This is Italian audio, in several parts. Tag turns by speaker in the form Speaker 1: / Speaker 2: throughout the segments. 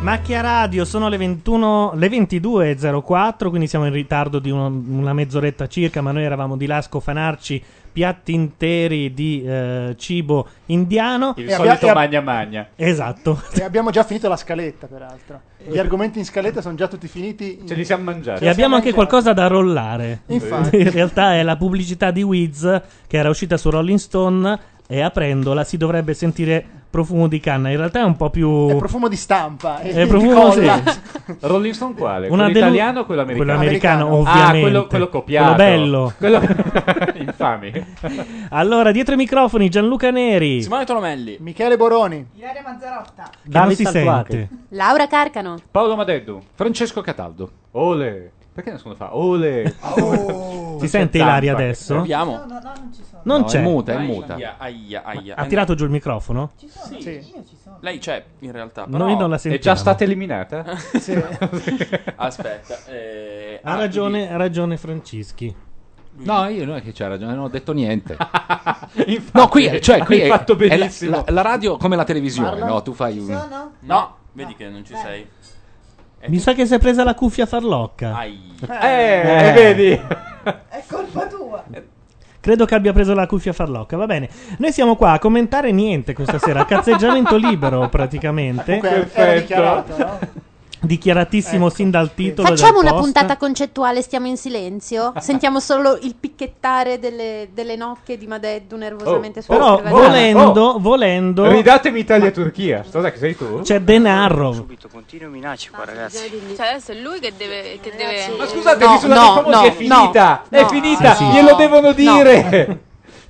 Speaker 1: Macchia Radio, sono le, 21 le 22.04, quindi siamo in ritardo di uno- una mezz'oretta circa, ma noi eravamo di là a scofanarci piatti interi di eh, cibo indiano.
Speaker 2: Il solito magna magna.
Speaker 1: Esatto.
Speaker 3: E abbiamo già finito la scaletta, peraltro. Gli argomenti in scaletta sono già tutti finiti.
Speaker 2: Ce li siamo mangiati.
Speaker 1: E abbiamo anche qualcosa da rollare.
Speaker 3: Infatti.
Speaker 1: In realtà è la pubblicità di Wiz che era uscita su Rolling Stone e aprendola si dovrebbe sentire profumo di canna. In realtà è un po' più...
Speaker 3: È profumo di stampa. e
Speaker 1: È
Speaker 3: di
Speaker 1: profumo,
Speaker 3: colla.
Speaker 1: sì.
Speaker 2: Rolling Stone quale?
Speaker 1: Una
Speaker 2: Quello
Speaker 1: delu-
Speaker 2: italiano o quello americano?
Speaker 1: Quello americano,
Speaker 2: Ah,
Speaker 1: ovviamente.
Speaker 2: quello, quello copiato.
Speaker 1: Quello bello.
Speaker 2: Quello... Infami.
Speaker 1: Allora, dietro i microfoni Gianluca Neri.
Speaker 4: Simone Tolomelli.
Speaker 3: Michele Boroni.
Speaker 5: Ilaria Mazzarotta.
Speaker 1: Non si
Speaker 6: Salvati.
Speaker 1: sente.
Speaker 7: Laura Carcano.
Speaker 2: Paolo Madeddu. Francesco Cataldo. Ole. Perché nessuno fa? Ole.
Speaker 1: Si sente
Speaker 2: Oh. Zampa.
Speaker 1: Ilaria adesso?
Speaker 5: No,
Speaker 4: Abbiamo.
Speaker 5: no, no, non ci sono.
Speaker 1: Non
Speaker 4: No,
Speaker 1: c'è.
Speaker 4: È muta, è
Speaker 2: Aia,
Speaker 4: muta.
Speaker 2: aia,
Speaker 4: Aia, aia.
Speaker 1: Ha tirato giù il microfono?
Speaker 5: Ci sono.
Speaker 3: Sì.
Speaker 5: Io ci sono.
Speaker 4: Lei c'è, in realtà. Però...
Speaker 1: Noi non la
Speaker 2: È
Speaker 1: sentiamo.
Speaker 2: già stata eliminata?
Speaker 4: Aspetta. eh,
Speaker 1: Ha
Speaker 4: ah,
Speaker 1: ragione, ha ragione Francischi.
Speaker 6: No, io non è che c'ha ragione, non ho detto niente.
Speaker 2: Infatti,
Speaker 6: No, qui, è- cioè, qui è,
Speaker 2: hai fatto
Speaker 6: è la-
Speaker 2: benissimo.
Speaker 6: la, la radio come la televisione,
Speaker 3: Parla.
Speaker 6: no? Tu fai
Speaker 5: Ci
Speaker 6: un...
Speaker 5: sono?
Speaker 4: quindi- No, vedi che non ci
Speaker 5: Beh.
Speaker 4: sei.
Speaker 1: Mi sa che si è presa la cuffia farlocca.
Speaker 4: Aia.
Speaker 2: Eh,
Speaker 1: Eh.
Speaker 2: vedi?
Speaker 5: È colpa tua.
Speaker 1: Credo che abbia preso la cuffia farlocca, va bene. Noi siamo qua a commentare niente questa sera, cazzeggiamento libero praticamente,
Speaker 3: Comunque era
Speaker 2: Perfetto.
Speaker 3: dichiarato, no?
Speaker 1: dichiaratissimo sin dal titolo.
Speaker 7: Facciamo
Speaker 1: del
Speaker 7: una
Speaker 1: post.
Speaker 7: puntata concettuale, stiamo in silenzio. Sentiamo solo il picchettare delle, delle nocche di Madeddu nervosamente
Speaker 2: Oh,
Speaker 7: sulla
Speaker 1: Però
Speaker 7: scrivania.
Speaker 1: volendo, volendo
Speaker 2: Ridatemi Italia e Turchia. Cosa che sei tu?
Speaker 1: c'è Denarro.
Speaker 8: Subito, continui minacci qua, ragazzi.
Speaker 9: Cioè adesso è lui che deve... Che deve...
Speaker 2: Ma scusate,
Speaker 7: No,
Speaker 2: che sulla
Speaker 7: no,
Speaker 2: dei famosi
Speaker 7: no,
Speaker 2: è finita!
Speaker 7: no,
Speaker 2: è
Speaker 7: no.
Speaker 2: finita!
Speaker 1: Sì, sì.
Speaker 2: Glielo devono
Speaker 7: No.
Speaker 2: dire!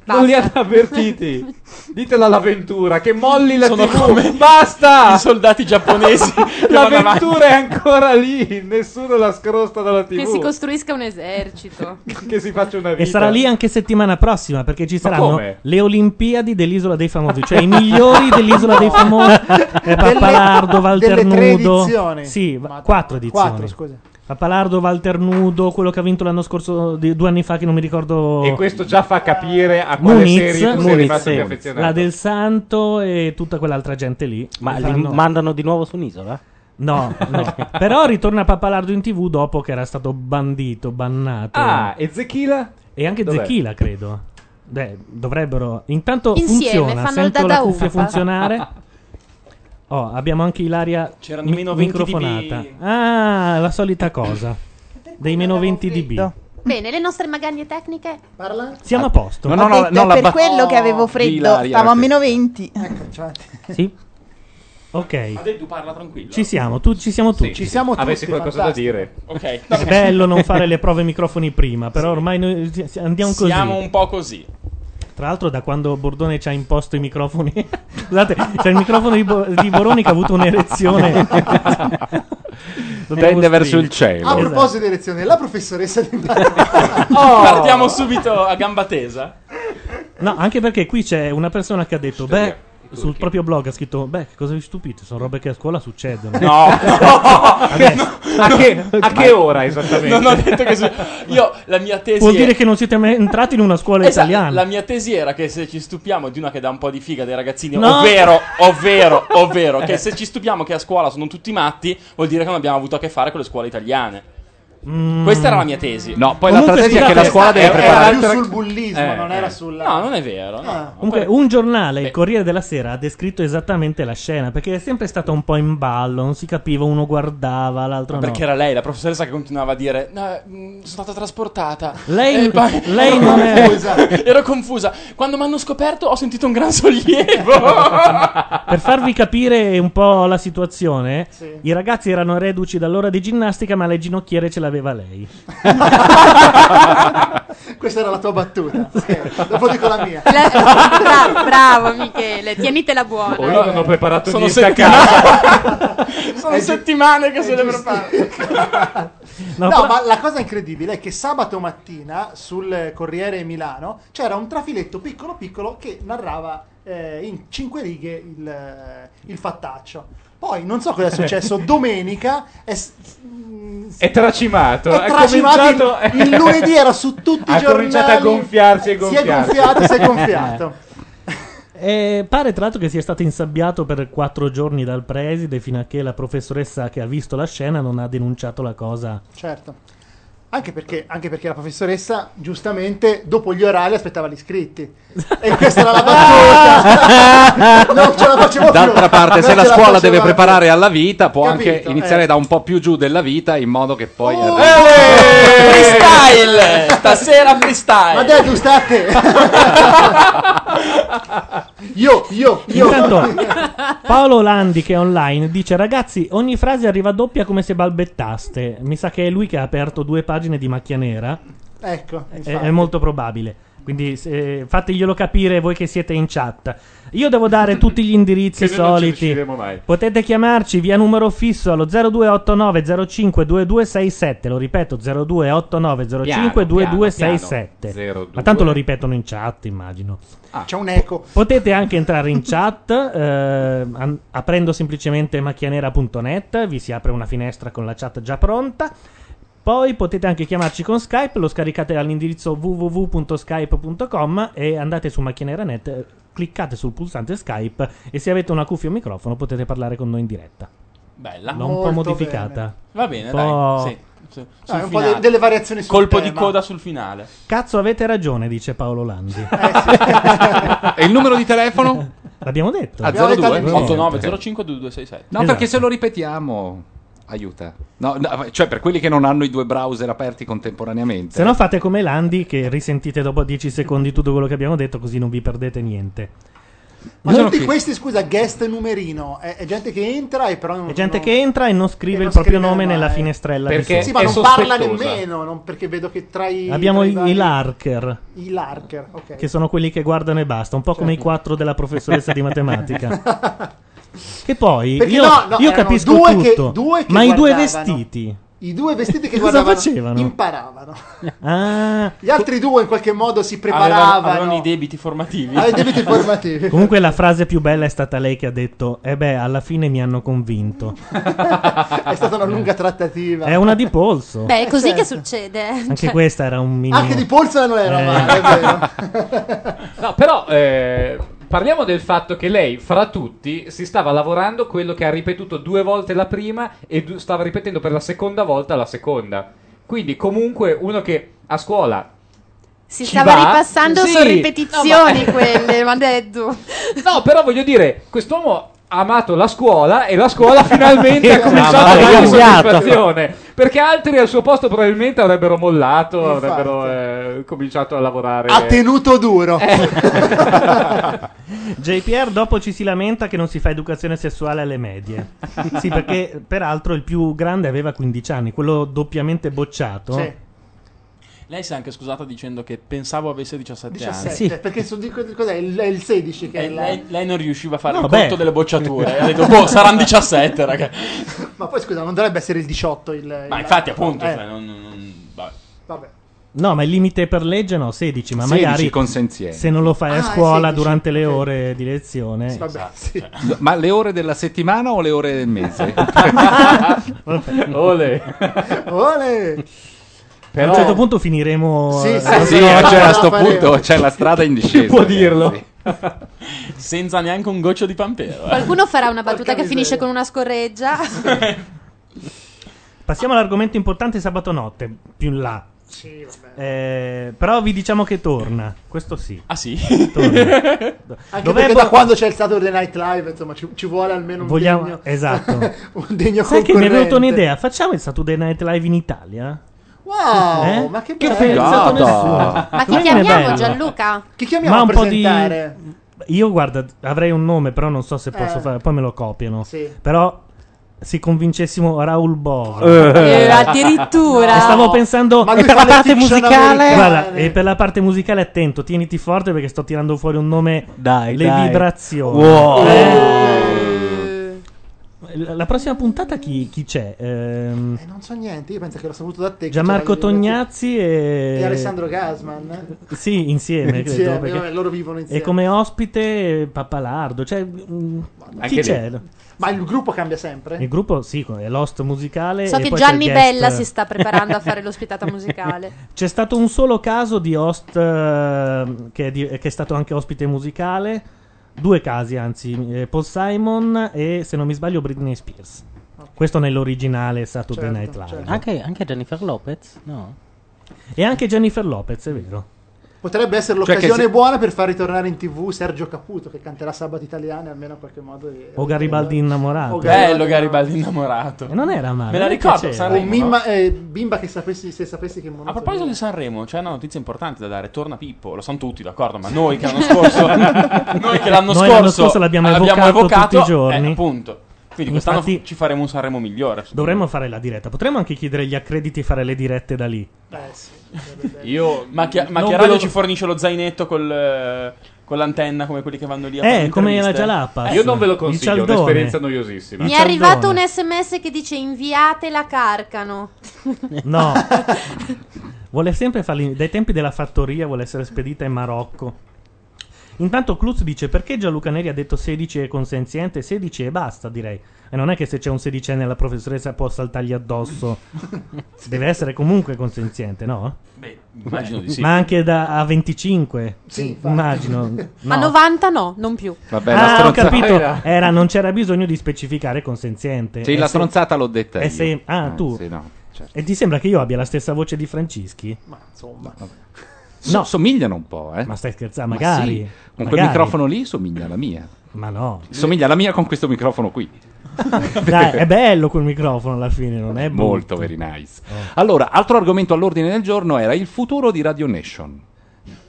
Speaker 2: Non li hanno
Speaker 7: Basta.
Speaker 2: avvertiti! Ditela all'avventura che molli la
Speaker 4: Sono
Speaker 2: TV.
Speaker 4: come- I
Speaker 2: Basta!
Speaker 4: soldati giapponesi. che vanno avanti.
Speaker 2: L'avventura è ancora lì! Nessuno la scrosta dalla TV!
Speaker 7: Che si costruisca un esercito.
Speaker 2: Che si faccia una vita!
Speaker 1: E sarà lì anche settimana prossima perché ci saranno
Speaker 2: come?
Speaker 1: le Olimpiadi dell'Isola dei Famosi, cioè i migliori dell'Isola dei Famosi, eh, Pappalardo,
Speaker 3: delle tre
Speaker 1: Valternudo.
Speaker 3: edizioni.
Speaker 1: Sì, va-
Speaker 3: Madonna.
Speaker 1: quattro edizioni.
Speaker 3: Quattro, scusa.
Speaker 1: Pappalardo, Valternudo, quello che ha vinto l'anno scorso, di- due anni fa, che non mi ricordo.
Speaker 2: E questo già fa capire a quale
Speaker 1: Muniz,
Speaker 2: serie tu sei
Speaker 1: Muniz,
Speaker 2: rimasto
Speaker 1: sì.
Speaker 2: più
Speaker 1: la
Speaker 2: affezionato.
Speaker 1: del Santo e tutta quell'altra gente lì.
Speaker 6: Ma
Speaker 1: E
Speaker 6: li
Speaker 1: fanno-
Speaker 6: mandano di nuovo su un'isola?
Speaker 1: No, no. Però ritorna Pappalardo in tv dopo che era stato bandito, bannato.
Speaker 2: Ah, e Zechila?
Speaker 1: E anche
Speaker 2: Dov'è?
Speaker 1: Zechila, credo. Beh, dovrebbero. Intanto
Speaker 7: Insieme,
Speaker 1: funziona.
Speaker 7: fanno
Speaker 1: Sento
Speaker 7: il
Speaker 1: la
Speaker 7: dada
Speaker 1: cuffia
Speaker 7: uva.
Speaker 1: funzionare. Oh, abbiamo anche Ilaria
Speaker 4: C'erano
Speaker 1: mi-
Speaker 4: i meno 20
Speaker 1: microfonata.
Speaker 4: dB.
Speaker 1: Ah, la solita cosa. Dei meno 20 dB.
Speaker 7: Bene, le nostre magagne tecniche.
Speaker 3: Parla?
Speaker 1: Siamo a posto.
Speaker 6: No, no, no,
Speaker 5: Ho detto,
Speaker 6: no,
Speaker 5: è
Speaker 6: la
Speaker 5: per
Speaker 6: bat-
Speaker 5: quello che
Speaker 2: Oh,
Speaker 5: avevo
Speaker 6: Di
Speaker 5: freddo.
Speaker 6: Ilaria,
Speaker 5: Stavo a
Speaker 6: ok.
Speaker 5: meno 20.
Speaker 3: Oh, Ecco, cioè,
Speaker 1: Sì? Ok.
Speaker 4: Adesso tu parla tranquillo.
Speaker 1: Ci siamo, tu, ci siamo tutti.
Speaker 3: Ci siamo tutti.
Speaker 2: Avessi qualcosa
Speaker 3: fantastico.
Speaker 2: da dire.
Speaker 4: Ok.
Speaker 1: È bello non fare le prove microfoni prima, però ormai noi si- si- andiamo così.
Speaker 4: Siamo un po' così.
Speaker 1: Tra l'altro, da quando Bordone ci ha imposto i microfoni. Scusate, c'è il microfono di, Bo- di Boroni che ha avuto un'erezione.
Speaker 6: Tende verso il
Speaker 3: A
Speaker 1: Esatto.
Speaker 6: cielo.
Speaker 3: proposito di elezioni, la professoressa di
Speaker 2: Oh!
Speaker 4: Partiamo subito a gamba tesa.
Speaker 1: No, anche perché qui c'è una persona che ha detto: Beh,
Speaker 2: i turchi.
Speaker 1: sul proprio blog ha scritto: Beh, che cosa vi stupite? Sono robe che a scuola succedono.
Speaker 4: No,
Speaker 2: A che, a che ora esattamente?
Speaker 4: non ho detto che su- Io, la mia tesi
Speaker 1: Vuol
Speaker 4: è-
Speaker 1: dire che non siete mai entrati in una scuola
Speaker 4: Esatto,
Speaker 1: italiana.
Speaker 4: La mia tesi era che se ci stupiamo di una che dà un po' di figa dei ragazzini,
Speaker 1: No. Eh.
Speaker 4: ovvero, ovvero, ovvero, che se ci stupiamo che a scuola sono tutti matti, vuol dire che non abbiamo avuto a che fare con le scuole italiane.
Speaker 1: Mm.
Speaker 4: Questa era la mia tesi. Eh,
Speaker 6: No, poi
Speaker 1: Comunque,
Speaker 6: la strategia è che la
Speaker 1: scusate,
Speaker 6: scuola deve
Speaker 2: era-
Speaker 6: preparare...
Speaker 3: più
Speaker 2: Altra-
Speaker 3: sul bullismo,
Speaker 2: Eh,
Speaker 3: non
Speaker 2: eh.
Speaker 3: era sulla
Speaker 4: No, non è vero. no.
Speaker 3: Ah.
Speaker 1: Comunque,
Speaker 4: Poi-
Speaker 1: un giornale, il
Speaker 4: Beh.
Speaker 1: Corriere della Sera, ha descritto esattamente la scena perché è sempre stata un po' in ballo, non si capiva, uno guardava, l'altro no.
Speaker 4: Perché era lei, la professoressa, che continuava a dire: "No, mh, Sono stata trasportata.
Speaker 1: Lei-
Speaker 4: Eh, ma- Esatto.
Speaker 1: lei
Speaker 4: ero
Speaker 1: non è-
Speaker 4: confusa. Ero confusa. Quando mi hanno scoperto, ho sentito un gran sollievo.
Speaker 1: Per farvi capire un po' la situazione,
Speaker 3: Sì.
Speaker 1: i ragazzi erano reduci dall'ora di ginnastica, ma le ginocchiere ce l'avevano aveva lei.
Speaker 3: Questa era la tua battuta. Eh, dopo dico la mia.
Speaker 7: La- bra- bravo Michele, tienitela buona.
Speaker 2: Oh, io non ho preparato
Speaker 4: Sono
Speaker 2: niente a
Speaker 4: settimane- Sono
Speaker 3: È giu-
Speaker 4: settimane che se
Speaker 3: è
Speaker 4: ne
Speaker 3: giusto.
Speaker 4: preparano.
Speaker 3: No,
Speaker 4: però-
Speaker 3: ma la cosa incredibile è che sabato mattina sul Corriere Milano c'era un trafiletto piccolo piccolo che narrava eh, in cinque righe il, il fattaccio. Poi non so cosa è successo, domenica è, s-
Speaker 2: È tracimato.
Speaker 3: è tracimato
Speaker 2: cominciato-
Speaker 3: il, il lunedì era su tutti i
Speaker 2: Ha
Speaker 3: giornali.
Speaker 2: cominciato a gonfiarsi
Speaker 3: Si
Speaker 2: e
Speaker 3: è
Speaker 2: gonfiarsi.
Speaker 3: gonfiato, si è gonfiato.
Speaker 1: Eh, pare tra l'altro che sia stato insabbiato per quattro giorni dal preside fino a che la professoressa che ha visto la scena non ha denunciato la cosa.
Speaker 3: Certo. Anche perché, anche perché la professoressa, giustamente, dopo gli orali aspettava gli iscritti. E questa era la battuta. non ce la facevo più.
Speaker 6: D'altra parte, se
Speaker 3: Non
Speaker 6: la
Speaker 3: ce
Speaker 6: scuola
Speaker 3: facevo
Speaker 6: deve
Speaker 3: più.
Speaker 6: preparare alla vita, può
Speaker 3: Capito,
Speaker 6: anche iniziare
Speaker 3: eh.
Speaker 6: da un po' più giù della vita, in modo che poi.
Speaker 3: Oh!
Speaker 4: freestyle! Stasera freestyle!
Speaker 3: Ma dai, giustate! io, io, io.
Speaker 1: Intanto Paolo Landi che è online dice ragazzi ogni frase arriva doppia come se balbettaste. Mi sa che è lui che ha aperto due pagine di macchia nera.
Speaker 3: Ecco,
Speaker 1: È-
Speaker 3: infatti.
Speaker 1: È molto probabile. Quindi se- fateglielo capire voi che siete in chat. Io devo dare tutti gli indirizzi
Speaker 2: Credo non ci
Speaker 1: soliti.
Speaker 2: riusciremo mai.
Speaker 1: Potete chiamarci via numero fisso allo 0289 05 2267. Lo ripeto, 0289 05 2267. Ma tanto lo ripetono in chat, immagino.
Speaker 2: Ah.
Speaker 3: C'è un eco.
Speaker 1: Potete anche entrare in chat eh, an- aprendo semplicemente macchianera.net, vi si apre una finestra con la chat già pronta. Poi potete anche chiamarci con Skype, lo scaricate all'indirizzo www.skype.com e andate su macchianera.net, eh, cliccate sul pulsante Skype e se avete una cuffia o un microfono potete parlare con noi in diretta.
Speaker 4: Bella.
Speaker 1: L'ho un po'
Speaker 3: Molto
Speaker 1: modificata.
Speaker 3: bene.
Speaker 4: Va bene,
Speaker 1: Un po'-
Speaker 4: dai. Oh.
Speaker 1: Ah,
Speaker 4: Sì. Su-
Speaker 3: Dai,
Speaker 4: sul
Speaker 3: un po'
Speaker 4: finale.
Speaker 3: de- delle variazioni sul
Speaker 4: Colpo di
Speaker 3: tema. Eh,
Speaker 4: coda sul finale.
Speaker 1: Cazzo, avete ragione, dice Paolo Landi.
Speaker 6: E il numero di telefono? Ah,
Speaker 1: L'abbiamo detto.
Speaker 6: A
Speaker 3: Abbiamo detto
Speaker 6: 02
Speaker 3: all'inizio.
Speaker 4: 8905 2267.
Speaker 6: No, perché
Speaker 1: Esatto.
Speaker 6: se lo ripetiamo aiuta. No, no, cioè per quelli che non hanno i due browser aperti contemporaneamente.
Speaker 1: Se no fate come Landi che risentite dopo 10 secondi tutto quello che abbiamo detto così non vi perdete niente.
Speaker 3: Ma
Speaker 6: Sono
Speaker 3: tutti
Speaker 6: qui.
Speaker 3: questi, scusa, guest numerino. È, è gente che entra e però non...
Speaker 1: È gente
Speaker 3: non-
Speaker 1: che entra e non scrive
Speaker 3: E non
Speaker 1: il proprio
Speaker 3: scrive
Speaker 1: nome
Speaker 3: mai.
Speaker 1: nella finestrella.
Speaker 2: Perché-
Speaker 1: di
Speaker 3: Sì,
Speaker 1: sopra.
Speaker 3: ma
Speaker 2: è
Speaker 3: non parla
Speaker 2: sospettosa.
Speaker 3: nemmeno, non- perché vedo che tra i...
Speaker 1: Abbiamo
Speaker 3: tra
Speaker 1: i,
Speaker 3: vari-
Speaker 1: i Larker,
Speaker 3: I Larker, ok.
Speaker 1: che sono quelli che guardano e basta, un po'
Speaker 3: Certo.
Speaker 1: come i quattro della professoressa di matematica. Che poi
Speaker 3: Perché
Speaker 1: io,
Speaker 3: no, no,
Speaker 1: io
Speaker 3: erano
Speaker 1: capisco
Speaker 3: due che-
Speaker 1: tutto,
Speaker 3: due che
Speaker 1: ma i due
Speaker 3: guardavano.
Speaker 1: vestiti.
Speaker 3: I due vestiti che
Speaker 1: Cosa
Speaker 3: guardavano
Speaker 1: facevano?
Speaker 3: imparavano.
Speaker 1: Ah,
Speaker 3: Gli altri due in qualche modo si
Speaker 4: Avevano,
Speaker 3: preparavano.
Speaker 4: avevano i debiti formativi.
Speaker 3: Avevano i debiti formativi.
Speaker 1: comunque la frase più bella è stata lei che ha detto: Eh beh, alla fine mi hanno convinto.
Speaker 3: È stata una lunga trattativa.
Speaker 1: È una di polso.
Speaker 7: Beh, è così
Speaker 3: certo.
Speaker 7: che succede.
Speaker 1: Anche
Speaker 7: Cioè,
Speaker 1: questa era un minimo.
Speaker 3: Anche di polso non era
Speaker 1: Eh.
Speaker 3: male, è vero.
Speaker 2: No, però eh, parliamo del fatto che lei, fra tutti, si stava lavorando quello che ha ripetuto due volte la prima e du- stava ripetendo per la seconda volta la seconda. Quindi, comunque, uno che a scuola.
Speaker 7: si
Speaker 2: ci
Speaker 7: stava
Speaker 2: va?
Speaker 7: ripassando
Speaker 2: Sì.
Speaker 7: su ripetizioni
Speaker 2: No, ma-
Speaker 7: quelle, ma Deddu.
Speaker 2: No, però voglio dire, quest'uomo ha amato la scuola e la scuola finalmente ha cominciato a
Speaker 1: ma l'ha
Speaker 2: dare
Speaker 1: cambiato.
Speaker 2: soddisfazione. Perché altri al suo posto probabilmente avrebbero mollato,
Speaker 3: Infatti.
Speaker 2: avrebbero eh, cominciato a lavorare. Eh.
Speaker 3: Ha tenuto duro.
Speaker 10: Eh.
Speaker 1: JPR dopo ci si lamenta che non si fa educazione sessuale alle medie. sì, perché peraltro il più grande aveva 15 anni, quello doppiamente bocciato.
Speaker 3: Sì,
Speaker 4: Lei si è anche scusata dicendo che pensavo avesse 17,
Speaker 3: 17,
Speaker 4: anni.
Speaker 1: Sì.
Speaker 3: Eh, perché su di cos'è? Il, è il 16 che è
Speaker 4: E
Speaker 3: la-
Speaker 4: Eh, lei, lei non riusciva a fare
Speaker 1: No,
Speaker 4: il
Speaker 1: beh.
Speaker 4: conto delle bocciature. ha detto, boh, saranno 17, raga.
Speaker 3: Ma poi scusa, non dovrebbe essere il 18 il...
Speaker 4: Ma
Speaker 3: il-
Speaker 4: infatti, appunto,
Speaker 3: Eh,
Speaker 4: cioè, non- non- non- vabbè.
Speaker 3: vabbè.
Speaker 1: No, ma il limite per legge no, 16, ma
Speaker 6: 16
Speaker 1: magari
Speaker 6: consenzienti.
Speaker 1: se non lo fai
Speaker 3: Ah,
Speaker 1: a scuola
Speaker 3: 16,
Speaker 1: durante le
Speaker 3: ok.
Speaker 1: ore di lezione.
Speaker 3: Vabbè, sì.
Speaker 6: Ma le ore della settimana o le ore del mese?
Speaker 2: Ole.
Speaker 3: Ole!
Speaker 1: A un certo punto finiremo
Speaker 3: Sì,
Speaker 1: eh,
Speaker 3: sì,
Speaker 6: sì,
Speaker 3: no,
Speaker 6: cioè,
Speaker 3: no,
Speaker 6: a sto
Speaker 3: no, faremo.
Speaker 6: punto c'è la strada in discesa.
Speaker 2: può
Speaker 6: ragazzi.
Speaker 2: dirlo?
Speaker 4: senza neanche un goccio di pampero. eh.
Speaker 7: Qualcuno farà una battuta
Speaker 3: Porca
Speaker 7: che finisce
Speaker 3: miseria.
Speaker 7: con una scorreggia.
Speaker 1: Passiamo all'argomento importante sabato notte, più in là.
Speaker 3: Sì, vabbè.
Speaker 1: Eh, però vi diciamo che torna, questo sì.
Speaker 4: Ah sì?
Speaker 1: Torna.
Speaker 3: Anche
Speaker 1: Dov'è
Speaker 3: perché
Speaker 1: Bo-
Speaker 3: da quando c'è il Saturday Night Live, insomma, ci, ci vuole almeno un
Speaker 1: Vogliamo-
Speaker 3: degno...
Speaker 1: esatto.
Speaker 3: un degno
Speaker 1: Sai che mi è venuta
Speaker 3: concorrente.
Speaker 1: un'idea, facciamo il Saturday Night Live in Italia?
Speaker 3: Wow,
Speaker 1: Eh?
Speaker 3: ma che
Speaker 1: Che
Speaker 3: bello.
Speaker 1: figata.
Speaker 6: Figata.
Speaker 7: Ma chi
Speaker 1: Com'è
Speaker 7: chiamiamo
Speaker 1: bella?
Speaker 7: Gianluca?
Speaker 3: Chi chiamiamo
Speaker 1: Ma un
Speaker 3: a
Speaker 1: po' di-
Speaker 3: presentare?
Speaker 1: Io guarda, avrei un nome, però non so se posso
Speaker 3: Eh.
Speaker 1: fare. Poi me lo copiano.
Speaker 3: Sì.
Speaker 1: Però se convincessimo Raul Bova.
Speaker 11: Eh, addirittura.
Speaker 1: E Stavo pensando
Speaker 11: Ma
Speaker 1: e
Speaker 11: lui
Speaker 1: per
Speaker 11: fa
Speaker 1: la
Speaker 11: le
Speaker 1: parte
Speaker 11: fiction
Speaker 1: musicale.
Speaker 11: americane.
Speaker 1: Guarda, e per la parte musicale attento, tieniti forte perché sto tirando fuori un nome
Speaker 12: Dai,
Speaker 1: le
Speaker 12: dai.
Speaker 1: vibrazioni.
Speaker 12: Wow.
Speaker 1: Eh, La prossima puntata chi, chi c'è? Ehm,
Speaker 3: Non so niente, io penso che l'ho saputo da te. che
Speaker 1: Gianmarco
Speaker 3: c'era lì-
Speaker 1: Tognazzi e...
Speaker 3: e Alessandro Gasman.
Speaker 1: Sì, insieme, credo,
Speaker 3: Insieme,
Speaker 1: perché-
Speaker 3: vabbè, loro vivono insieme.
Speaker 1: E come ospite eh, Pappalardo, cioè mm,
Speaker 3: Anche
Speaker 1: chi
Speaker 3: lì.
Speaker 1: c'è?
Speaker 3: Ma il gruppo cambia sempre?
Speaker 1: Il gruppo sì, è l'host musicale
Speaker 7: So
Speaker 1: e
Speaker 7: che
Speaker 1: poi c'è il
Speaker 7: Gianni
Speaker 1: guest.
Speaker 7: Bella si sta preparando a fare l'ospitata musicale.
Speaker 1: C'è stato un solo caso di host eh, che, è di- che è stato anche ospite musicale. Due casi, anzi, eh, Paul Simon e se non mi sbaglio Britney Spears. Questo nell'originale è stato The
Speaker 13: Certo,
Speaker 1: Night Live.
Speaker 13: Anche, anche Jennifer Lopez? No.
Speaker 1: E anche Jennifer Lopez, è vero.
Speaker 3: Potrebbe essere
Speaker 1: Cioè che
Speaker 3: l'occasione
Speaker 1: se-
Speaker 3: buona per far ritornare in tv Sergio Caputo che canterà Sabato Italiano almeno in qualche modo. e-
Speaker 1: O Garibaldi innamorato.
Speaker 3: O Garibaldi
Speaker 4: Bello Garibaldi innamorato.
Speaker 1: E non era male.
Speaker 4: Me la
Speaker 1: a me
Speaker 4: ricordo
Speaker 1: piaceva.
Speaker 4: Sanremo.
Speaker 3: O
Speaker 4: no?
Speaker 3: Mimma- eh, bimba che sapessi, se sapessi che
Speaker 4: A proposito di Sanremo, c'è una notizia importante da dare. Torna Pippo, lo sanno tutti, d'accordo, ma noi che l'anno scorso, noi che l'anno
Speaker 1: Noi
Speaker 4: scorso,
Speaker 1: l'anno scorso l'abbiamo evocato tutti i
Speaker 4: eh,
Speaker 1: giorni.
Speaker 4: appunto. Quindi quest'anno
Speaker 1: Infatti-
Speaker 4: f- ci faremo un Sanremo migliore.
Speaker 1: Dovremmo fare la diretta. Potremmo anche chiedere gli accrediti e fare le dirette da lì.
Speaker 4: Io, ma chi, ma
Speaker 1: non
Speaker 4: chi
Speaker 1: ve
Speaker 4: a radio
Speaker 1: lo-
Speaker 4: ci fornisce lo zainetto col, eh, con l'antenna come quelli che vanno lì a
Speaker 1: Eh,
Speaker 4: fare le
Speaker 1: come
Speaker 4: interviste?
Speaker 1: la Jalapas.
Speaker 4: Eh,
Speaker 2: Io non ve lo
Speaker 1: Il
Speaker 2: consiglio, è
Speaker 1: cialdone.
Speaker 2: un'esperienza noiosissima.
Speaker 7: Mi è arrivato un sms che dice inviate la carcano.
Speaker 1: No. vuole sempre farli. Dai tempi della fattoria vuole essere spedita in Marocco. Intanto Cluz dice perché Gianluca Neri ha detto 16 è consenziente, 16 e basta direi. E non è che se c'è un sedicenne la professoressa può saltargli addosso. Deve essere comunque consenziente, no?
Speaker 4: Beh, immagino di sì.
Speaker 1: Ma anche da, a 25?
Speaker 7: Sì, infatti.
Speaker 1: immagino. No.
Speaker 7: A 90 no, non più.
Speaker 6: Vabbè, la
Speaker 1: ah, ho
Speaker 6: stronzata-
Speaker 1: capito. Era, non c'era bisogno di specificare consenziente.
Speaker 6: Sì,
Speaker 1: E
Speaker 6: la
Speaker 1: se-
Speaker 6: stronzata l'ho detta
Speaker 1: e
Speaker 6: io.
Speaker 1: se- ah,
Speaker 6: Eh,
Speaker 1: tu.
Speaker 6: sì, no, certo.
Speaker 1: E ti sembra che io abbia la stessa voce di Francischi?
Speaker 3: Ma insomma.
Speaker 6: So- somigliano un po', eh.
Speaker 1: Ma stai scherzando?
Speaker 6: Ma
Speaker 1: Magari.
Speaker 6: sì, con quel
Speaker 1: Magari.
Speaker 6: microfono lì somiglia alla mia.
Speaker 1: Ma no.
Speaker 6: Somiglia alla mia con questo microfono qui.
Speaker 1: Dai, è bello quel microfono alla fine, non è Eh.
Speaker 6: Molto very nice. Allora, altro argomento all'ordine del giorno era il futuro di Radio Nation.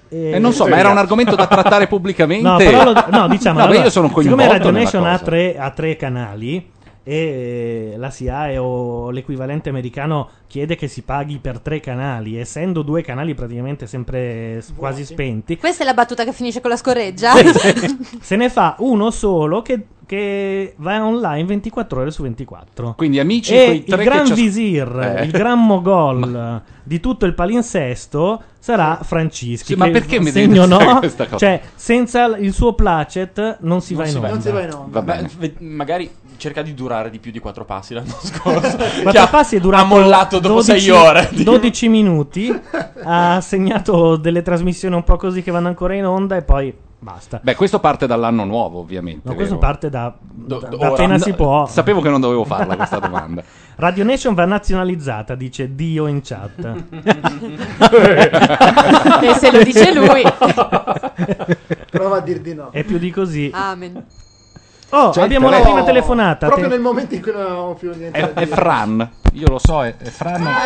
Speaker 6: E, Eh, non so, ma era un argomento da trattare pubblicamente.
Speaker 1: Eh, No, però lo- no, diciamo,
Speaker 6: No, ma
Speaker 1: allora,
Speaker 6: io sono coinvolto.
Speaker 1: Siccome Radio
Speaker 6: nella
Speaker 1: Nation
Speaker 6: cosa.
Speaker 1: ha tre, ha tre canali e eh, la SIAE o l'equivalente americano chiede che si paghi per tre canali, essendo due canali praticamente sempre s- quasi spenti,
Speaker 7: Questa è la battuta che finisce con la scorreggia.
Speaker 1: se ne fa uno solo che, che va online 24 ore su 24.
Speaker 6: Quindi amici,
Speaker 1: e
Speaker 6: quei
Speaker 1: il
Speaker 6: tre che
Speaker 1: gran
Speaker 6: cias-
Speaker 1: visir,
Speaker 6: Eh.
Speaker 1: il gran mogol di tutto il palinsesto sarà Francischi.
Speaker 6: Sì, ma
Speaker 1: che
Speaker 6: perché mi
Speaker 1: segno
Speaker 6: devi dire
Speaker 1: no?
Speaker 6: questa cosa?
Speaker 1: Cioè, senza l- il suo placet non si va in onda.
Speaker 4: Va bene. Beh, ve- magari cerca di durare di più di quattro passi l'anno scorso. Che
Speaker 1: Quattro
Speaker 4: ha-
Speaker 1: passi è durato
Speaker 4: ha mollato dopo
Speaker 1: 12
Speaker 4: sei ore.
Speaker 1: 12 minuti. ha segnato delle trasmissioni un po' così che vanno ancora in onda e poi basta.
Speaker 6: Beh, questo parte dall'anno nuovo, ovviamente.
Speaker 1: No, questo
Speaker 6: vero?
Speaker 1: parte da,
Speaker 6: Do-
Speaker 1: da-
Speaker 6: do-
Speaker 1: da
Speaker 6: ora.
Speaker 1: appena
Speaker 6: No,
Speaker 1: si può.
Speaker 6: Sapevo che non dovevo farla questa domanda.
Speaker 1: Radio Nation va nazionalizzata, dice Dio in chat.
Speaker 3: E se lo dice lui. Prova a dir di no.
Speaker 1: E più di così.
Speaker 7: Amen.
Speaker 1: Oh,
Speaker 6: C'è
Speaker 1: abbiamo la
Speaker 6: interesse.
Speaker 1: prima telefonata.
Speaker 3: Proprio
Speaker 1: Te-
Speaker 3: nel momento in cui non avevamo più niente.
Speaker 6: È,
Speaker 3: da
Speaker 6: è
Speaker 3: dire.
Speaker 6: Fran. Io lo so, è, è Fran. Cioè,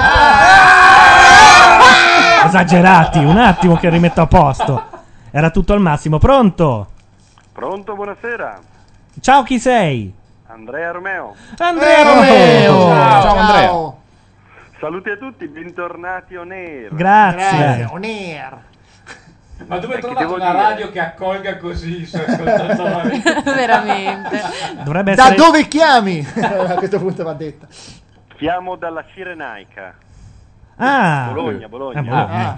Speaker 1: Esagerati, un attimo che rimetto a posto. Era tutto al massimo. Pronto?
Speaker 8: Pronto, buonasera.
Speaker 1: Ciao, chi sei?
Speaker 8: Andrea Romeo.
Speaker 1: Andrea Romeo! Ciao, Ciao, Andrea.
Speaker 8: Saluti a tutti, bentornati on air.
Speaker 1: Grazie. Grazie, on
Speaker 3: air.
Speaker 2: Ma dove
Speaker 8: Eh, che
Speaker 2: trovate
Speaker 8: devo
Speaker 2: una
Speaker 8: dire?
Speaker 2: radio che accolga così i suoi ascoltatori?
Speaker 7: Veramente.
Speaker 1: Dovrebbe
Speaker 3: da
Speaker 1: essere-
Speaker 3: dove chiami? a questo punto va detta.
Speaker 8: Chiamo dalla Cirenaica.
Speaker 1: Ah,
Speaker 8: Bologna,
Speaker 1: Ah,
Speaker 8: Bologna.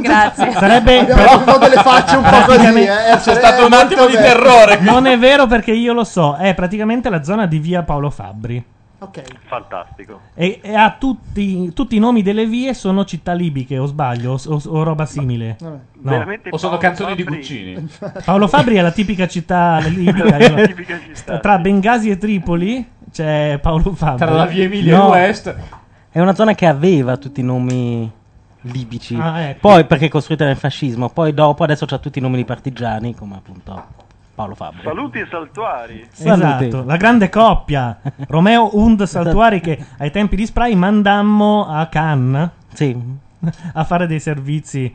Speaker 7: Grazie.
Speaker 1: Sarebbe
Speaker 3: Abbiamo avuto delle facce un po' così. Eh.
Speaker 1: Praticamente-
Speaker 3: C'è stato
Speaker 4: un attimo di terrore qui.
Speaker 1: Non è vero perché io lo so, è praticamente la zona di via Paolo Fabbri.
Speaker 8: Ok. Fantastico.
Speaker 1: E, e ha tutti, tutti i nomi delle vie sono città libiche, o sbaglio, o, o- o roba simile. No.
Speaker 8: Veramente
Speaker 2: O sono
Speaker 8: Paolo
Speaker 2: canzoni di
Speaker 8: Fabbri-
Speaker 2: Guccini.
Speaker 1: Paolo Fabri è la tipica città libica.
Speaker 8: La
Speaker 1: io-
Speaker 8: tipica città,
Speaker 1: Tra Bengasi e Tripoli c'è Paolo Fabri.
Speaker 2: Tra la via Emilia
Speaker 1: No.
Speaker 2: e West.
Speaker 13: È una zona che aveva tutti i nomi libici.
Speaker 1: Ah, ecco.
Speaker 13: Poi perché è costruita nel fascismo, poi dopo adesso c'ha tutti i nomi di partigiani, come appunto Paolo Fabri.
Speaker 8: Saluti e saltuari.
Speaker 1: Esatto, la grande coppia Romeo und Saltuari che ai tempi di Spray mandammo a Cannes a fare dei servizi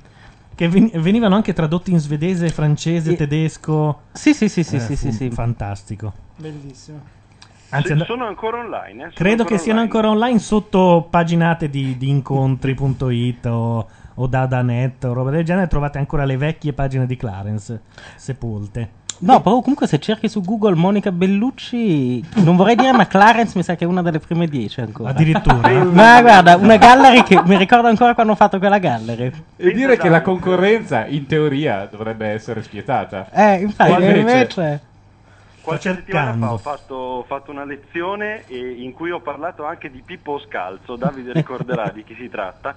Speaker 1: che ven- venivano anche tradotti in svedese, francese,
Speaker 13: Sì.
Speaker 1: tedesco.
Speaker 13: Sì, sì, sì, sì,
Speaker 1: Eh,
Speaker 13: sì,
Speaker 1: fu
Speaker 13: sì, sì.
Speaker 1: Fantastico.
Speaker 3: Bellissimo.
Speaker 1: Anzi,
Speaker 8: Sì,
Speaker 1: and-
Speaker 8: sono ancora online. eh, sono
Speaker 1: credo che
Speaker 8: ancora
Speaker 1: siano ancora online sotto paginate di, di incontri.it o, o dadanet o roba del genere. Trovate ancora le vecchie pagine di Clarence sepolte.
Speaker 13: No, però comunque se cerchi su Google Monica Bellucci, non vorrei dire, ma Clarence mi sa che è una delle prime dieci ancora.
Speaker 1: Addirittura.
Speaker 13: ma guarda, una gallery che mi ricordo ancora quando ho fatto quella gallery.
Speaker 2: E dire che la
Speaker 8: Esatto.
Speaker 2: concorrenza, in teoria, dovrebbe essere spietata.
Speaker 13: Eh, infatti,
Speaker 2: Ma invece-
Speaker 13: invece...
Speaker 8: Qualche settimana fa
Speaker 1: cercando.
Speaker 8: ho fatto, ho fatto una lezione eh, in cui ho parlato anche di Pippo Scalzo, Davide ricorderà di chi si tratta.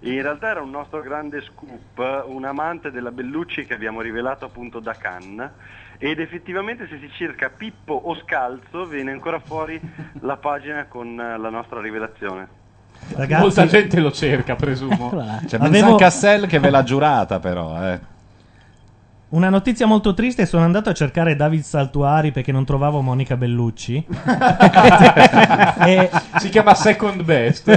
Speaker 8: In realtà era un nostro grande scoop, un amante della Bellucci che abbiamo rivelato appunto da Cannes. Ed effettivamente se si cerca Pippo o Scalzo viene ancora fuori la pagina con eh, la nostra rivelazione.
Speaker 1: Ragazzi- Eh,
Speaker 2: Molta gente lo cerca, presumo. Cioè,
Speaker 6: C'è
Speaker 1: Avevo-
Speaker 6: Vincent Cassel che ve l'ha giurata, però. Eh.
Speaker 1: Una notizia molto triste, sono andato a cercare David Saltuari perché non trovavo Monica Bellucci.
Speaker 2: Si chiama Second Best.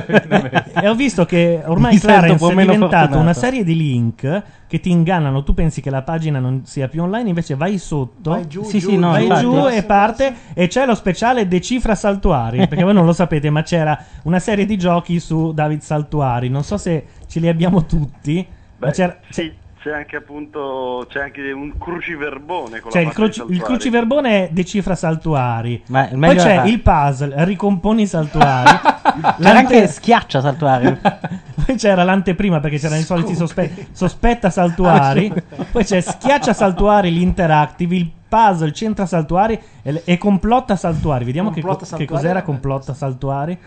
Speaker 1: e ho visto che ormai
Speaker 2: Mi sento un
Speaker 1: Clarence
Speaker 2: po'
Speaker 1: è
Speaker 2: meno
Speaker 1: diventato
Speaker 2: fortunato.
Speaker 1: una serie di link che ti ingannano. Tu pensi che la pagina non sia più online, invece vai sotto,
Speaker 13: Vai giù, Sì, giù, sì, no,
Speaker 1: vai
Speaker 13: infatti.
Speaker 1: giù e parte. E c'è lo speciale Decifra Saltuari. Perché voi non lo sapete, ma c'era una serie di giochi su David Saltuari. Non so se ce li abbiamo tutti. ma c'era,
Speaker 8: Sì, c'è anche appunto c'è anche un cruciverbone con
Speaker 1: Cioè,
Speaker 8: la
Speaker 1: il, croci- il cruciverbone è decifra saltuari.
Speaker 13: Ma il
Speaker 1: Poi
Speaker 13: meglio
Speaker 1: c'è
Speaker 13: era-
Speaker 1: il puzzle, ricomponi i saltuari.
Speaker 13: C'era anche schiaccia saltuari.
Speaker 1: Poi c'era l'anteprima perché c'erano i soliti sospe- sospetta saltuari.
Speaker 13: Ah,
Speaker 1: Poi c'è schiaccia saltuari l'interactive, il puzzle centra saltuari e, le- e complotta saltuari. Vediamo che,
Speaker 3: Complotta
Speaker 1: co- che
Speaker 3: saltuari.
Speaker 1: cos'era complotta saltuari.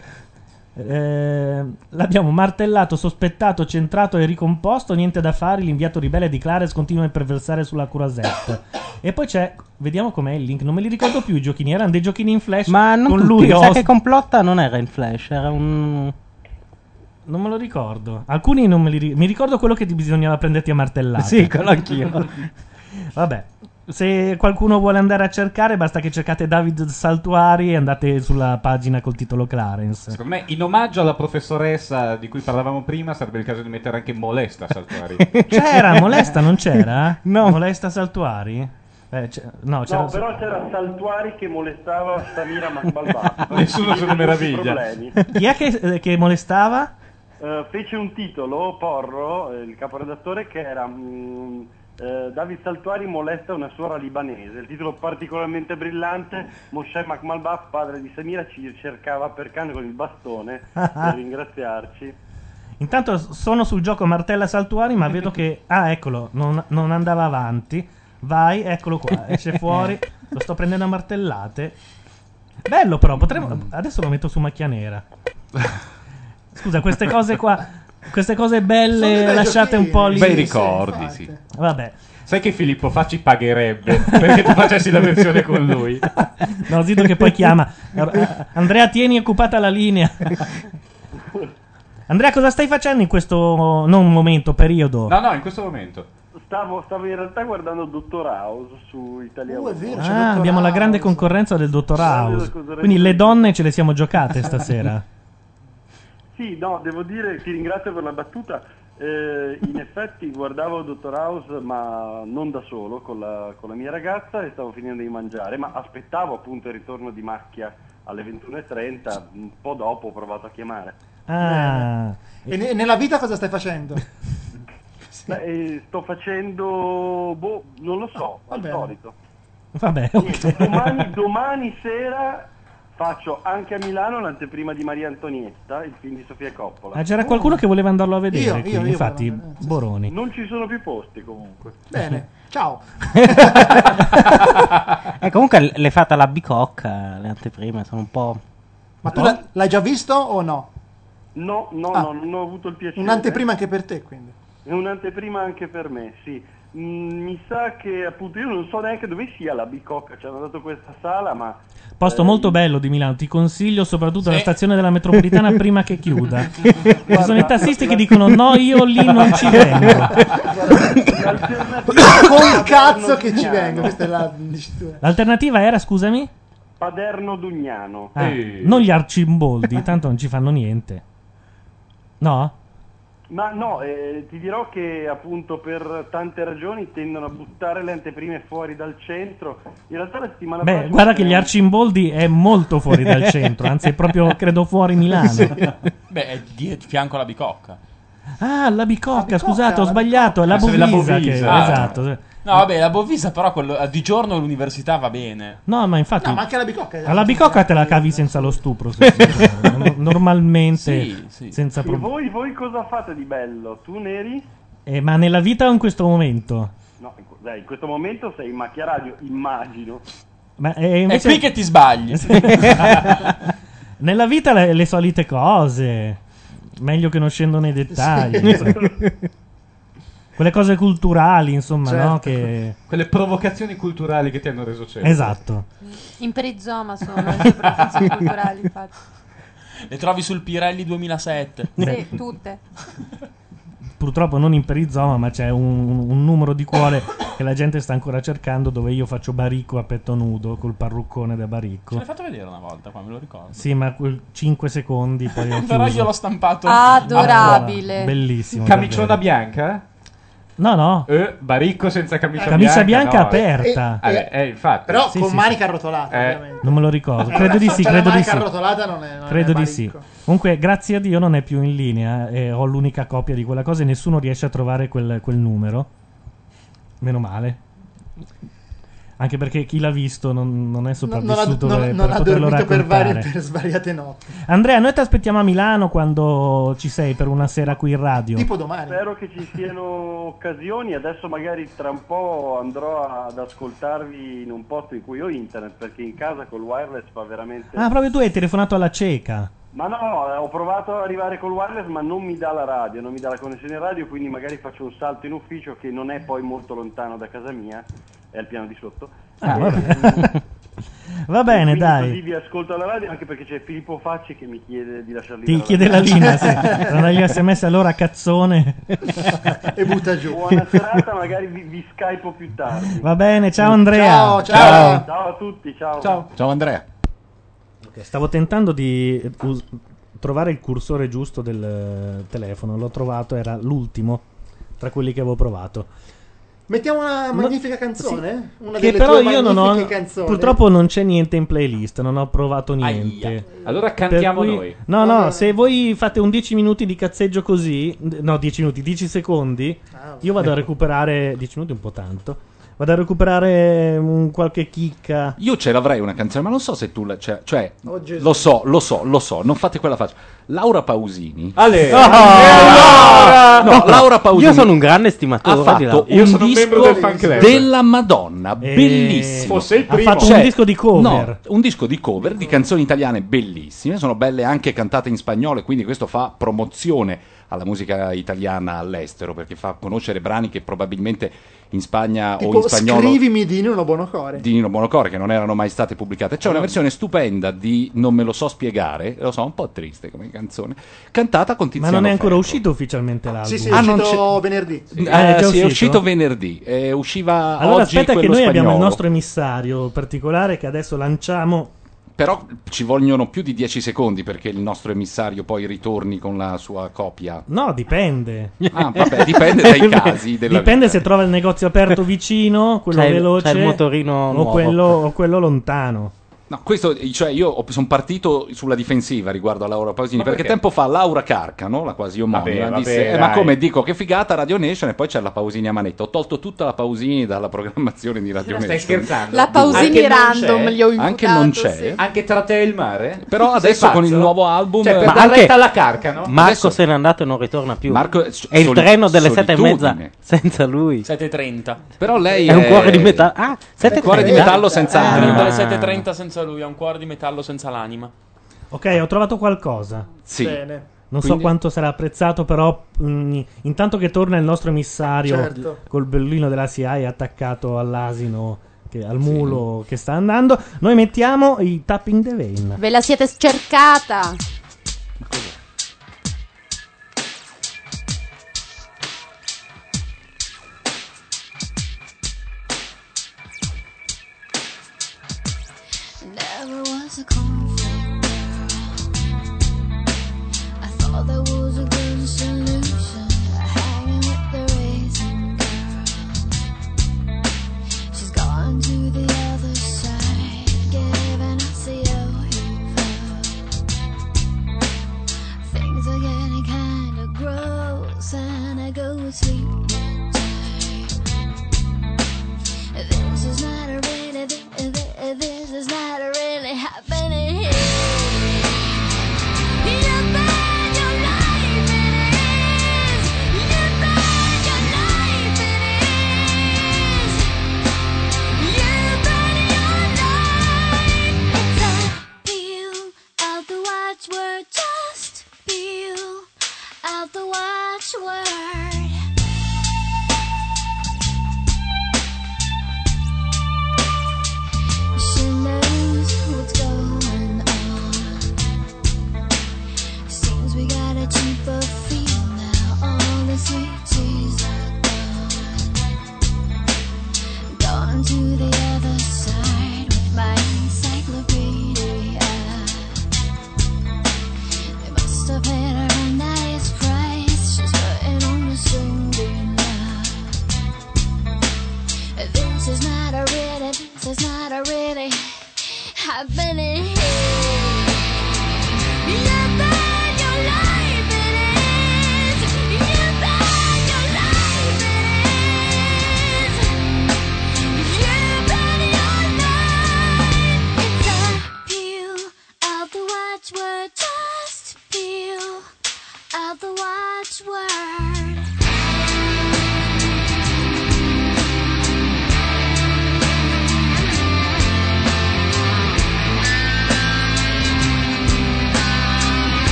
Speaker 1: Eh, l'abbiamo martellato, sospettato, centrato e ricomposto. Niente da fare. L'inviato ribelle di Clares continua a perversare sulla Curasette. e poi c'è, vediamo com'è il link. Non me li ricordo più i giochini. Erano dei giochini in flash.
Speaker 13: Ma non
Speaker 1: con
Speaker 13: tutti,
Speaker 1: lui
Speaker 13: mi sa
Speaker 1: host-
Speaker 13: che complotta non era in flash, era un...
Speaker 1: Non me lo ricordo. Alcuni non me li ricordo. Mi ricordo quello che ti bisognava prenderti a martellate.
Speaker 13: Sì, quello anch'io.
Speaker 1: Vabbè. Se qualcuno vuole andare a cercare, basta che cercate David Saltuari e andate sulla pagina col titolo Clarence.
Speaker 2: Secondo me, in omaggio alla professoressa di cui parlavamo prima, sarebbe il caso di mettere anche Molesta Saltuari.
Speaker 1: C'era Molesta, non c'era? Molesta Saltuari? Eh, c'è- no, c'era.
Speaker 8: No, però c'era Saltuari che molestava Samira Macbalbà.
Speaker 2: Nessuno se ne meraviglia.
Speaker 8: Problemi.
Speaker 1: Chi è che, eh, che molestava?
Speaker 8: Eh, fece un titolo, Porro, eh, il caporedattore, che era mm, eh, David Saltuari molesta una suora libanese. Il titolo particolarmente brillante, Moshe Makmalbaf, padre di Samira, ci cercava per cane con il bastone per ringraziarci.
Speaker 1: Intanto s- sono sul gioco Martella Saltuari, ma vedo che. Ah, eccolo, non, non andava avanti. Vai, eccolo qua, esce fuori. Lo sto prendendo a martellate. Bello, però, potremmo. Adesso lo metto su macchia nera. Scusa, queste cose qua. Queste cose
Speaker 2: Sono dei
Speaker 1: belle,
Speaker 2: bei
Speaker 1: lasciate un po' lì.
Speaker 2: Bei ricordi, sì.
Speaker 1: Vabbè.
Speaker 2: Sai che Filippo Facci pagherebbe perché tu facessi la versione con lui.
Speaker 1: No, zitto che poi chiama. eh, Andrea, tieni occupata la linea. Andrea, cosa stai facendo in questo non momento, periodo?
Speaker 2: No, no, in questo momento.
Speaker 8: Stavo, stavo in realtà guardando Dottor House su Italia 1.
Speaker 1: Ah, abbiamo la grande concorrenza del dottor House.
Speaker 8: scusa,
Speaker 1: Quindi le donne ce le siamo giocate stasera.
Speaker 8: Sì, no, devo dire, ti ringrazio per la battuta. Eh, in effetti guardavo Dottor House, ma non da solo, con la, con la mia ragazza e stavo finendo di mangiare, ma aspettavo appunto il ritorno di Macchia alle 21.30, un po' dopo ho provato a chiamare.
Speaker 1: Ah.
Speaker 3: E ne- nella vita cosa stai facendo?
Speaker 8: Beh, eh, sto facendo, boh, non lo so, al
Speaker 3: bene.
Speaker 8: solito.
Speaker 1: Vabbè, oh, ok.
Speaker 8: Domani, domani sera faccio anche a Milano l'anteprima di Maria Antonietta, il film di Sofia Coppola.
Speaker 1: Ah, c'era qualcuno che voleva andarlo a vedere.
Speaker 8: Io, io,
Speaker 1: quindi,
Speaker 8: io
Speaker 1: infatti,
Speaker 8: volevo
Speaker 1: Boroni.
Speaker 8: Non ci sono più posti comunque.
Speaker 3: Bene, ciao.
Speaker 13: E Eh, comunque l'hai fatta la bicocca, le anteprime sono un po'...
Speaker 3: Ma tu l'ha- l'hai già visto o no?
Speaker 8: No, no,
Speaker 3: Ah.
Speaker 8: no, non ho avuto il piacere.
Speaker 3: Un'anteprima anche per te, quindi.
Speaker 8: È un'anteprima anche per me, sì. Mm, mi sa che appunto io non so neanche dove sia la bicocca, ci hanno dato questa sala, ma
Speaker 1: Posto molto bello di Milano, ti consiglio soprattutto la stazione della metropolitana prima che chiuda. Ci sono i tassisti che dicono: No, io lì non ci vengo.
Speaker 3: Col cazzo che ci vengo, questa è la dicitura.
Speaker 1: L'alternativa era, scusami,
Speaker 8: Paderno Dugnano.
Speaker 1: Ah, non gli arcimboldi, tanto non ci fanno niente. No?
Speaker 8: Ma no, eh, ti dirò che appunto per tante ragioni tendono a buttare le anteprime fuori dal centro. In realtà la settimana
Speaker 1: Beh,
Speaker 8: prossima-
Speaker 1: guarda che gli Arcimboldi è molto fuori dal centro, anzi è proprio, credo, fuori Milano.
Speaker 4: Beh, è di fianco alla bicocca.
Speaker 1: Ah, la bicocca, scusate, ho sbagliato, è la
Speaker 4: Pensavo della
Speaker 1: Bovisa. che-
Speaker 4: Bovisa. Ah.
Speaker 1: esatto. sì.
Speaker 4: No, vabbè, la Bovisa però quello- eh, di giorno l'università va bene.
Speaker 1: No, ma infatti...
Speaker 3: No, ma anche la bicocca.
Speaker 1: Alla bicocca te la cavi senza lo stupro, se- se- no- normalmente,
Speaker 8: Sì, sì.
Speaker 1: senza
Speaker 8: E
Speaker 1: problemi.
Speaker 8: voi, voi cosa fate di bello? Tu Neri?
Speaker 1: Eh, ma nella vita o in questo momento?
Speaker 8: No, in- dai, in questo momento sei in macchia radio, immagino.
Speaker 1: Ma, eh, invece-
Speaker 4: qui che ti sbagli.
Speaker 1: Sì. nella vita le, le solite cose, meglio che non scendo nei dettagli.
Speaker 2: Sì.
Speaker 1: insomma. Quelle cose culturali, insomma, no?
Speaker 2: Certo.
Speaker 1: Che...
Speaker 2: Quelle provocazioni culturali che ti hanno reso cieco.
Speaker 1: Esatto.
Speaker 7: In perizoma sono le sue professioni culturali, infatti.
Speaker 4: Le trovi sul Pirelli ecco. 2007.
Speaker 7: Sì, tutte.
Speaker 1: purtroppo non in perizoma, ma c'è un, un numero di cuore che la gente sta ancora cercando dove io faccio Baricco a petto nudo col parruccone da
Speaker 4: Ce
Speaker 1: Baricco.
Speaker 4: l'hai fatto vedere una volta qua, me lo ricordo.
Speaker 1: Sì, ma 5 secondi poi ho
Speaker 4: Però
Speaker 1: chiuso.
Speaker 4: io l'ho stampato.
Speaker 7: Adorabile.
Speaker 1: Bellissimo.
Speaker 2: Camiciona
Speaker 1: davvero.
Speaker 2: bianca?
Speaker 1: No, no.
Speaker 2: Eh, baricco senza camicia bianca.
Speaker 1: Camicia bianca
Speaker 2: no.
Speaker 1: aperta.
Speaker 2: Eh, eh, eh, infatti.
Speaker 3: Però
Speaker 1: Sì,
Speaker 3: con
Speaker 1: sì,
Speaker 3: manica arrotolata.
Speaker 2: Eh.
Speaker 3: ovviamente.
Speaker 1: Non me lo ricordo.
Speaker 3: Eh,
Speaker 1: Credo di sì,
Speaker 3: cioè, la
Speaker 1: credo di
Speaker 3: manica
Speaker 1: sì.
Speaker 3: arrotolata non è- non
Speaker 1: credo
Speaker 3: è
Speaker 1: di sì.
Speaker 3: Baricco.
Speaker 1: Comunque, grazie a Dio non è più in linea. eh, ho l'unica copia di quella cosa e nessuno riesce a trovare quel, quel numero. Meno male. Anche perché chi l'ha visto non, non è
Speaker 3: Non, non ha,
Speaker 1: sopravvissuto
Speaker 3: non-
Speaker 1: per,
Speaker 3: non
Speaker 1: per
Speaker 3: ha
Speaker 1: poterlo
Speaker 3: dormito per, varie,
Speaker 1: raccontare.
Speaker 3: per svariate notti.
Speaker 1: Andrea, noi ti aspettiamo a Milano quando ci sei per una sera qui in radio.
Speaker 3: Tipo domani.
Speaker 8: Spero che ci siano occasioni, adesso magari tra un po' andrò ad ascoltarvi in un posto in cui ho internet, perché in casa col wireless fa veramente...
Speaker 1: Ah, proprio tu hai telefonato alla cieca.
Speaker 8: Ma no, eh, ho provato ad arrivare col wireless ma non mi dà la radio, non mi dà la connessione radio, quindi magari faccio un salto in ufficio che non è poi molto lontano da casa mia, è al piano di sotto.
Speaker 1: Ah,
Speaker 8: E-
Speaker 1: vabbè. Va bene,
Speaker 8: quindi
Speaker 1: dai.
Speaker 8: Così vi ascolto alla radio anche perché c'è Filippo Facci che mi chiede di lasciarli
Speaker 1: Ti chiede la linea, sì. Manda gli sms allora cazzone.
Speaker 3: e butta giù.
Speaker 8: Buona serata, magari vi, vi skypo più tardi.
Speaker 1: Va bene, ciao Andrea.
Speaker 8: Ciao, ciao. Ciao a tutti, ciao.
Speaker 6: Ciao Andrea.
Speaker 1: Stavo tentando di eh, us- trovare il cursore giusto del eh, telefono. L'ho trovato, era l'ultimo tra quelli che avevo provato.
Speaker 3: Mettiamo una magnifica canzone? Una
Speaker 1: Che
Speaker 3: delle
Speaker 1: però
Speaker 3: tue
Speaker 1: io non ho.
Speaker 3: magnifiche canzoni.
Speaker 1: Purtroppo non c'è niente in playlist, non ho provato niente.
Speaker 2: Allora
Speaker 1: Per
Speaker 2: cantiamo
Speaker 1: cui-
Speaker 2: noi.
Speaker 1: No, no, se voi fate un 10 minuti di cazzeggio così, no, 10 minuti, 10 secondi,
Speaker 3: Ah.
Speaker 1: io vado a recuperare. 10 minuti è un po' tanto. Vado a recuperare mm, qualche chicca.
Speaker 6: Io ce l'avrei una canzone, ma non so se tu la. Cioè, cioè,
Speaker 1: Oh, Gesù.
Speaker 6: lo so, lo so, lo so, non fate quella faccia. Laura Pausini.
Speaker 2: Ale.
Speaker 6: Ah!
Speaker 13: Ah!
Speaker 6: No, Laura Pausini.
Speaker 13: Io sono un grande
Speaker 6: ha
Speaker 13: estimatore di
Speaker 6: fatto
Speaker 13: Laura.
Speaker 6: un disco della Madonna, bellissimo.
Speaker 13: Fosse il primo.
Speaker 6: Ha fatto
Speaker 13: Cioè,
Speaker 6: un disco di cover.
Speaker 13: no,
Speaker 6: un disco di cover di canzoni italiane bellissime, sono belle anche cantate in spagnolo, quindi questo fa promozione alla musica italiana all'estero perché fa conoscere brani che probabilmente in Spagna Ah, o
Speaker 3: Tipo,
Speaker 6: in spagnolo
Speaker 3: scrivimi di Nino Buonocore.
Speaker 6: di Nino Buonocore che non erano mai state pubblicate. C'è una versione stupenda di Non me lo so spiegare, lo so, un po' triste come canzone, cantata con
Speaker 1: Ma
Speaker 6: Tiziano
Speaker 1: non è ancora
Speaker 6: Ferro.
Speaker 1: uscito ufficialmente l'album.
Speaker 3: Sì, sì, è
Speaker 6: Ah, non
Speaker 3: uscito
Speaker 1: Oh,
Speaker 3: venerdì.
Speaker 6: Eh,
Speaker 1: Ah, è già
Speaker 6: sì, è
Speaker 1: uscito?
Speaker 6: uscito venerdì, eh, usciva
Speaker 1: Allora
Speaker 6: oggi
Speaker 1: aspetta che
Speaker 6: quello
Speaker 1: noi abbiamo il
Speaker 6: spagnolo.
Speaker 1: nostro emissario particolare che adesso lanciamo.
Speaker 6: Però ci vogliono più di 10 secondi perché il nostro emissario poi ritorni con la sua copia.
Speaker 1: No, dipende.
Speaker 6: Ah, vabbè, dipende dai casi della
Speaker 1: Dipende se trova il negozio aperto vicino, quello
Speaker 6: C'è il-
Speaker 1: veloce
Speaker 6: c'è il motorino
Speaker 1: o
Speaker 6: nuovo.
Speaker 1: quello, o quello lontano.
Speaker 6: No, questo, cioè, io sono partito sulla difensiva riguardo a Laura Pausini
Speaker 1: Ma
Speaker 6: perché,
Speaker 1: perché?
Speaker 6: tempo fa Laura Carcano, la quasi omonima,
Speaker 2: Vabbè,
Speaker 6: disse:
Speaker 2: vabbè,
Speaker 6: "Eh, Ma
Speaker 2: dai."
Speaker 6: come dico, che figata Radio Nation! E poi c'è la Pausini a manetta. Ho tolto tutta la Pausini dalla programmazione di Radio
Speaker 2: Ma
Speaker 6: Nation.
Speaker 2: stai scherzando?
Speaker 7: La Pausini
Speaker 2: Anche non
Speaker 7: random
Speaker 2: c'è?
Speaker 7: gli ho imputato.
Speaker 6: Anche non c'è.
Speaker 7: sì.
Speaker 2: Anche tra te e il mare?
Speaker 6: Però
Speaker 2: Sei
Speaker 6: adesso con il
Speaker 2: pazzo?
Speaker 6: nuovo album.
Speaker 2: Cioè, per
Speaker 6: Ma
Speaker 2: dar
Speaker 6: anche-
Speaker 2: retta alla carca, no?
Speaker 13: Marco
Speaker 6: Adesso-
Speaker 13: se n'è andato e non ritorna più.
Speaker 6: Marco è
Speaker 13: è il
Speaker 6: soli-
Speaker 13: treno delle sette e
Speaker 6: solitudine.
Speaker 13: mezza senza lui.
Speaker 4: 7.30.
Speaker 6: Però lei
Speaker 13: è un
Speaker 6: è-
Speaker 13: cuore di
Speaker 4: Eh,
Speaker 13: metallo. Ah,
Speaker 6: È un cuore di
Speaker 13: 7.30.
Speaker 6: metallo senza
Speaker 13: Ah.
Speaker 6: anima.
Speaker 4: Dalle 7.30 senza lui, è un cuore di metallo senza l'anima.
Speaker 1: Ok, ho trovato qualcosa.
Speaker 6: Sì.
Speaker 4: Bene.
Speaker 1: Non so
Speaker 4: Quindi-
Speaker 1: quanto sarà apprezzato, però mh, intanto che torna il nostro emissario
Speaker 3: Certo.
Speaker 1: col bellino della CIA attaccato all'asino, che- al mulo che sta andando, noi mettiamo i tapping the vein.
Speaker 7: Ve la siete cercata.
Speaker 12: Never was a conflict girl. I thought there was a good solution. E sweet. This is not a really, thi- this is not a really happening here. You bet your life it is. You bet your life it is. You bet your life. It's a peel out the watchword. Just peel out the watchword. She knows what's going on. Seems we got a cheaper feel now. All the sweet teas are gone. Gone to the other side with my encyclopedia. They must have paid her a nice price. She's putting on a string now. This is not a really, this is not a really happening. You bet your life it is. You bet your life it is. You bet your life. It's a peel of the watchword. Just peel of the watchword.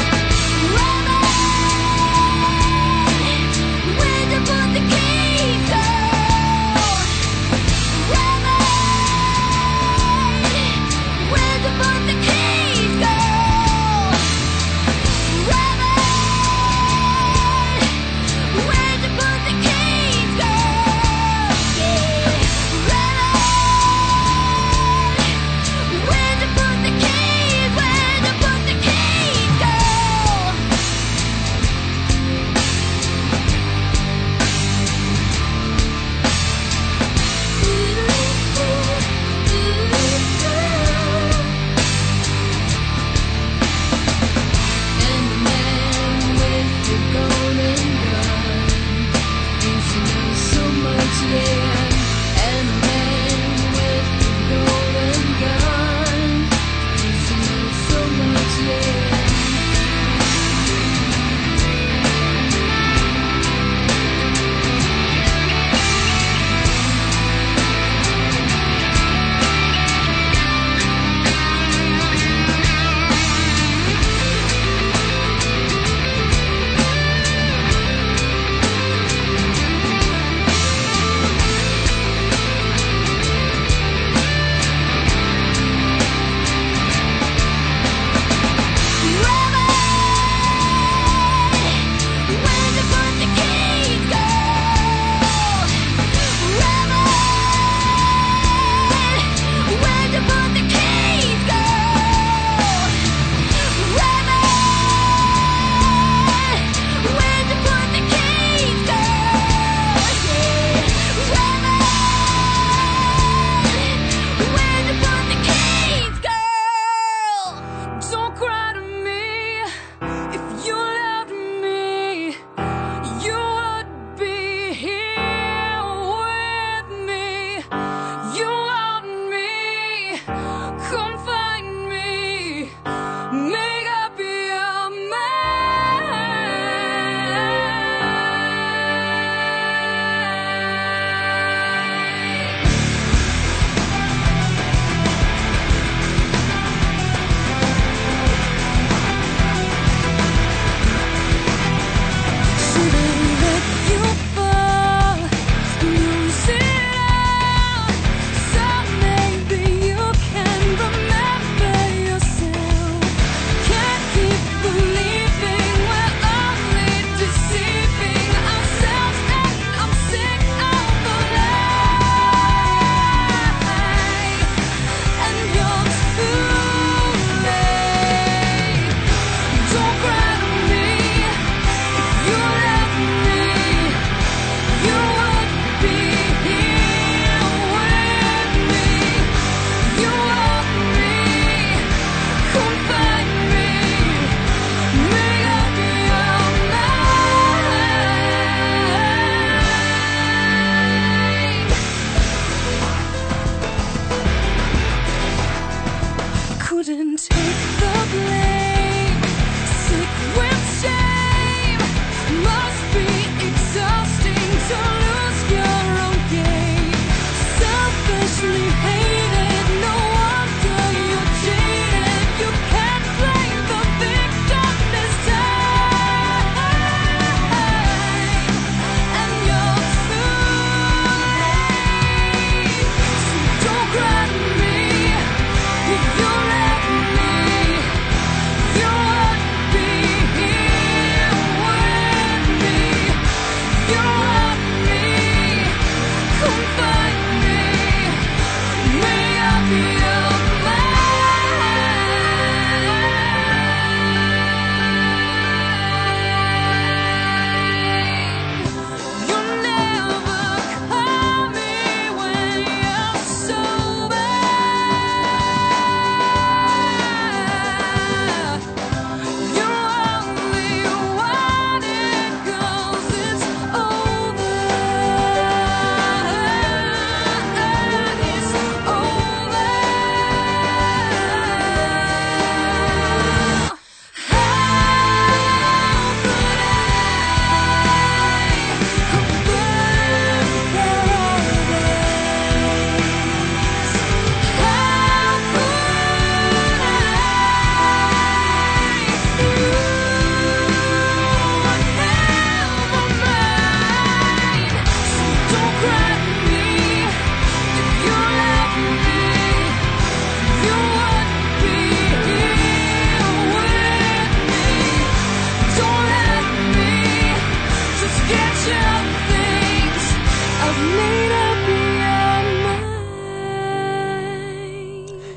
Speaker 12: Thank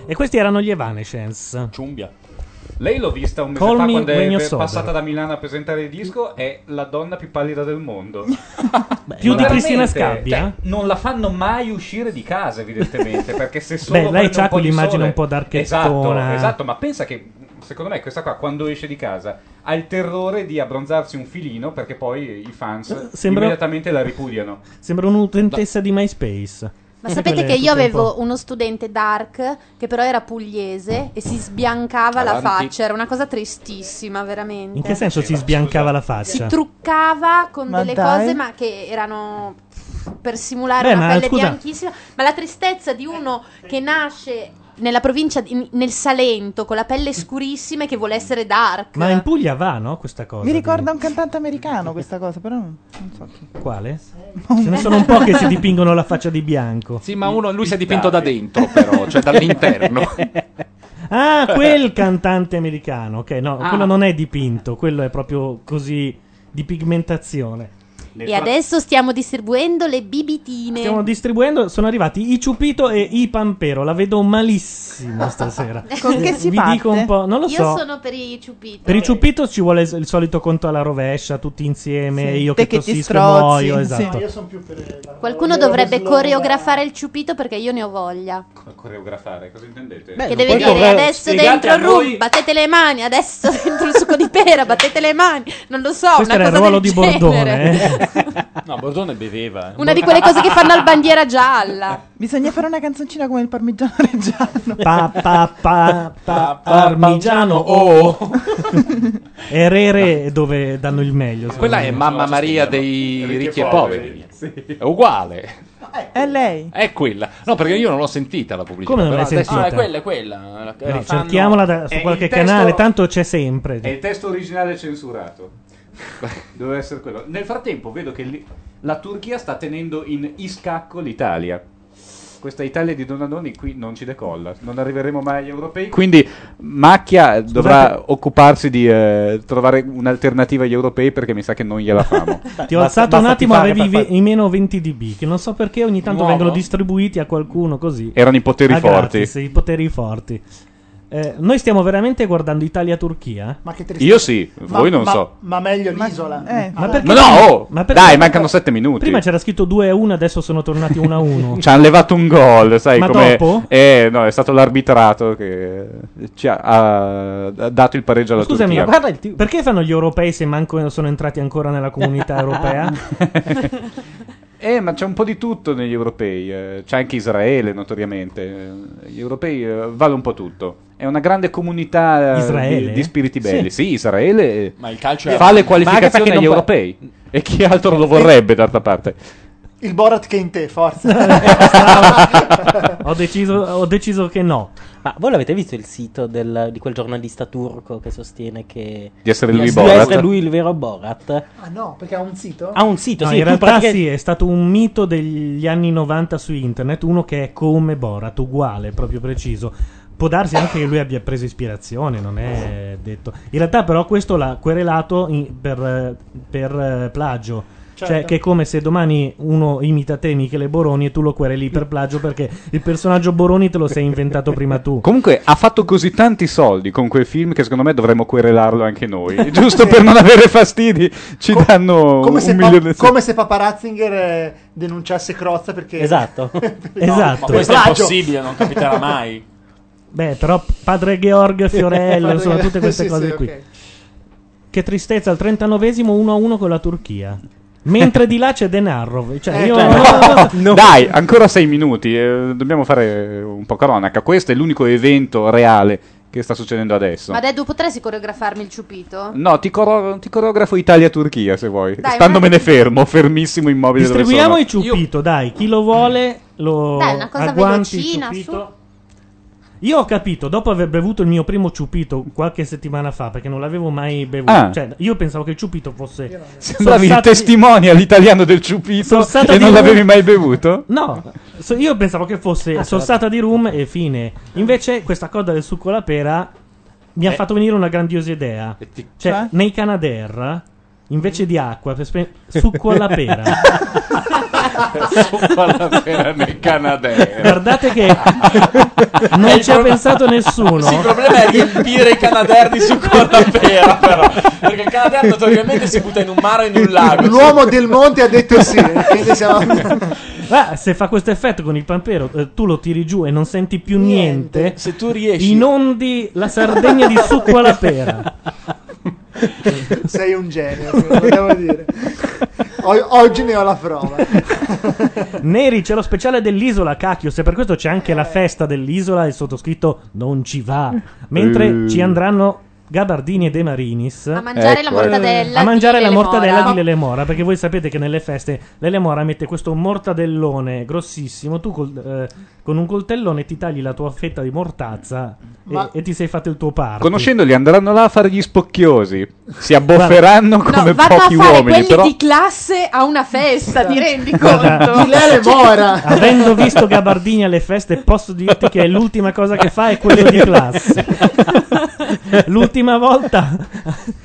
Speaker 1: E questi erano gli Evanescence.
Speaker 4: Ciumbia.
Speaker 10: Lei l'ho vista un mese
Speaker 1: Call
Speaker 10: fa
Speaker 1: me
Speaker 10: quando
Speaker 1: when
Speaker 10: è
Speaker 1: you're
Speaker 10: passata
Speaker 1: sober.
Speaker 10: da Milano a presentare il disco. È la donna più pallida del mondo.
Speaker 1: Più
Speaker 10: Ma
Speaker 1: di eh? Cristina
Speaker 10: veramente,
Speaker 1: Scabbia?
Speaker 10: cioè, non la fanno mai uscire di casa, evidentemente. perché se solo.
Speaker 1: Beh, lei
Speaker 10: prende
Speaker 1: ha
Speaker 10: un po' di
Speaker 1: quell'immagine
Speaker 10: sole-
Speaker 1: un po' darkettona.
Speaker 10: Esatto, esatto, ma pensa che. Secondo me questa qua quando esce di casa ha il terrore di abbronzarsi un filino perché poi i fans
Speaker 1: Eh, Sembra-
Speaker 10: immediatamente la ripudiano.
Speaker 1: Sembra un'utentessa di MySpace.
Speaker 7: Ma sapete che io avevo uno studente dark che però era pugliese e si sbiancava la
Speaker 1: Avanti.
Speaker 7: faccia, era una cosa tristissima veramente.
Speaker 1: In che senso si sbiancava la
Speaker 7: Si
Speaker 1: faccia?
Speaker 7: truccava con
Speaker 1: Ma
Speaker 7: delle
Speaker 1: dai.
Speaker 7: cose ma che erano per simulare
Speaker 1: Beh,
Speaker 7: una
Speaker 1: ma
Speaker 7: pelle
Speaker 1: scusa.
Speaker 7: bianchissima, ma la tristezza di uno che nasce nella provincia di- nel Salento con la pelle scurissima e che vuole essere dark.
Speaker 1: Ma in Puglia va, no? Questa cosa.
Speaker 14: Mi ricorda un cantante americano questa cosa, però non non so chi.
Speaker 1: Quale?
Speaker 7: Oh,
Speaker 1: Ce ne sono un po' che si dipingono la faccia di bianco.
Speaker 6: Sì, ma uno lui si è dipinto da dentro, però, cioè dall'interno.
Speaker 1: Ah, quel cantante americano. Ok, no,
Speaker 7: Ah.
Speaker 1: quello non è dipinto, quello è proprio così di pigmentazione.
Speaker 7: E adesso stiamo distribuendo le bibitine.
Speaker 1: Stiamo distribuendo, sono arrivati i Ciupito e i Pampero. La vedo malissimo stasera.
Speaker 7: Con che si
Speaker 1: Vi
Speaker 7: parte?
Speaker 1: dico un po', non lo
Speaker 7: Io
Speaker 1: so.
Speaker 7: sono per i ciupiti.
Speaker 1: Per i Ciupito ci vuole il solito conto alla rovescia, tutti insieme,
Speaker 7: Sì.
Speaker 1: io
Speaker 7: Te
Speaker 1: che
Speaker 7: che ti
Speaker 1: tossisco e
Speaker 7: strozzi,
Speaker 1: muoio,
Speaker 7: sì.
Speaker 1: esatto.
Speaker 7: No, io
Speaker 3: sono più per
Speaker 7: Qualcuno dovrebbe coreografare il ciupito perché io ne ho voglia.
Speaker 10: Coreografare, cosa intendete?
Speaker 7: che deve dire adesso dentro il rum, battete le mani, adesso dentro il succo di pera, battete le mani. Non lo so,
Speaker 4: Questo
Speaker 7: una
Speaker 4: era il
Speaker 7: cosa
Speaker 4: ruolo
Speaker 7: del
Speaker 4: di Eh. Bordone,
Speaker 7: genere.
Speaker 4: No, Bordone beveva. eh.
Speaker 7: Una di quelle cose che fanno al bandiera gialla.
Speaker 14: Bisogna fare una canzoncina come il parmigiano reggiano.
Speaker 1: Pa, pa, pa, pa, parmigiano, oh! e Re Re dove danno il meglio. secondo
Speaker 6: Quella è
Speaker 1: me.
Speaker 6: Mamma Maria dei ricchi e poveri. È uguale.
Speaker 14: È lei.
Speaker 6: È quella. No, perché io non l'ho sentita la pubblicità.
Speaker 1: Come non l'hai
Speaker 6: però adesso-
Speaker 1: sentita? Eh, Ah, è quella,
Speaker 4: Quella è quella. la-
Speaker 1: No,
Speaker 4: rifanno-
Speaker 1: cerchiamola da- su
Speaker 10: Eh,
Speaker 1: qualche
Speaker 10: il testo-
Speaker 1: canale, tanto c'è sempre.
Speaker 10: È il testo originale censurato. Doveva essere quello. Nel frattempo vedo che li- la Turchia sta tenendo in iscacco l'Italia. Questa Italia di Donadoni qui non ci decolla, non arriveremo mai agli europei. Quindi Macchia dovrà occuparsi di eh, trovare un'alternativa agli europei perché mi sa che non gliela famo.
Speaker 1: Ti ho
Speaker 10: Basta-
Speaker 1: alzato un
Speaker 10: basta
Speaker 1: attimo,
Speaker 10: tifare
Speaker 1: avevi
Speaker 10: per
Speaker 1: ve- i meno 20 dB, che non so perché ogni tanto
Speaker 10: Nuovo?
Speaker 1: vengono distribuiti a qualcuno così.
Speaker 6: Erano i poteri
Speaker 1: Ah,
Speaker 6: forti.
Speaker 1: gratis, I poteri forti. Eh, noi stiamo veramente guardando Italia-Turchia?
Speaker 3: Ma che
Speaker 6: tristezza. Io sì, voi non so.
Speaker 3: Ma eh, meglio l'isola.
Speaker 1: Ma perché?
Speaker 6: Ma no, oh,
Speaker 1: Ma perché-
Speaker 6: dai, mancano sette minuti.
Speaker 1: Prima c'era scritto 2 a 1, adesso sono tornati 1 a 1.
Speaker 6: Ci hanno levato un gol, sai
Speaker 1: Ma
Speaker 6: come.
Speaker 1: dopo?
Speaker 6: Eh, no, è stato l'arbitrato che ci ha, ha- ha dato il pareggio alla
Speaker 1: Scusami,
Speaker 6: Turchia.
Speaker 1: ma perché fanno gli europei se manco sono entrati ancora nella comunità europea?
Speaker 6: Eh, ma c'è un po' di tutto negli europei. eh, C'è anche Israele, notoriamente. Eh, Gli europei eh, vale un po' tutto. È una grande comunità eh,
Speaker 4: Ah, Israele?
Speaker 6: di, di spiriti
Speaker 4: Sì.
Speaker 6: belli. Sì, Israele eh,
Speaker 4: Ma il calcio è- Ma
Speaker 6: fa le
Speaker 4: anche
Speaker 6: qualificazioni
Speaker 4: perché non
Speaker 6: agli
Speaker 4: fa-
Speaker 6: europei. E chi altro lo vorrebbe, d'altra parte.
Speaker 3: Il Borat che è in te, forza.
Speaker 1: ho, deciso, ho deciso che no.
Speaker 13: Ma voi l'avete visto il sito del- di quel giornalista turco che sostiene che
Speaker 6: Di essere
Speaker 13: di
Speaker 6: lui
Speaker 13: essere-
Speaker 6: Borat?
Speaker 13: di essere lui il vero Borat?
Speaker 3: Ah no, perché ha un sito?
Speaker 13: Ha un sito,
Speaker 1: No,
Speaker 13: sì,
Speaker 1: in
Speaker 13: tu
Speaker 1: realtà
Speaker 13: praticamente-
Speaker 1: sì, è stato un mito degli anni 90 su internet, uno che è come Borat, uguale, proprio preciso. Può darsi anche che lui abbia preso ispirazione, non è detto. In realtà però questo l'ha querelato in- per, eh, per, eh, plagio. Cioè,
Speaker 13: Certo.
Speaker 1: che è come se domani uno imita te Michele Boroni e tu lo quereli per plagio perché il personaggio Boroni te lo sei inventato prima tu.
Speaker 6: Comunque ha fatto così tanti soldi con quel film che secondo me dovremmo querelarlo anche noi. Giusto per non avere fastidi, ci danno
Speaker 3: Come
Speaker 6: un
Speaker 3: se, pa-
Speaker 6: milione di
Speaker 3: come se Papa Ratzinger eh, denunciasse Crozza perché...
Speaker 13: Esatto.
Speaker 1: Esatto.
Speaker 4: Ma questo è
Speaker 3: Plagio.
Speaker 4: impossibile, non capiterà mai.
Speaker 1: Beh, però Padre Georg, Fiorello,
Speaker 4: Padre
Speaker 1: insomma,
Speaker 4: Georg-
Speaker 1: tutte queste
Speaker 4: sì,
Speaker 1: cose
Speaker 4: sì,
Speaker 1: qui.
Speaker 4: ok.
Speaker 1: Che tristezza, al 39esimo 1-1 con la Turchia. Mentre di là c'è Denarov. Cioè,
Speaker 4: Eh,
Speaker 1: io...
Speaker 6: Dai, ancora sei minuti, eh, dobbiamo fare un po' cronaca. Questo è l'unico evento reale che sta succedendo adesso.
Speaker 7: Ma Deddu potresti coreografarmi il ciupito?
Speaker 6: No, ti, coro- ti coreografo Italia-Turchia se vuoi.
Speaker 7: Dai,
Speaker 6: Standomene fermo, fermissimo, immobile. dove
Speaker 1: Distribuiamo
Speaker 6: sono.
Speaker 1: i ciupito, dai. Chi lo vuole lo
Speaker 7: Dai, una cosa
Speaker 1: agguanti il
Speaker 7: velocina,
Speaker 1: ciupito.
Speaker 7: su.
Speaker 1: Io ho capito, dopo aver bevuto il mio primo ciupito qualche settimana fa, perché non l'avevo mai bevuto.
Speaker 6: Ah.
Speaker 1: Cioè, io pensavo che il ciupito fosse...
Speaker 6: Sembravi il
Speaker 1: sorsata di-
Speaker 6: testimone all'italiano del ciupito
Speaker 1: Sorsata
Speaker 6: e
Speaker 1: di
Speaker 6: non
Speaker 1: rum-
Speaker 6: l'avevi mai bevuto?
Speaker 1: No, so- io pensavo che fosse
Speaker 6: Ah,
Speaker 1: sorsata di rum e fine. Invece, questa cosa del succo alla pera mi ha
Speaker 6: Eh.
Speaker 1: fatto venire una grandiosa idea. Cioè,
Speaker 6: Cioè?
Speaker 1: nei Canadair, invece di acqua, per spe- succo alla pera.
Speaker 6: Sopra la perana e canadera.
Speaker 1: Guardate che non ci ha pensato nessuno.
Speaker 4: Sì, il problema è riempire i canaderni su Cortapera, però. Perché il canader notoriamente si butta in un mare o in un lago. cioè,
Speaker 3: L'uomo del monte ha detto sì. quindi siamo-
Speaker 1: Ah, se fa questo effetto con il pampero, eh, tu lo tiri giù e non senti più niente.
Speaker 4: Se tu riesci,
Speaker 1: inondi la Sardegna di succo alla pera.
Speaker 3: Sei un genio, lo devo dire. O- oggi ne ho la prova.
Speaker 1: Neri, c'è lo speciale dell'isola, cacchio. Se per questo c'è anche
Speaker 7: Eh.
Speaker 1: la festa dell'isola, il sottoscritto non ci va. Mentre
Speaker 10: Eh.
Speaker 1: ci andranno Gabardini e De Marinis a
Speaker 7: mangiare la Ecco, eh. mortadella
Speaker 1: a mangiare
Speaker 7: di
Speaker 1: la
Speaker 7: Lelemora.
Speaker 1: mortadella di Lelemora. Perché voi sapete che nelle feste Lelemora mette questo mortadellone grossissimo. Tu col- eh, con un coltellone ti tagli la tua fetta di mortazza e-
Speaker 3: Ma-
Speaker 1: e, ti sei fatto il tuo party.
Speaker 10: Conoscendoli andranno là a fare gli spocchiosi. Si abbofferanno come
Speaker 7: no, vanno a
Speaker 10: pochi
Speaker 7: fare
Speaker 10: uomini.
Speaker 7: quelli
Speaker 10: Però
Speaker 7: di classe a una festa, ti rendi
Speaker 1: Guarda,
Speaker 7: conto?
Speaker 1: Esatto. Avendo visto Gabardini alle feste, posso dirti che l'ultima cosa che fa è quello di classe. L'ultima volta,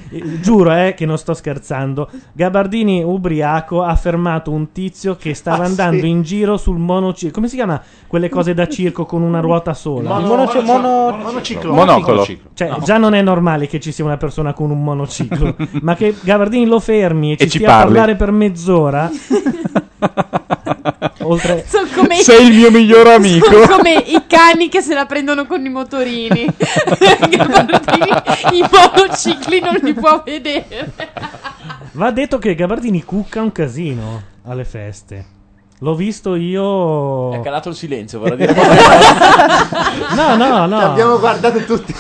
Speaker 1: eh, giuro eh, che non sto scherzando, Gabardini ubriaco ha fermato un tizio che stava
Speaker 13: Ah, sì.
Speaker 1: andando in giro sul monocirco. Come si chiama quelle cose da circo con una ruota sola?
Speaker 13: Il mono- Il mono- mono- monociclo. Monocolo. Monociclo.
Speaker 1: Cioè,
Speaker 13: No.
Speaker 1: già non è normale che ci sia una persona con un monociclo, ma che Gabardini lo fermi e ci,
Speaker 10: ci
Speaker 1: stia a
Speaker 10: parli.
Speaker 1: parlare per mezz'ora. Oltre...
Speaker 7: Sono come,
Speaker 10: Sei il mio miglior amico.
Speaker 7: sono come i cani che se la prendono con i motorini. Gabardini, I monocicli non li può vedere.
Speaker 1: Va detto che Gabardini cucca un casino alle feste. L'ho visto io.
Speaker 4: È calato il silenzio, vorrei dire.
Speaker 1: No, no, no.
Speaker 3: Ci abbiamo guardato tutti.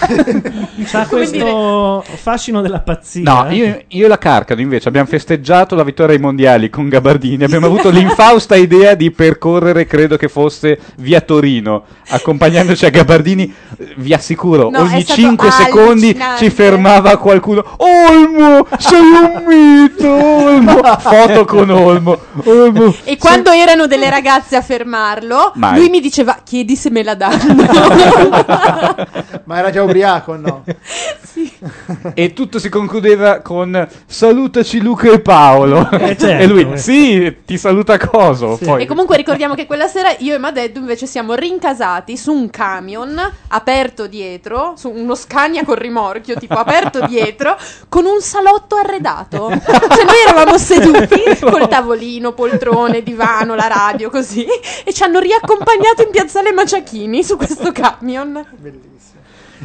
Speaker 1: C'ha questo fascino della pazzia. eh.
Speaker 10: No, io, io e la Carcano invece abbiamo festeggiato la vittoria ai mondiali con Gabardini. Abbiamo avuto l'infausta idea di percorrere, credo che fosse via Torino, accompagnandoci a Gabardini. eh, Vi assicuro,
Speaker 15: No, è
Speaker 10: ogni
Speaker 15: stato
Speaker 10: 5 secondi
Speaker 15: allucinante.
Speaker 10: ci fermava qualcuno. Olmo, sei un mito. Olmo, foto con Olmo. Olmo.
Speaker 7: E quando erano delle ragazze a fermarlo,
Speaker 10: Mai.
Speaker 7: lui mi diceva: Chiedi se me la danno.
Speaker 3: Ma era già ubriaco, no?
Speaker 10: E tutto si concludeva con salutaci Luca e Paolo.
Speaker 1: Eh, certo.
Speaker 10: e lui, sì, ti saluta Coso. Poi,
Speaker 7: E comunque ricordiamo che quella sera io e Madeddu invece siamo rincasati su un camion aperto dietro, su uno Scania con rimorchio, tipo aperto dietro, con un salotto arredato. Cioè noi eravamo seduti col tavolino, poltrone, divano, la radio, così, e ci hanno riaccompagnato in piazzale Maciachini su questo camion.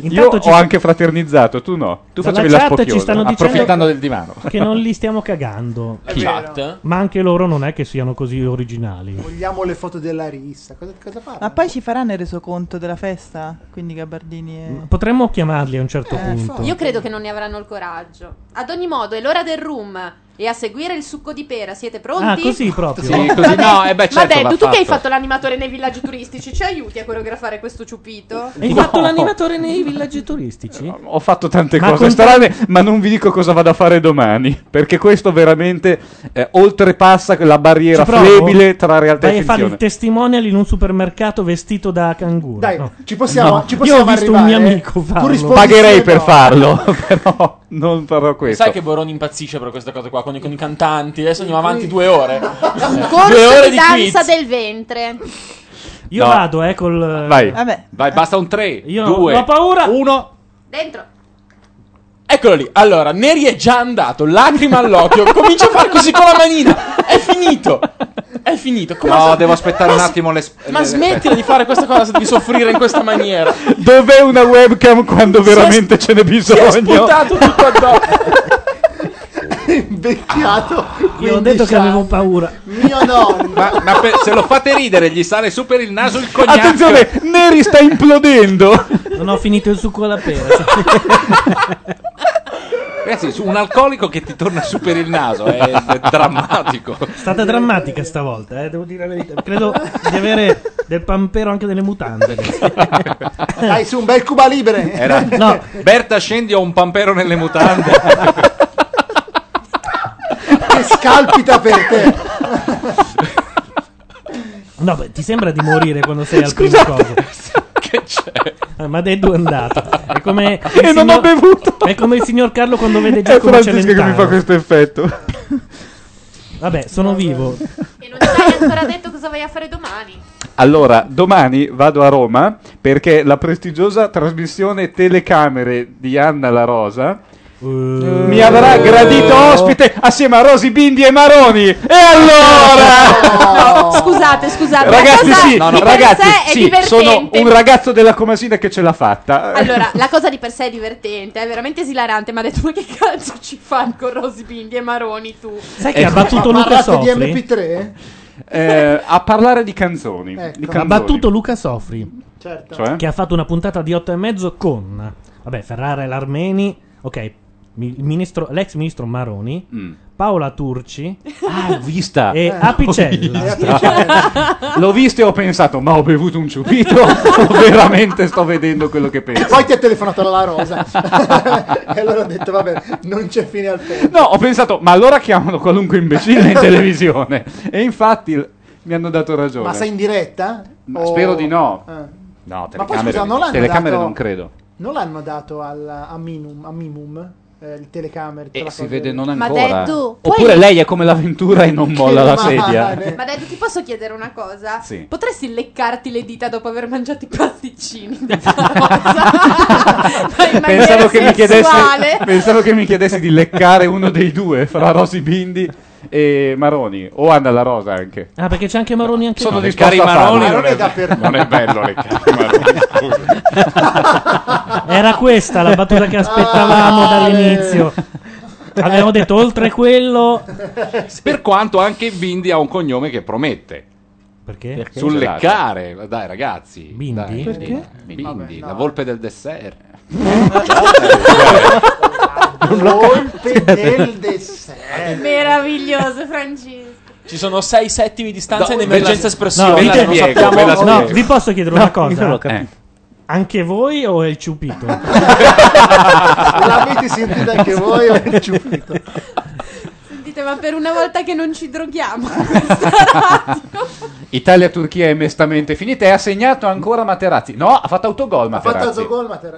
Speaker 10: Io
Speaker 1: Intanto ci-
Speaker 10: ho anche fraternizzato, tu no. Tu
Speaker 1: Dalla
Speaker 10: facevi la
Speaker 1: chat
Speaker 10: spocchiosa,
Speaker 1: ci stanno dicendo
Speaker 10: approfittando del divano.
Speaker 1: Che non li stiamo cagando.
Speaker 10: Chi? Chat?
Speaker 1: Ma anche loro non è che siano così originali.
Speaker 3: Vogliamo le foto della rissa. Cosa, cosa fa?
Speaker 14: Ma poi ci faranno il resoconto della festa? Quindi Gabardini e...
Speaker 1: Potremmo chiamarli a un certo punto.
Speaker 7: Eh, Io credo che non ne avranno il coraggio. Ad ogni modo, è l'ora del room. E a seguire il succo di pera, siete pronti?
Speaker 1: Ah, così proprio?
Speaker 4: Sì, così no, eh beh, certo,
Speaker 7: Ma detto,
Speaker 4: va
Speaker 7: tu che hai
Speaker 4: fatto.
Speaker 7: fatto l'animatore nei villaggi turistici, ci aiuti a coreografare questo ciupito?
Speaker 1: Hai fatto l'animatore nei villaggi turistici?
Speaker 10: Ho fatto tante
Speaker 1: Ma
Speaker 10: cose
Speaker 1: con-
Speaker 10: strane, ma non vi dico cosa vado a fare domani. Perché questo veramente eh, oltrepassa la barriera
Speaker 1: Ci provo?
Speaker 10: flebile tra realtà
Speaker 1: Vai
Speaker 10: e
Speaker 1: a fare
Speaker 10: finzione.
Speaker 1: il testimonial in un supermercato vestito da canguro.
Speaker 3: Dai,
Speaker 1: No.
Speaker 3: ci possiamo-
Speaker 1: No.
Speaker 3: ci possiamo
Speaker 1: Io ho visto
Speaker 3: arrivare,
Speaker 1: un mio amico
Speaker 3: eh.
Speaker 1: farlo.
Speaker 10: Pagherei per farlo, però non farò questo.
Speaker 4: Sai che Boroni impazzisce per queste cose qua con i, con i cantanti? Adesso andiamo avanti due ore.
Speaker 7: Un
Speaker 4: due
Speaker 7: corso
Speaker 4: ore di
Speaker 7: di, danza del ventre.
Speaker 1: Io
Speaker 4: No.
Speaker 1: vado, eh, col.
Speaker 4: Vai.
Speaker 14: Vabbè.
Speaker 4: Vai, basta un 3.
Speaker 1: Io ho paura.
Speaker 4: Uno.
Speaker 7: Dentro.
Speaker 4: Eccolo lì. Allora, Neri è già andato, lacrima all'occhio. Comincia a far così con la manina. È finito. È finito. Come
Speaker 6: No,
Speaker 4: as-
Speaker 6: devo aspettare
Speaker 4: ma
Speaker 6: un
Speaker 4: s-
Speaker 6: attimo le sp-
Speaker 4: Ma
Speaker 6: le-
Speaker 4: smettila di fare questa cosa, di soffrire in questa maniera.
Speaker 10: Dov'è una webcam quando veramente ce n'è bisogno?
Speaker 4: Si è spuntato tutto addosso.
Speaker 3: Invecchiato.
Speaker 1: Io ho detto che avevo paura.
Speaker 3: Mio nonno.
Speaker 6: Ma, ma per- se lo fate ridere, gli sale su per il naso il cognac.
Speaker 10: Attenzione, Neri sta implodendo.
Speaker 1: Non ho finito il succo alla pera.
Speaker 6: Ragazzi, su un alcolico che ti torna su per il naso
Speaker 10: Eh,
Speaker 6: è, è drammatico.
Speaker 1: È stata drammatica stavolta, eh, devo dire la verità. Credo di avere del pampero anche delle mutande. adesso.
Speaker 3: Dai, su un bel Cuba Libre.
Speaker 6: Era-
Speaker 1: No.
Speaker 6: Berta, scendi, ho un pampero nelle mutande.
Speaker 3: Che scalpita per te.
Speaker 1: No, beh, ti sembra di morire quando sei al primo coso.
Speaker 6: Che c'è?
Speaker 1: Eh, Ma Deddu è andato. È come il
Speaker 10: E non ho bevuto.
Speaker 1: È come il signor Carlo quando vede
Speaker 10: È
Speaker 1: Giacomo
Speaker 10: Francesca che mi
Speaker 1: Celentano.
Speaker 10: fa questo effetto.
Speaker 1: Vabbè, sono vivo.
Speaker 7: E non ci hai ancora detto cosa vai a fare domani.
Speaker 10: Allora, domani vado a Roma perché la prestigiosa trasmissione Telecamere di Anna La Rosa
Speaker 1: Eh.
Speaker 10: mi avrà gradito ospite assieme a Rosi Bindi e Maroni. E allora!
Speaker 7: Scusate, scusate. la
Speaker 10: Ragazzi,
Speaker 7: cosa
Speaker 10: sì,
Speaker 7: di per
Speaker 10: ragazzi,
Speaker 7: sé è
Speaker 10: sì,
Speaker 7: divertente.
Speaker 10: sono un ragazzo della Comasina che ce l'ha fatta.
Speaker 7: Allora, la cosa di per sé è divertente, è veramente esilarante, ma ha detto ma che cazzo ci fai con Rosy Bindi e Maroni tu? Ecco.
Speaker 1: Sai che ha battuto Luca Sofri?
Speaker 10: Ecco. Eh, a parlare di canzoni.
Speaker 7: Ecco.
Speaker 10: Di
Speaker 1: Ha
Speaker 10: canzoni.
Speaker 1: battuto Luca Sofri,
Speaker 3: Certo.
Speaker 10: Cioè?
Speaker 1: che ha fatto una puntata di 8 e mezzo con, vabbè, Ferrara e l'Armeni, ok, mi- il ministro- l'ex ministro Maroni, Paola Turci
Speaker 10: Mm. Ah, L'ho vista.
Speaker 1: e Apicella.
Speaker 10: L'ho vista e ho pensato, ma ho bevuto un ciupito. o veramente sto vedendo quello che penso.
Speaker 3: Poi ti ha telefonato la Rosa. e allora ho detto, vabbè, non c'è fine al tempo.
Speaker 10: No, ho pensato, ma allora chiamano qualunque imbecille in televisione. E infatti l- mi hanno dato ragione.
Speaker 3: Ma sei in diretta? O-
Speaker 10: Spero di no.
Speaker 3: Ah.
Speaker 10: No,
Speaker 3: Ma poi,
Speaker 10: telecamere,
Speaker 3: scusa, non l'hanno
Speaker 10: telecamere
Speaker 3: dato-
Speaker 10: non credo.
Speaker 3: Non l'hanno dato al, a Minum, a Minum eh, il telecamera.
Speaker 10: E si vede non
Speaker 7: Ma
Speaker 10: ancora.
Speaker 7: Deddu,
Speaker 10: Oppure
Speaker 7: puoi-
Speaker 10: lei è come l'avventura e non molla la
Speaker 3: male.
Speaker 10: sedia.
Speaker 7: Ma dai, ti posso chiedere una cosa?
Speaker 10: Sì.
Speaker 7: Potresti leccarti le dita dopo aver mangiato i pasticcini della rosa? Ma
Speaker 10: Pensavo
Speaker 7: in maniera
Speaker 10: che, mi chiedessi,
Speaker 7: sessuale?
Speaker 10: pensavo che mi chiedessi di leccare uno dei due fra Rosy Bindi e Maroni o Anna La Rosa anche.
Speaker 1: Ah, perché c'è anche Maroni anche
Speaker 10: Sono
Speaker 1: no.
Speaker 10: disposto a farlo. non è bello leccare i Maroni.
Speaker 1: Era questa la battuta che
Speaker 10: Ah,
Speaker 1: aspettavamo dall'inizio. Avevamo detto oltre quello
Speaker 6: Per quanto anche Bindi ha un cognome che promette.
Speaker 1: Perché? Esatto.
Speaker 6: Sul leccare, dai ragazzi. Bindi?
Speaker 1: Perché?
Speaker 6: Bindi, la volpe del dessert.
Speaker 3: Volpe
Speaker 4: del
Speaker 3: dessert.
Speaker 7: Meraviglioso, Francesco.
Speaker 4: Ci sono sei settimi di stanza
Speaker 1: No,
Speaker 4: in
Speaker 1: ve la-
Speaker 4: emergenza espressiva.
Speaker 1: No,
Speaker 4: quella
Speaker 1: vi-
Speaker 4: non
Speaker 1: no,
Speaker 4: sappiamo-
Speaker 1: no, vi posso chiedere una
Speaker 4: No, io
Speaker 1: cosa? Eh.
Speaker 4: l'ho capito.
Speaker 1: Anche voi o è il ciupito?
Speaker 3: L'avete sentita anche voi o è il ciupito?
Speaker 7: Sentite, ma per una volta che non ci droghiamo.
Speaker 10: Italia-Turchia è mestamente finita e ha segnato ancora Materazzi. No, ha fatto autogol
Speaker 3: Ha fatto
Speaker 10: Materazzi.
Speaker 3: autogol, ma te-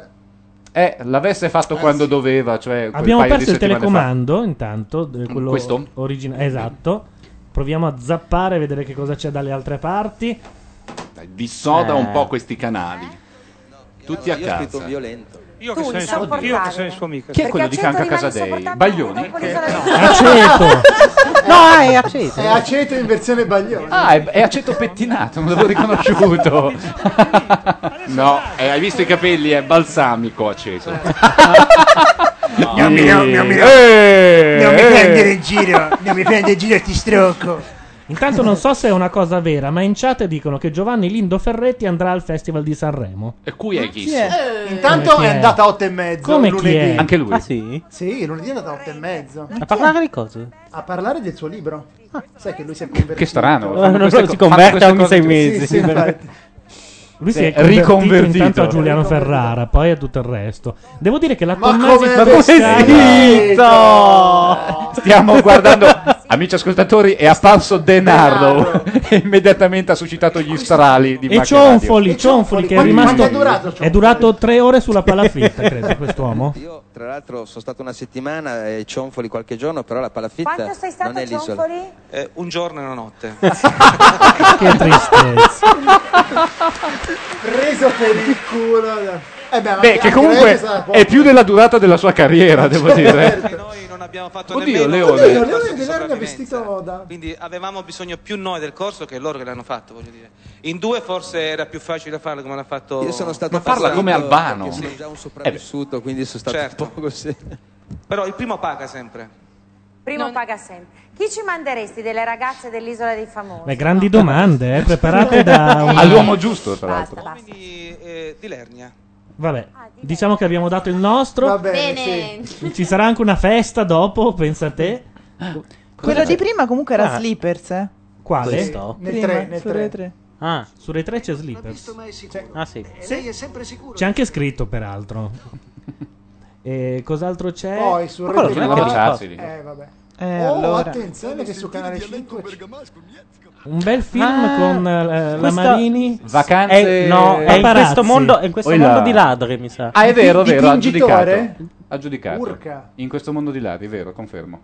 Speaker 10: Eh, l'avesse fatto quando doveva, cioè quel
Speaker 1: Abbiamo
Speaker 10: paio
Speaker 1: perso
Speaker 10: di
Speaker 1: il
Speaker 10: settimane Mm,
Speaker 1: telecomando, intanto, eh, quello
Speaker 10: Questo?
Speaker 1: origina- esatto. Proviamo a zappare, vedere che cosa c'è dalle altre parti.
Speaker 6: Dai, Dissoda
Speaker 1: Eh.
Speaker 6: un po' questi canali. Tutti a
Speaker 16: Io ho scritto
Speaker 6: casa.
Speaker 16: violento.
Speaker 17: Io
Speaker 6: che sono
Speaker 17: Io che sono il suo amico.
Speaker 6: Chi è quello di fianco
Speaker 10: certo
Speaker 6: a casa dei? Baglioni?
Speaker 3: No, è aceto. È aceto in versione baglione.
Speaker 10: Ah, è, è aceto pettinato, non l'avevo riconosciuto.
Speaker 6: No, eh, hai visto i capelli? È balsamico aceto.
Speaker 17: Mio mio, mio mio.
Speaker 10: Eh,
Speaker 17: Non mi
Speaker 1: eh.
Speaker 17: prendere in giro, non mi prendere in giro, ti stronco.
Speaker 1: Intanto non so se è una cosa vera, ma in chat dicono che Giovanni Lindo Ferretti andrà al Festival di Sanremo.
Speaker 6: E cui è chi?
Speaker 3: Chi è? Intanto
Speaker 1: Chi
Speaker 3: è
Speaker 1: è?
Speaker 3: andata a 8 e mezzo.
Speaker 1: Come chi
Speaker 3: lunedì.
Speaker 1: è? Anche
Speaker 10: lui?
Speaker 13: Ah, sì?
Speaker 3: Sì, lunedì è andata a 8 e mezzo.
Speaker 13: A parlare di cosa?
Speaker 3: A parlare del suo libro. Sai che lui si è convertito.
Speaker 10: Che strano.
Speaker 13: Eh, non
Speaker 10: Queste
Speaker 13: so,
Speaker 10: co-
Speaker 13: si converte
Speaker 10: fanno
Speaker 13: ogni
Speaker 10: queste cose
Speaker 13: sei
Speaker 10: giù.
Speaker 13: mesi.
Speaker 10: Sì, sì, infatti.
Speaker 1: Lui si
Speaker 10: Sì,
Speaker 1: è riconvertito
Speaker 10: riconvertito.
Speaker 1: intanto a Giuliano Ferrara, poi a tutto il resto. Devo dire che la
Speaker 10: Ma
Speaker 1: Tommasi
Speaker 10: come zitto! Stiamo guardando, amici ascoltatori, è apparso Denardo. E Immediatamente ha suscitato gli strali di
Speaker 1: E
Speaker 10: Macchia
Speaker 1: Cionfoli,
Speaker 10: Radio.
Speaker 1: Cionfoli che è
Speaker 10: Quanti-
Speaker 1: rimasto
Speaker 10: quanti è durato
Speaker 1: è durato tre ore sulla palafitta, credo, quest'uomo.
Speaker 16: Io, tra l'altro, sono stato una settimana e Cionfoli qualche giorno, però la palafitta
Speaker 18: Quanto sei stato
Speaker 16: non è l'isola.
Speaker 18: Cionfoli?
Speaker 19: Eh,
Speaker 16: un giorno e una notte.
Speaker 1: che tristezza.
Speaker 3: Preso per il culo. Eh beh, ma
Speaker 10: Beh, che
Speaker 3: anche lei sa-
Speaker 10: comunque è più della durata della sua carriera, devo dire. Oddio,
Speaker 3: Oddio,
Speaker 10: Leone.
Speaker 3: Leone Denaro è vestito da...
Speaker 19: Quindi avevamo bisogno più noi del corso che loro che l'hanno fatto, voglio dire. In due forse era più facile farlo come l'ha fatto.
Speaker 16: Io sono stato
Speaker 19: Ma
Speaker 16: passato
Speaker 19: parla come
Speaker 16: perché
Speaker 19: Albano. Eh
Speaker 16: Sono già un sopravvissuto, quindi sono stato
Speaker 19: Certo.
Speaker 16: un po' così.
Speaker 19: Però il primo paga sempre.
Speaker 18: Primo paga sempre. Chi ci manderesti delle ragazze dell'isola dei famosi?
Speaker 1: Le grandi domande, eh, preparate da un...
Speaker 10: All'uomo giusto, tra l'altro.
Speaker 19: Uomini eh, di Lernia.
Speaker 1: Vabbè, diciamo che abbiamo dato il nostro.
Speaker 3: Va bene, Bene.
Speaker 1: Ci sarà anche una festa dopo, pensa a te.
Speaker 14: Quello di prima comunque era
Speaker 1: Ah.
Speaker 14: Slippers, eh.
Speaker 1: Quale?
Speaker 14: Questo? Nel
Speaker 1: Prima,
Speaker 14: tre, nel
Speaker 1: su
Speaker 14: tre.
Speaker 1: Rai tre. Ah, su Rai 3 c'è Slippers.
Speaker 13: Ah, sì.
Speaker 3: Lei è sempre sicuro.
Speaker 1: C'è anche scritto, peraltro. E cos'altro c'è?
Speaker 3: Poi su
Speaker 1: Ma quello
Speaker 3: Rete
Speaker 1: non è
Speaker 3: Nova-
Speaker 1: che
Speaker 10: Ah,
Speaker 1: c'è.
Speaker 3: Eh, vabbè.
Speaker 14: Eh,
Speaker 3: oh,
Speaker 14: allora.
Speaker 3: attenzione che su canale 5
Speaker 1: Un bel film
Speaker 13: Ah,
Speaker 1: con eh, la
Speaker 13: questo-
Speaker 1: Marini.
Speaker 13: Vacanze- È- no, è in
Speaker 1: Paparazzi.
Speaker 13: questo mondo- è in questo
Speaker 10: Poi
Speaker 13: mondo di ladri, mi sa.
Speaker 10: Ah, è vero, è
Speaker 13: Di-
Speaker 10: vero, ha
Speaker 13: dipingitore?
Speaker 10: giudicato. Ha giudicato.
Speaker 13: Urca.
Speaker 10: In questo mondo di ladri, vero, confermo.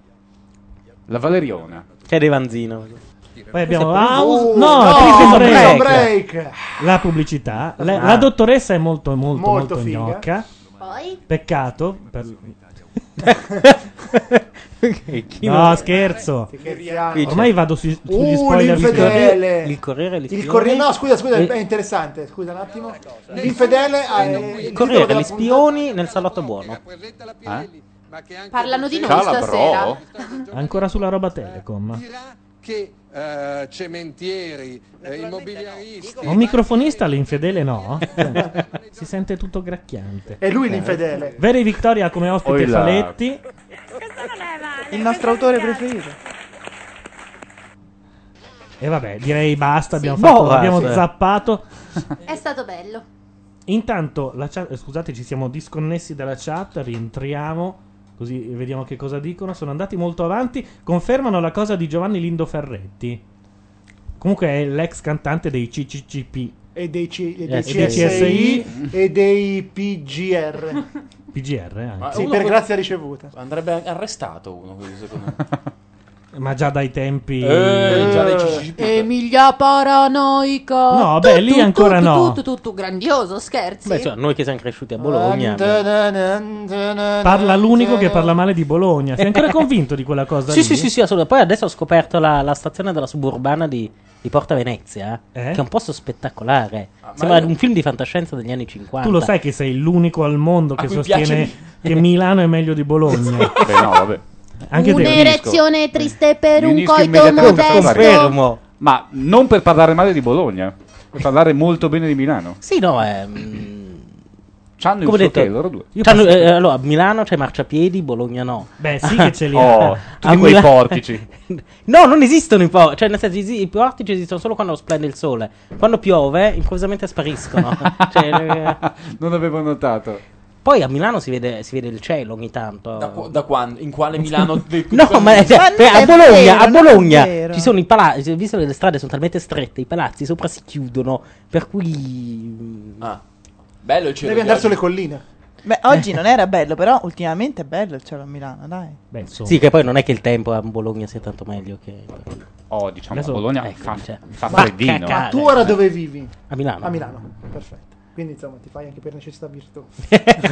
Speaker 10: La Valeriona.
Speaker 13: Che è De Vanzino.
Speaker 20: partire.
Speaker 1: Poi abbiamo
Speaker 20: Questa è per-
Speaker 1: House-
Speaker 20: Uh,
Speaker 1: no,
Speaker 20: no,
Speaker 1: Prison
Speaker 20: no,
Speaker 1: Break.
Speaker 20: Prison Break.
Speaker 1: La pubblicità. La,
Speaker 20: Ah.
Speaker 1: la dottoressa è molto, molto,
Speaker 20: Molto
Speaker 1: molto,
Speaker 20: figa.
Speaker 1: gnocca.
Speaker 20: Poi?
Speaker 1: Peccato. per-
Speaker 13: chi
Speaker 1: no,
Speaker 13: non-
Speaker 1: scherzo.
Speaker 3: Scherziamo.
Speaker 1: Ormai vado su, sugli
Speaker 3: Uh,
Speaker 1: spoiler di
Speaker 3: l'infedele.
Speaker 13: Il Corriere li
Speaker 3: Il
Speaker 13: spioni.
Speaker 3: Corriere, no, scusa, scusa,
Speaker 13: E-
Speaker 3: è interessante. Scusa un attimo. L'infedele ha
Speaker 13: Eh, Il Corriere, gli spioni nel salotto buono. Eh?
Speaker 7: Parlano di noi
Speaker 1: Calabrò?
Speaker 7: stasera.
Speaker 1: Ancora sulla roba Telecom.
Speaker 5: che eh, cementieri, eh, immobiliaristi.
Speaker 1: Ma un microfonista l'infedele no? si sente tutto gracchiante.
Speaker 3: È
Speaker 14: Eh.
Speaker 3: lui l'infedele.
Speaker 1: Veri Victoria ha come ospite
Speaker 3: Oilà.
Speaker 1: Faletti.
Speaker 14: Il nostro autore preferito.
Speaker 1: E vabbè, direi basta. Abbiamo,
Speaker 14: Sì.
Speaker 1: fatto-
Speaker 14: Boh,
Speaker 1: abbiamo
Speaker 14: sì.
Speaker 1: zappato.
Speaker 7: È stato bello.
Speaker 1: Intanto, la chat- eh, scusate, ci siamo disconnessi dalla chat, rientriamo. Così vediamo che cosa dicono. Sono andati molto avanti. Confermano la cosa di Giovanni Lindo Ferretti. Comunque è l'ex cantante dei CCCP.
Speaker 3: E dei, C- e dei
Speaker 1: Eh, sì,
Speaker 3: CSI
Speaker 1: CSI.
Speaker 3: e dei PGR.
Speaker 1: PGR
Speaker 13: eh.
Speaker 1: eh, anche.
Speaker 3: Sì, per grazia ricevuta.
Speaker 4: Andrebbe arrestato uno, così, secondo me.
Speaker 1: Ma già dai tempi.
Speaker 4: Eh, già dai CCCP.
Speaker 7: Emilia paranoica.
Speaker 1: No, beh, lì ancora
Speaker 7: tu,
Speaker 1: no.
Speaker 7: Tu, tu, tu, tu, grandioso, scherzi.
Speaker 13: Beh, cioè, noi che siamo cresciuti a Bologna.
Speaker 1: Parla l'unico che parla male di Bologna. Sei ancora convinto di quella cosa?
Speaker 13: Sì,
Speaker 1: lì?
Speaker 13: sì, sì, sì, assolutamente. Poi adesso ho scoperto la, la stazione della suburbana di, di Porta Venezia,
Speaker 1: Eh?
Speaker 13: che è un posto spettacolare.
Speaker 1: ma
Speaker 13: Sembra
Speaker 1: io-
Speaker 13: un film di fantascienza degli anni 50.
Speaker 1: Tu lo sai che sei l'unico al mondo che
Speaker 13: cui
Speaker 1: sostiene
Speaker 13: piace-
Speaker 1: che Milano è meglio di Bologna.
Speaker 10: Beh, no, vabbè.
Speaker 1: Anche te.
Speaker 21: Un'erezione triste per
Speaker 10: Mi
Speaker 21: un
Speaker 10: unisco
Speaker 21: coito
Speaker 10: immediatamente.
Speaker 21: modesto.
Speaker 10: Ma non per parlare male di Bologna, per parlare molto bene di Milano.
Speaker 13: Sì, no, è... mm,
Speaker 10: C'hanno
Speaker 13: Come
Speaker 10: il
Speaker 13: detto,
Speaker 10: suo che loro due.
Speaker 13: c'hanno- eh, allora, a Milano c'è marciapiedi, Bologna no.
Speaker 1: Beh, sì che ce li ha.
Speaker 10: Oh, tutti
Speaker 13: A
Speaker 10: quei
Speaker 13: Milano-
Speaker 10: portici.
Speaker 13: No, non esistono i portici. Cioè, nel senso, esi- i portici esistono solo quando splende il sole. Quando piove, improvvisamente spariscono. Cioè, eh,
Speaker 10: Non avevo notato.
Speaker 13: Poi a Milano si vede, si vede il cielo ogni tanto.
Speaker 4: Da, qu- da quando? In quale Milano?
Speaker 13: No, ma, cioè, per- a Bologna, a Bologna ci
Speaker 4: sono
Speaker 13: sono i palazzi. Visto che le strade sono talmente strette, i palazzi sopra si chiudono. Per mm, cui.
Speaker 10: Ah.
Speaker 4: Bello il cielo.
Speaker 3: Devi andare sulle colline.
Speaker 14: Beh, oggi non era bello, però ultimamente è bello il cielo a Milano, dai.
Speaker 13: Sì, che poi non è che il tempo a Bologna sia tanto meglio che.
Speaker 10: Oh, diciamo,
Speaker 13: Adesso-
Speaker 10: a Bologna
Speaker 13: ecco,
Speaker 10: fa,
Speaker 13: cioè,
Speaker 10: fa
Speaker 13: fa
Speaker 10: freddino.
Speaker 13: cacare.
Speaker 3: Ma tu ora dove vivi?
Speaker 13: A Milano.
Speaker 3: A Milano, perfetto. Quindi insomma ti fai anche per necessità virtù.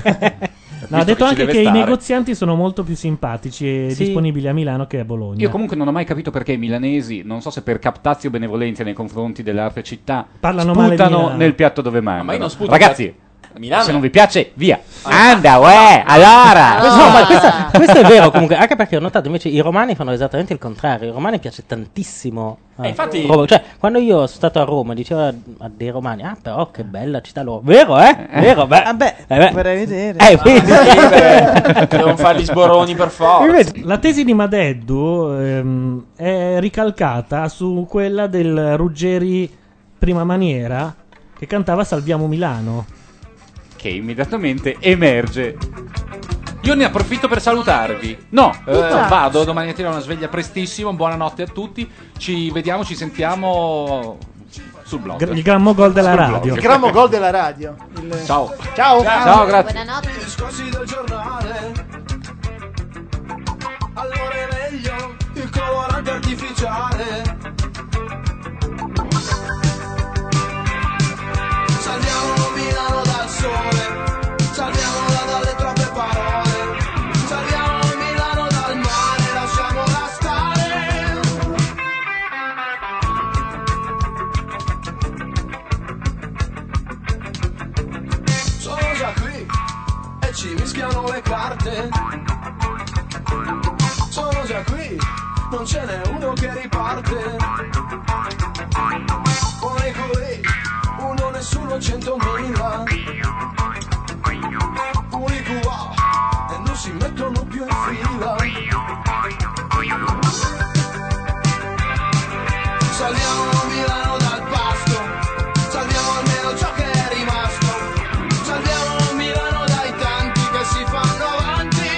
Speaker 1: No, ha
Speaker 10: Visto
Speaker 1: detto
Speaker 10: che ci
Speaker 1: anche
Speaker 10: deve
Speaker 1: che i
Speaker 10: stare.
Speaker 1: negozianti sono molto più simpatici e
Speaker 10: Sì.
Speaker 1: disponibili a Milano che a Bologna.
Speaker 10: Io comunque non ho mai capito perché i milanesi, non so se per captazio benevolenza nei confronti dell'arte città,
Speaker 1: Parlano male di
Speaker 10: sputano
Speaker 1: Milano.
Speaker 10: nel piatto dove mangiano.
Speaker 4: io non sputo,
Speaker 10: Ragazzi,
Speaker 4: a Milano-
Speaker 10: Ah,
Speaker 4: Ah.
Speaker 10: se non vi piace, via.
Speaker 14: Ah.
Speaker 10: Anda, uè, allora.
Speaker 13: Questo, no, ma questa- questo è vero comunque, anche perché ho notato invece i romani fanno esattamente il contrario. I romani piace tantissimo. eh,
Speaker 4: infatti-
Speaker 13: Roma. Cioè, quando io sono stato a Roma, dicevo a, a dei romani, ah però che bella città loro. Vero, eh? Vero, beh.
Speaker 14: Vabbè,
Speaker 13: Eh, beh.
Speaker 14: Ah, vorrei vedere.
Speaker 10: Ah,
Speaker 13: Eh, quindi-
Speaker 4: Devono fare gli sboroni per forza.
Speaker 1: Invece, La tesi di Madeddu ehm, è ricalcata su quella del Ruggeri prima maniera che cantava Salviamo Milano.
Speaker 10: Che immediatamente emerge. Io ne approfitto per salutarvi. No, eh,
Speaker 1: Pizza.
Speaker 10: vado domani a tirare una sveglia prestissimo. Buonanotte a tutti. Ci vediamo, ci sentiamo sul blog.
Speaker 1: Gr- il grammo gol della
Speaker 10: Sul blog.
Speaker 1: radio.
Speaker 3: Il gramo gol della radio. Il-
Speaker 10: Ciao.
Speaker 3: Ciao.
Speaker 10: Ciao, grazie.
Speaker 22: Buonanotte.
Speaker 5: Discorsi del giornale. Allora è meglio il colorante artificiale. Salviamo Milano dal sole. Salviamola dalle troppe parole. Salviamo Milano dal mare. Lasciamola stare. Sono già qui e ci mischiano le carte. Sono già qui, non ce n'è uno che riparte. Poi qui, uno nessuno centomila. Poi qua, e non si mettono più in fila. Saliamo Milano dal pasto, salviamo almeno ciò che è rimasto. Salviamo Milano dai tanti che si fanno avanti.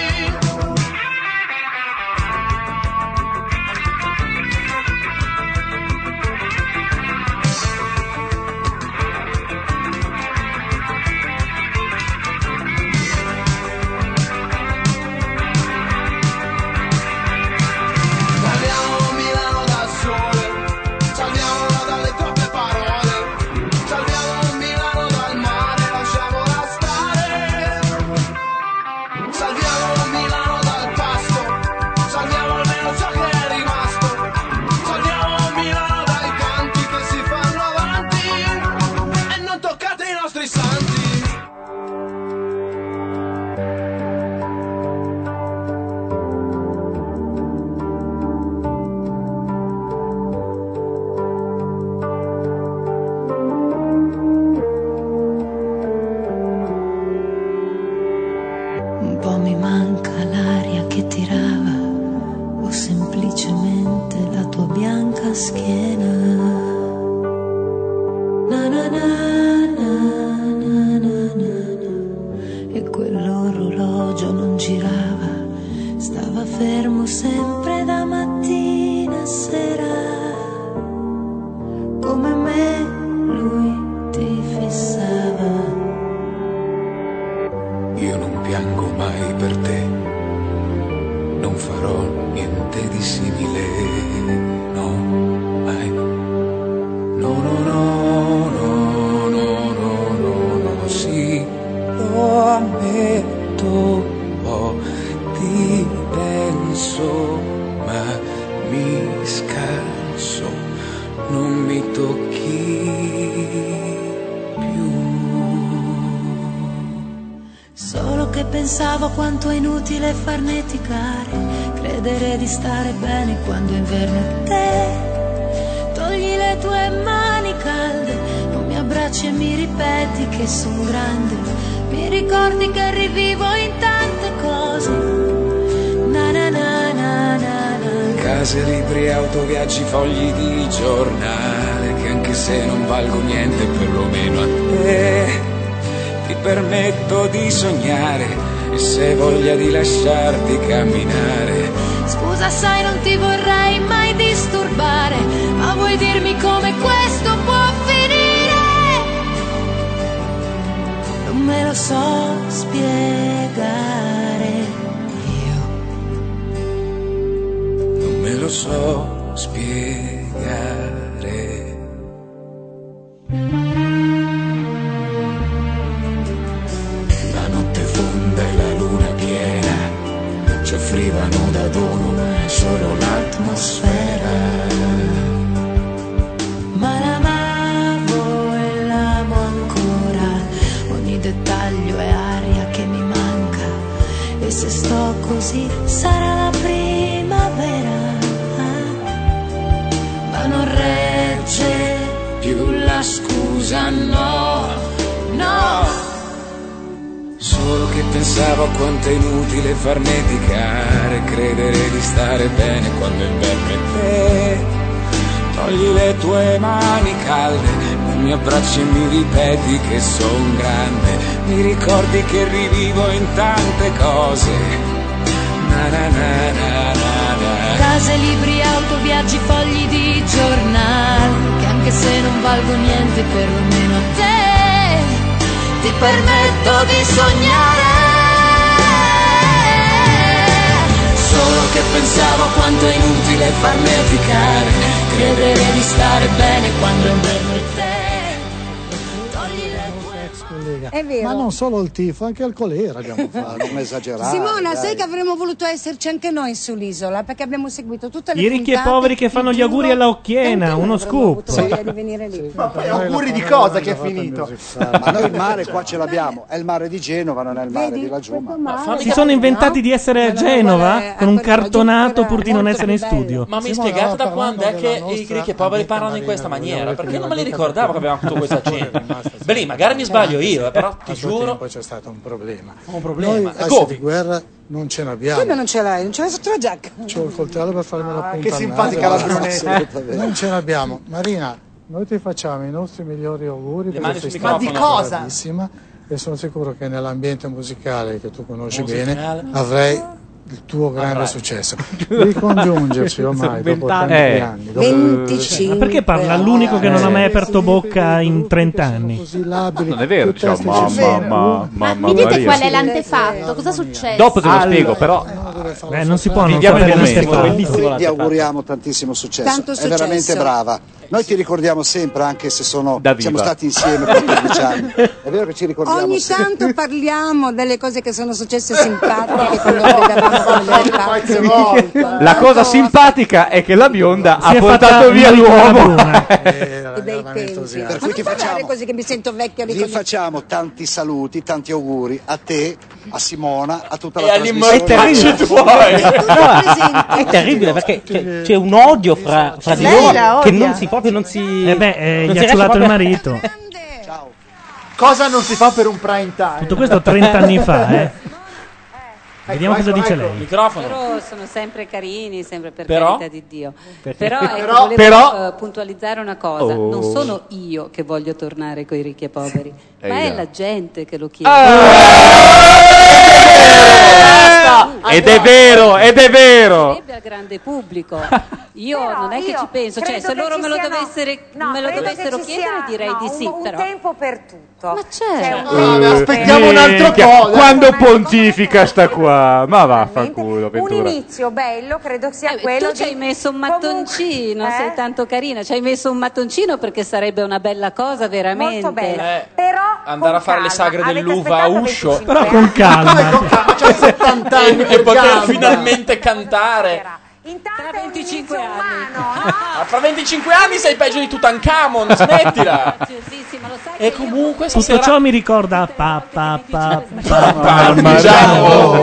Speaker 23: po' mi manca l'aria che tirava o semplicemente la tua bianca schiena. Na na na na na na na. E quell'orologio non girava, stava fermo sempre da mattina a sera. Come me lui ti fissava.
Speaker 24: Io non piango mai per te, non farò niente di simile, no, mai. No, no, no, no, no, no, no, no, sì, lo ammetto, oh, ti penso, ma mi scanso, non mi tocchi più.
Speaker 23: Solo che pensavo quanto è inutile farneticare, credere di stare bene quando è inverno te. Togli le tue mani calde, non mi abbracci e mi ripeti che sono grande. Mi ricordi che rivivo in tante cose. Na na na na na na.
Speaker 24: Case, libri, autoviaggi, fogli di giornale Che anche se non valgo niente perlomeno a te Ti permetto di sognare E se voglia di lasciarti camminare
Speaker 23: Scusa, sai, non ti vorrei mai disturbare, ma vuoi dirmi come questo può finire? Non me lo so spiegare.
Speaker 24: Non me lo so spiegare La notte fonda e la luna piena Ci offrivano da dono solo l'atmosfera
Speaker 23: Ma l'amavo e l'amo ancora, ogni dettaglio è aria che mi manca e se sto così sarà la primavera, ma non regge
Speaker 24: più la scusa no, no Solo che pensavo a quanto è inutile farneticare Credere di stare bene quando è inverno e te Togli le tue mani calde Non mi abbracci e mi ripeti che son grande Mi ricordi che rivivo in tante cose Na na na na na na
Speaker 23: Case, libri, auto, viaggi, fogli di giornale Che anche se non valgo niente perlomeno a te Ti permetto di sognare
Speaker 24: Solo che pensavo quanto è inutile farneticare Credere di stare bene quando è inverno e
Speaker 3: Collega.
Speaker 25: È vero.
Speaker 3: Ma non solo il tifo, anche al colera abbiamo fatto, non esagerare.
Speaker 25: Simona,
Speaker 3: dai.
Speaker 25: sai che avremmo voluto esserci anche noi sull'isola perché abbiamo seguito tutte le
Speaker 1: I ricchi e
Speaker 25: puntate.
Speaker 1: poveri che fanno gli auguri alla Occhiena, uno scoop.
Speaker 25: Avuto voglia di venire lì. Ma
Speaker 3: poi auguri di cosa che è finito?
Speaker 26: Ma noi il mare qua ce l'abbiamo, è il mare di Genova, non è il mare di laggiù. Ma...
Speaker 1: Si sono inventati di essere a Genova con un cartonato pur di non essere in studio.
Speaker 4: Ma mi spiegate da quando è che i ricchi e poveri parlano in questa maniera? Perché non me li ricordavo che avevamo avuto questa cena. Beh, lì magari mi sbaglio io, eh, però ti giuro. Poi c'è stato un problema. Un
Speaker 26: Noi
Speaker 4: problema.
Speaker 26: assi di guerra non ce
Speaker 25: Come
Speaker 26: n'abbiamo.
Speaker 25: non ce l'hai? Non ce l'hai sotto la giacca? Ah,
Speaker 26: C'ho il coltello per farmi la punta.
Speaker 25: che
Speaker 26: al
Speaker 3: eh,
Speaker 25: simpatica
Speaker 26: naso.
Speaker 25: la brunetta.
Speaker 26: Assolutamente. Non ce l'abbiamo. Marina, noi ti facciamo i nostri migliori auguri. per
Speaker 3: mani
Speaker 26: il
Speaker 3: sul
Speaker 26: festival.
Speaker 3: microfono. Ma di cosa?
Speaker 26: Bravissima. E sono sicuro che nell'ambiente musicale che tu conosci
Speaker 4: Musicale.
Speaker 26: bene avrai il tuo grande
Speaker 4: Avrai.
Speaker 26: successo. Ricongiungerci ormai dopo
Speaker 1: 20
Speaker 26: tanti
Speaker 1: anni.
Speaker 26: anni.
Speaker 1: Eh,
Speaker 26: dopo- Eh.
Speaker 1: Ma perché parla l'unico che non ha mai aperto bocca in Eh, 30 anni?
Speaker 26: Non
Speaker 1: è vero,
Speaker 26: diciamo,
Speaker 1: mamma,
Speaker 26: mamma,
Speaker 1: mamma,
Speaker 11: Mi dite qual è l'antefatto? Cosa succede?
Speaker 1: però. Eh, non si può non
Speaker 26: Vediamo il
Speaker 1: sapere
Speaker 26: momento.
Speaker 1: l'antefatto.
Speaker 26: Quindi ti auguriamo tantissimo successo.
Speaker 25: Tanto
Speaker 26: È veramente
Speaker 25: successo.
Speaker 26: brava. Noi ti ricordiamo sempre, anche se sono, siamo
Speaker 27: viva.
Speaker 26: stati insieme per 14 anni. È vero che ci ricordiamo
Speaker 25: Ogni
Speaker 26: sempre.
Speaker 25: tanto parliamo delle cose che sono successe simpatiche con le che davamo sulle parti.
Speaker 10: La cosa simpatica è che la bionda
Speaker 26: Si
Speaker 10: ha
Speaker 26: è
Speaker 10: portato
Speaker 26: fatta
Speaker 10: via
Speaker 26: Marina
Speaker 10: l'uomo.
Speaker 1: Eh,
Speaker 25: I bei tempi. Ma
Speaker 26: Per cui
Speaker 25: non parlare
Speaker 26: ti facciamo,
Speaker 25: così che mi sento vecchia
Speaker 26: vi
Speaker 25: riconosciuta.
Speaker 26: facciamo tanti saluti, tanti auguri a te, a Simona, a tutta
Speaker 4: E
Speaker 26: la
Speaker 4: all'immortale
Speaker 26: trasmissione.
Speaker 4: facci tuoi.
Speaker 25: No,
Speaker 13: è terribile perché c'è, c'è un odio fra, fra di
Speaker 26: Lei la
Speaker 13: loro che
Speaker 26: odia.
Speaker 13: non si proprio non si.
Speaker 1: Eh beh, eh,
Speaker 13: non si
Speaker 1: gli ha
Speaker 13: riesce
Speaker 1: ciulato il
Speaker 13: proprio-
Speaker 1: marito.
Speaker 3: Cosa non si fa per un prime time?
Speaker 18: Eh.
Speaker 26: eh.
Speaker 1: Tutto questo 30 anni fa, eh. Vediamo cosa dice lei.
Speaker 28: Loro sono sempre carini, sempre per
Speaker 1: Però?
Speaker 28: carità di Dio.
Speaker 1: Per-
Speaker 28: Però, ecco,
Speaker 1: Però-
Speaker 28: volevo
Speaker 1: Però-
Speaker 28: eh, puntualizzare una cosa:
Speaker 1: Oh.
Speaker 28: non sono io che voglio tornare con i ricchi e poveri, ma
Speaker 5: Ehi,
Speaker 28: è
Speaker 5: no.
Speaker 28: la gente che lo chiede.
Speaker 10: Ed è vero, ed è vero.
Speaker 28: eh, Sarebbe al grande pubblico. Io non è che ci penso, cioè
Speaker 18: credo
Speaker 28: se
Speaker 18: che
Speaker 28: loro
Speaker 18: ci
Speaker 28: me lo,
Speaker 18: siano-
Speaker 28: dovessere-
Speaker 18: no,
Speaker 28: me lo
Speaker 18: credo che
Speaker 28: dovessero
Speaker 18: ci
Speaker 28: chiedere
Speaker 18: sia-
Speaker 28: direi
Speaker 18: no,
Speaker 28: di sì,
Speaker 18: un- un
Speaker 28: però.
Speaker 18: tempo per tutto.
Speaker 28: Ma
Speaker 25: certo.
Speaker 28: c'è.
Speaker 19: Eh,
Speaker 18: aspettiamo un altro
Speaker 1: Eh,
Speaker 10: Minchia,
Speaker 18: po', dai.
Speaker 10: Quando pontifica sta qua, ma vaffanculo,
Speaker 18: Un
Speaker 10: Ventura.
Speaker 18: inizio bello, credo che sia quello
Speaker 28: Eh, tu ci
Speaker 18: di- eh?
Speaker 28: hai messo un mattoncino, sei tanto carina, ci hai messo un mattoncino perché sarebbe una bella cosa veramente.
Speaker 18: Molto bello.
Speaker 28: Eh,
Speaker 18: Però
Speaker 28: andare a fare le sagre
Speaker 18: dell'uva a Uscio.
Speaker 1: Però con calma.
Speaker 4: e, e poter finalmente cantare.
Speaker 18: Intanto è un
Speaker 28: 25
Speaker 18: inizio umano.
Speaker 4: Ah, fra 25 anni sei peggio di Tutankhamon, smettila.
Speaker 28: E comunque
Speaker 1: Tutto ciò mi ricorda pa pa pa pa diciamo.
Speaker 18: diciamo.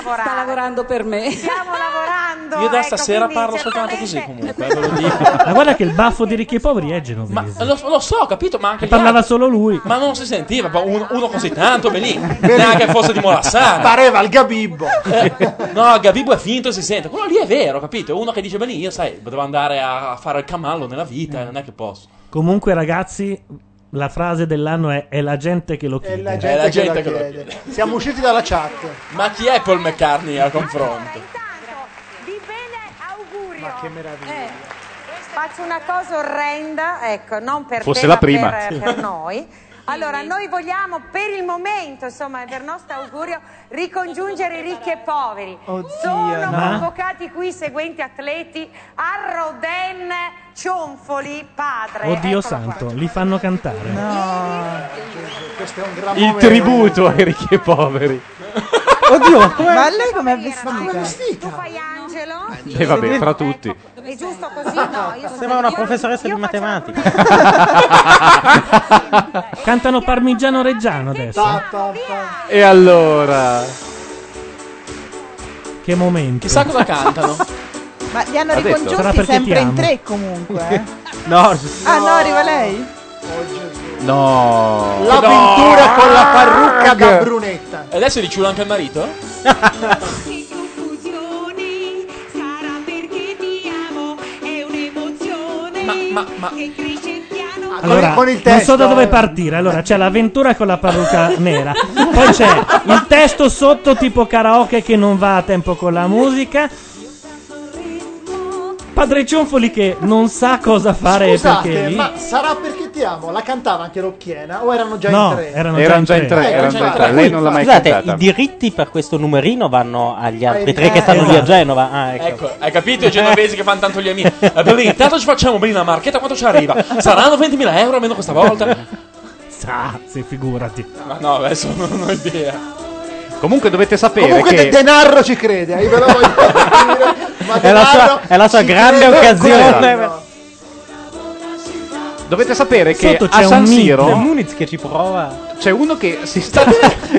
Speaker 28: Sta lavorando per me. Stiamo
Speaker 18: lavorando. Ecco,
Speaker 4: Io da stasera parlo soltanto così comunque, eh, ve lo dico.
Speaker 1: Ma guarda che il baffo di ricchi e poveri è genovese.
Speaker 4: Lo, lo so, ho capito, ma anche gli
Speaker 1: Parlava
Speaker 4: altri.
Speaker 1: solo lui.
Speaker 4: Ma non si sentiva, ma uno, uno così tanto, Benì. Neanche fosse di Molassana.
Speaker 3: Pareva il Gabibbo.
Speaker 4: No, Gabibbo è finto, si sente. Quello lì è vero, capito? È uno che dice, Benì, io sai, devo andare a fare il camallo nella
Speaker 3: Eh.
Speaker 4: vita, e non è che posso.
Speaker 1: Comunque, ragazzi, la frase dell'anno è: è la gente che lo chiede.
Speaker 3: la gente,
Speaker 4: Eh, la gente
Speaker 3: che,
Speaker 4: che
Speaker 3: lo
Speaker 4: lo
Speaker 3: chiede. Siamo usciti dalla chat.
Speaker 4: Ma chi è Paul McCartney a confronto?
Speaker 18: Ma che meraviglia. Eh, Faccio una cosa orrenda, ecco, non per
Speaker 10: Fosse
Speaker 18: te,
Speaker 10: la
Speaker 18: ma
Speaker 10: prima.
Speaker 18: per,
Speaker 10: Sì.
Speaker 18: per noi. Allora, noi vogliamo per il momento, insomma, per nostro augurio, ricongiungere i ricchi e poveri. Sono
Speaker 1: no.
Speaker 18: convocati qui i seguenti atleti: Arroden Cionfoli, padre. Eh,
Speaker 1: Oddio
Speaker 18: Eccolo
Speaker 1: santo, li fanno cantare.
Speaker 3: Questo è un gran
Speaker 10: Il
Speaker 3: momento.
Speaker 10: tributo ai ricchi e poveri.
Speaker 14: Oddio, ma lei com'è vestita?
Speaker 10: E Eh, vabbè, fra tutti.
Speaker 18: qua. È giusto così? No, io sono
Speaker 13: Sembra una professoressa di matematica.
Speaker 1: Cantano parmigiano reggiano adesso.
Speaker 10: E allora?
Speaker 1: Che momento.
Speaker 4: Chissà cosa cantano.
Speaker 14: Ma li hanno
Speaker 1: Ha detto. Sarà
Speaker 14: ricongiunti
Speaker 1: perché
Speaker 14: sempre
Speaker 1: ti
Speaker 14: in
Speaker 1: amo.
Speaker 14: tre comunque. eh.
Speaker 10: No,
Speaker 14: Ah no, arriva lei?
Speaker 10: no.
Speaker 3: L'avventura con la parrucca da
Speaker 4: brunetta. E adesso ricciulo anche il marito? Ma, ma, ma.
Speaker 1: Allora,
Speaker 3: con il
Speaker 1: non so
Speaker 3: testo,
Speaker 1: da dove
Speaker 3: eh.
Speaker 1: partire. Allora, c'è l'avventura con la parrucca nera. Poi c'è il testo sotto tipo karaoke che non va a tempo con la musica. Padre Cionfoli che non sa cosa fare perché è
Speaker 3: Scusate,
Speaker 1: lì.
Speaker 3: ma sarà perché ti amo? La cantava anche Rocchiena o erano già
Speaker 1: No,
Speaker 3: in tre?
Speaker 1: erano
Speaker 10: Erano già in tre,
Speaker 3: Eh,
Speaker 10: erano
Speaker 3: già
Speaker 10: già in
Speaker 3: in
Speaker 10: tre.
Speaker 3: tre.
Speaker 10: Lei non l'ha mai
Speaker 13: Scusate,
Speaker 10: cantata.
Speaker 13: i diritti per questo numerino vanno agli altri
Speaker 4: Ai-
Speaker 13: tre che
Speaker 4: eh,
Speaker 13: stanno lì a
Speaker 4: esatto.
Speaker 13: Genova. Ah, ecco.
Speaker 4: Ecco, hai capito i genovesi che fanno tanto gli amici? Eh, Berlino, intanto ci facciamo bene la marchetta quanto ci arriva. Saranno 20.000 euro almeno questa volta?
Speaker 1: Sa, se figurati.
Speaker 4: Ma no, adesso non ho idea.
Speaker 10: Comunque dovete sapere
Speaker 3: Comunque
Speaker 10: che
Speaker 3: De- Denarro ci crede, eh, ve lo voglio dire. Ma
Speaker 10: È la sua-
Speaker 3: Denarro
Speaker 10: è la sua
Speaker 3: ci
Speaker 10: grande
Speaker 3: crede.
Speaker 10: occasione.
Speaker 3: Quello.
Speaker 10: dovete sapere che
Speaker 13: Sotto
Speaker 10: a
Speaker 13: c'è
Speaker 10: San
Speaker 13: un Muniz,
Speaker 10: Siro
Speaker 13: Muniz che ci prova.
Speaker 10: c'è uno che si sta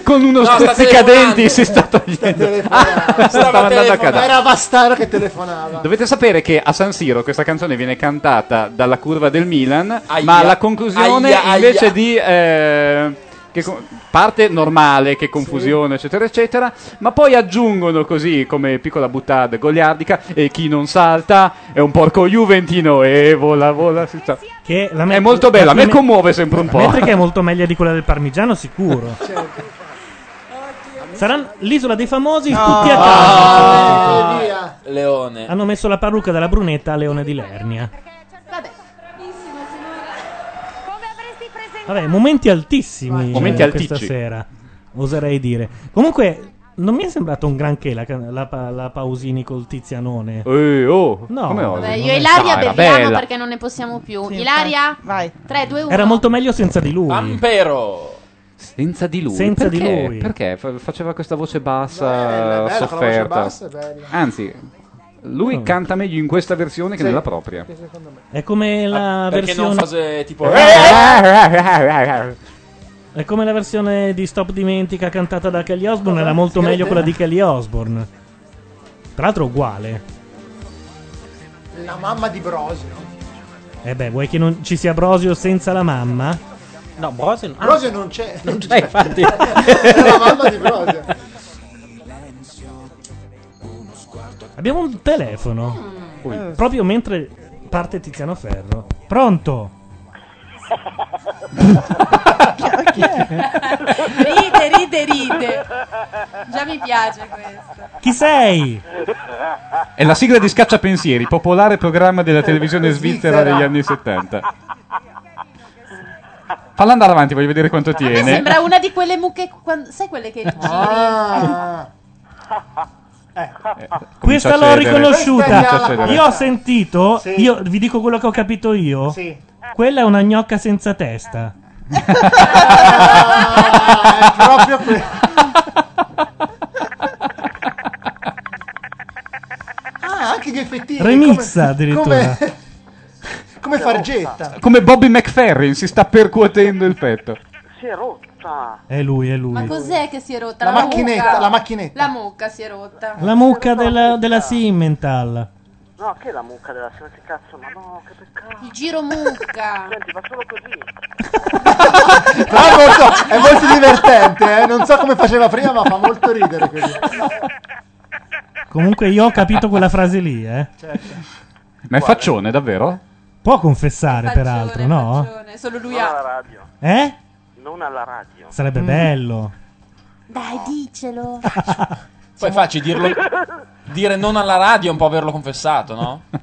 Speaker 10: con uno
Speaker 13: No, sta
Speaker 10: stuzzicadenti si sta togliendo. Ah, stava andando a
Speaker 3: Ma
Speaker 10: cadere.
Speaker 3: Era Vastaro che telefonava.
Speaker 10: Dovete sapere che a San Siro questa canzone viene cantata dalla curva del Milan, ma alla conclusione
Speaker 4: Aia, aia.
Speaker 10: invece di eh, che co- parte normale, che confusione, eccetera, eccetera, ma poi aggiungono così come piccola buttata goliardica e chi non salta è un porco juventino e vola vola. si sa.
Speaker 1: Che la
Speaker 10: è molto bella, a me
Speaker 1: la-
Speaker 10: commuove sempre un
Speaker 1: La
Speaker 10: po'.
Speaker 1: metrica è molto meglio di quella del parmigiano, sicuro.
Speaker 3: Certo.
Speaker 1: Sarà l'isola dei famosi, tutti a casa.
Speaker 4: Ah, Leone.
Speaker 1: Hanno messo la parrucca della brunetta a Leone di Lernia. Vabbè, momenti altissimi
Speaker 10: Momenti
Speaker 1: eh, questa
Speaker 10: altici.
Speaker 1: sera, oserei dire. Comunque, non mi è sembrato un granché la, can- la pa- la Pausini col Tizianone.
Speaker 10: Eh, oh,
Speaker 1: No.
Speaker 10: come oggi?
Speaker 7: Vabbè, io e Ilaria
Speaker 1: Dai, era
Speaker 7: beviamo
Speaker 1: bella.
Speaker 7: perché non ne possiamo più. Ilaria, vai. 3, 2, 1.
Speaker 1: Era molto meglio senza di lui.
Speaker 4: Ampero.
Speaker 10: Senza di lui.
Speaker 1: Senza di
Speaker 10: Perché?
Speaker 1: lui.
Speaker 10: Perché Fa- faceva questa voce bassa
Speaker 3: bella, quella voce
Speaker 10: sofferta.
Speaker 3: bassa è bella.
Speaker 10: Anzi, lui
Speaker 1: Oh.
Speaker 10: canta meglio in questa versione che
Speaker 3: Sì.
Speaker 10: nella propria.
Speaker 1: È come la
Speaker 4: Ah, Perché
Speaker 1: versione. Eh,
Speaker 4: non fase tipo.
Speaker 1: È come la versione di Stop Dimentica cantata da Kelly Osbourne. Era molto
Speaker 3: si
Speaker 1: meglio quella
Speaker 3: crede?
Speaker 1: di Kelly Osbourne. Tra l'altro, uguale.
Speaker 3: La mamma di Brosio.
Speaker 1: E Eh beh, vuoi che non ci sia Brosio senza la mamma?
Speaker 13: No, Brosio.
Speaker 3: Brosio non c'è.
Speaker 13: Non c'è, infatti.
Speaker 3: Era la mamma di Brosio.
Speaker 1: Abbiamo un telefono. Eh.
Speaker 6: Ui.
Speaker 1: Proprio mentre parte Tiziano Ferro. Pronto?
Speaker 7: Ride, ride, ride. Già mi piace questo.
Speaker 1: Chi sei?
Speaker 10: È la sigla di Scacciapensieri, popolare programma della televisione svizzera degli anni 70. Falla andare avanti, voglio vedere quanto
Speaker 11: A me
Speaker 10: tiene.
Speaker 11: sembra una di quelle mucche. quan- sai quelle che giri?
Speaker 7: Ah.
Speaker 1: Questa
Speaker 10: Comincia a
Speaker 1: l'ho
Speaker 10: cedere. Comincia a
Speaker 1: riconosciuta.
Speaker 10: cedere.
Speaker 1: Io ho sentito,
Speaker 3: Sì.
Speaker 1: io vi dico quello che ho capito io.
Speaker 3: Sì.
Speaker 1: Quella è una gnocca senza testa.
Speaker 3: Ah, è proprio que- Ah, anche gli effettini.
Speaker 10: Remix,
Speaker 3: come-
Speaker 10: addirittura.
Speaker 3: Come, come
Speaker 5: Cioè, oh,
Speaker 3: fargetta.
Speaker 10: ah, Come Bobby McFerrin si sta percuotendo il petto.
Speaker 7: Si è rotta.
Speaker 1: È lui, è lui.
Speaker 7: Ma cos'è che si è rotta?
Speaker 3: La macchinetta,
Speaker 7: mucca.
Speaker 3: la macchinetta.
Speaker 7: La mucca si è rotta.
Speaker 1: La mucca della, della Simmental.
Speaker 7: No, che la mucca della che cazzo, ma no, che peccato. Il giro mucca. Senti, ma solo così.
Speaker 3: Però è molto, Ah, è molto divertente, eh? non so come faceva prima, ma fa molto ridere così.
Speaker 1: Comunque io ho capito quella frase lì, eh.
Speaker 10: Certo.
Speaker 3: Certo.
Speaker 10: Ma è faccione, davvero?
Speaker 1: Può confessare, peraltro, no?
Speaker 7: Solo lui
Speaker 29: Non
Speaker 7: ha.
Speaker 29: alla radio.
Speaker 1: Eh?
Speaker 29: Non alla radio.
Speaker 1: Sarebbe bello.
Speaker 11: Dai, dicelo.
Speaker 5: Poi facci dirlo. Dire non alla radio è un po' averlo confessato, no?
Speaker 29: No,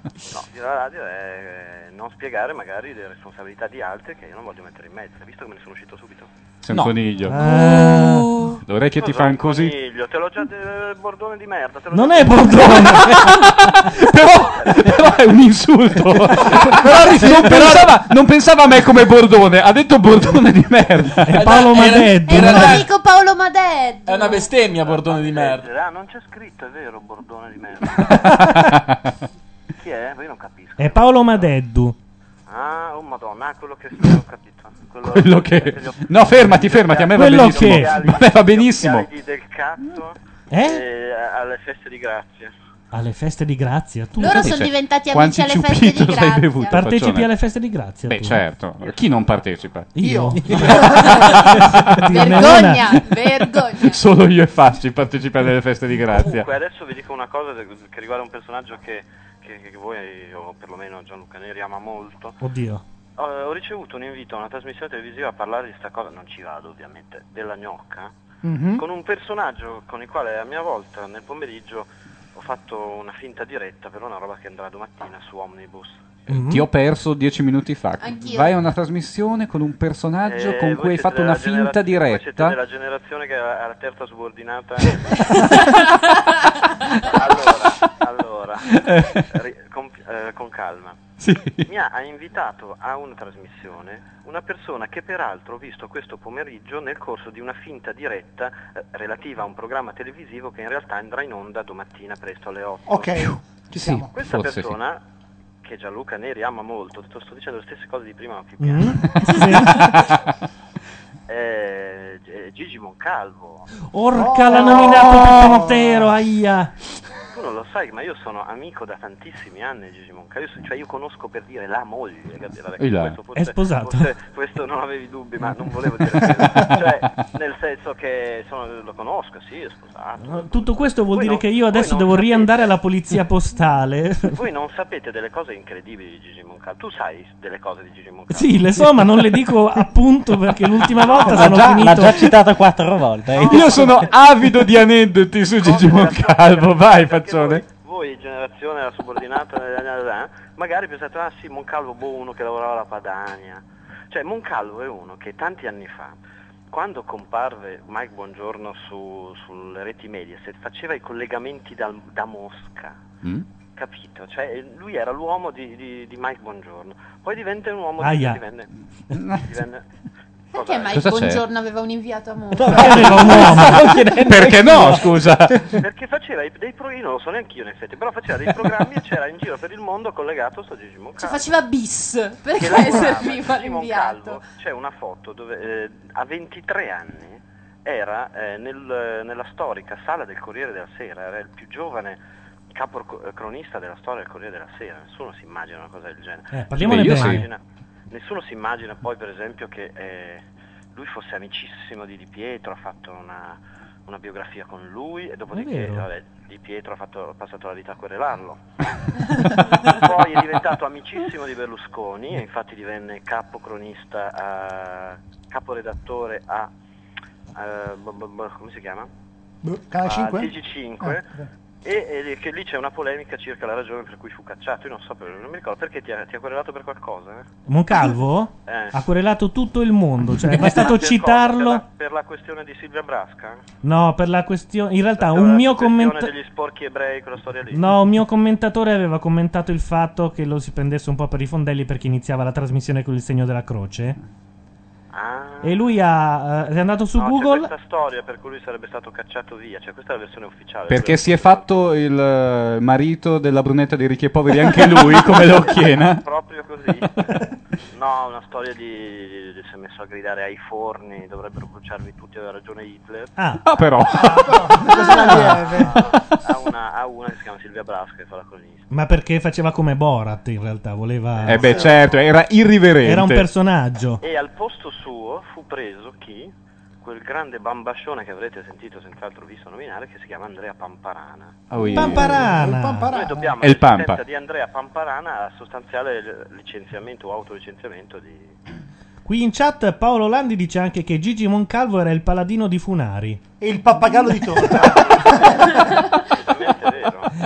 Speaker 29: dire alla radio è eh, non spiegare magari le responsabilità di altri che io non voglio mettere in mezzo. Hai visto che me ne sono uscito subito?
Speaker 10: Sei un coniglio.
Speaker 1: Ah.
Speaker 10: Le orecchie ti
Speaker 29: Cosa,
Speaker 10: fanno così.
Speaker 29: Coniglio, te l'ho già de- bordone di merda. Te l'ho
Speaker 1: Non
Speaker 29: già
Speaker 1: è
Speaker 29: detto.
Speaker 1: Bordone.
Speaker 10: però, però è un insulto. però
Speaker 29: Sì,
Speaker 10: non,
Speaker 29: però-
Speaker 10: pensava, non pensava a me come Bordone, ha detto Bordone di merda.
Speaker 1: È Paolo Madeddu.
Speaker 11: È un amico Paolo Maded.
Speaker 5: È una bestemmia, bordone di merda.
Speaker 29: Ah, non c'è scritto, è vero, bordone di merda. Chi è? Io non capisco.
Speaker 1: È Paolo Madeddu.
Speaker 29: Ah, oh madonna, ah, quello che ho capito. Quello,
Speaker 10: Quello che... No, fermati, fermati, a me va
Speaker 1: Quello
Speaker 10: benissimo.
Speaker 1: che-
Speaker 10: A me va benissimo.
Speaker 29: Gli occhiali del cazzo
Speaker 1: Eh?
Speaker 29: e alle feste di grazia.
Speaker 1: Alle feste di grazia. Tu
Speaker 11: Loro sono diventati amici alle feste di
Speaker 10: hai
Speaker 11: grazia.
Speaker 10: bevuto?
Speaker 1: Partecipi
Speaker 10: Faccione?
Speaker 1: alle feste di grazia,
Speaker 10: Beh,
Speaker 1: tu.
Speaker 10: certo. Chi non partecipa?
Speaker 1: Io.
Speaker 11: Vergogna, vergogna.
Speaker 10: Solo io e Fasci partecipare alle feste di grazia.
Speaker 29: Comunque adesso vi dico una cosa de- che riguarda un personaggio che, che- che voi, o perlomeno Gianluca Neri, ama molto.
Speaker 1: Oddio.
Speaker 29: Ho, ho ricevuto un invito a una trasmissione televisiva a parlare di sta cosa, non ci vado ovviamente, della gnocca,
Speaker 5: Mm?
Speaker 3: Mhm.
Speaker 29: con un personaggio con il quale a mia volta nel pomeriggio ho fatto una finta diretta per una roba che andrà domattina su Omnibus.
Speaker 10: Ti ho perso dieci minuti fa.
Speaker 29: Anch'io.
Speaker 10: Vai a una trasmissione con un personaggio
Speaker 29: Eh,
Speaker 10: con
Speaker 29: voi
Speaker 10: cui hai
Speaker 29: siete
Speaker 10: fatto una
Speaker 29: della genera-
Speaker 10: finta
Speaker 29: voi Siete
Speaker 10: diretta.
Speaker 29: della generazione che ha la terza subordinata. allora, allora ri- con, eh, con calma.
Speaker 10: Sì.
Speaker 29: Mi ha, ha invitato a una trasmissione una persona che peraltro ho visto questo pomeriggio nel corso di una finta diretta eh, relativa a un programma televisivo che in realtà andrà in onda domattina presto alle 8.
Speaker 3: Ok, ci siamo.
Speaker 29: Questa
Speaker 3: Forse sì.
Speaker 29: persona, che Gianluca Neri ama molto, sto, sto dicendo le stesse cose di prima ma più
Speaker 3: Mm.
Speaker 29: piano,
Speaker 3: Sì.
Speaker 29: Eh, G- Gigi Moncalvo.
Speaker 1: Orca
Speaker 29: Oh!
Speaker 1: l'ha nominato tutto intero, aia.
Speaker 29: Tu non lo sai, ma io sono amico da tantissimi anni di Gigi Moncalvo, io, so- cioè io conosco per dire la moglie, capito? Vabbè,
Speaker 1: E là.
Speaker 29: questo
Speaker 1: È sposato.
Speaker 29: forse questo non avevi dubbi, ma non volevo dire cioè, nel senso che sono- lo conosco, sì, è sposato.
Speaker 1: Tutto questo vuol
Speaker 29: Voi
Speaker 1: dire
Speaker 29: non-
Speaker 1: che io adesso
Speaker 29: voi non
Speaker 1: devo
Speaker 29: sapete-
Speaker 1: riandare alla polizia postale.
Speaker 29: Voi non sapete delle cose incredibili di Gigi Moncalvo, tu sai delle cose di Gigi Moncalvo.
Speaker 1: Sì, le so, ma non le dico appunto perché l'ultima volta
Speaker 13: L'ha
Speaker 1: sono
Speaker 13: già,
Speaker 1: finito.
Speaker 13: Ah, l'ha già citata quattro volte. eh.
Speaker 10: Io sono avido di aneddoti su Gigi Moncalvo. Vai, faccione.
Speaker 29: Voi, generazione la subordinata, eh, eh, eh, magari pensate, ah sì, Moncalvo, boh, uno che lavorava alla Padania. Cioè, Moncalvo è uno che tanti anni fa, quando comparve Mike Buongiorno su- sulle reti Mediaset, faceva i collegamenti dal- da Mosca.
Speaker 10: Mm?
Speaker 29: Capito? Cioè, lui era l'uomo di, di- di Mike Buongiorno. Poi divenne un uomo
Speaker 1: Aia.
Speaker 29: di... divenne- divenne- Cosa
Speaker 11: Perché
Speaker 29: è?
Speaker 11: mai
Speaker 10: Cosa c'è?
Speaker 11: buongiorno aveva un inviato a Monza?
Speaker 10: Perché no, scusa?
Speaker 29: Perché faceva i- dei pro, io non lo so neanche io in effetti, però faceva dei programmi e c'era in giro per il mondo collegato a sto Gigi Moncalvo.
Speaker 11: Cioè, faceva bis.
Speaker 29: Che
Speaker 11: Perché
Speaker 29: lavorava.
Speaker 11: serviva
Speaker 29: Gigi
Speaker 11: l'inviato?
Speaker 29: Moncalvo, C'è una foto dove eh, a 23 anni era eh, nel, eh, nella storica sala del Corriere della Sera, era il più giovane capocronista della storia del Corriere della Sera, nessuno si immagina una cosa del genere.
Speaker 1: Eh, parliamone
Speaker 29: Nessuno
Speaker 1: bene.
Speaker 29: si immagina- Nessuno si immagina poi per esempio che eh, lui fosse amicissimo di Di Pietro, ha fatto una, una biografia con lui e
Speaker 1: È
Speaker 29: dopodiché
Speaker 1: vero.
Speaker 29: vabbè, Di Pietro ha, fatto- ha passato la vita a querelarlo. Poi è diventato amicissimo di Berlusconi e infatti divenne capocronista, a, caporedattore a, eh, b- b- b- come si chiama?
Speaker 3: Boh, Canale Eh,
Speaker 29: a
Speaker 3: 5?
Speaker 29: TG5. E, e che lì c'è una polemica circa la ragione per cui fu cacciato. Io non so, per- non mi ricordo perché ti ha, ti ha querelato per qualcosa. eh?
Speaker 1: Moncalvo
Speaker 29: Eh. Certo,
Speaker 1: ha querelato tutto il mondo, cioè è
Speaker 29: Per
Speaker 1: bastato
Speaker 29: cosa? Per la,
Speaker 1: citarlo.
Speaker 29: per la questione di Silvia Brasca?
Speaker 1: No, per la questione. In realtà,
Speaker 29: Per
Speaker 1: un
Speaker 29: la
Speaker 1: mio
Speaker 29: questione
Speaker 1: commento.
Speaker 29: degli sporchi ebrei, quella storia lì.
Speaker 1: No, un mio commentatore aveva commentato il fatto che lo si prendesse un po' per i fondelli perché iniziava la trasmissione con il segno della croce. E lui ha, eh, è andato su
Speaker 29: Ah. No, c'è
Speaker 1: Google.
Speaker 29: questa storia per cui lui sarebbe stato cacciato via, cioè questa è la versione ufficiale.
Speaker 10: Perché si è fatto il eh, marito della brunetta dei ricchi e poveri anche lui, come lo chiena.
Speaker 29: Proprio così. No, una storia di, di si è messo a gridare ai forni, dovrebbero bruciarvi tutti, aveva ragione Hitler.
Speaker 10: Ah. Ah, però.
Speaker 1: Ah.
Speaker 29: Ha una, ha Ah, una che si chiama Silvia Brasca che fa la cronista.
Speaker 1: Ma perché faceva come Borat in realtà? Voleva.
Speaker 10: Eh beh, certo, era irriverente.
Speaker 1: Era un personaggio.
Speaker 29: E al posto suo fu preso chi? Quel grande bambascione che avrete sentito senz'altro visto nominare che si chiama Andrea Pamparana.
Speaker 10: Ah, oui.
Speaker 1: Pamparana. Il Pamparana.
Speaker 29: Noi dobbiamo
Speaker 10: È il Pampa.
Speaker 29: l'esistenza di Andrea Pamparana a sostanziale l- licenziamento o autolicenziamento di
Speaker 1: Qui in chat Paolo Landi dice anche che Gigi Moncalvo era il paladino di Funari.
Speaker 3: E il pappagallo di torta.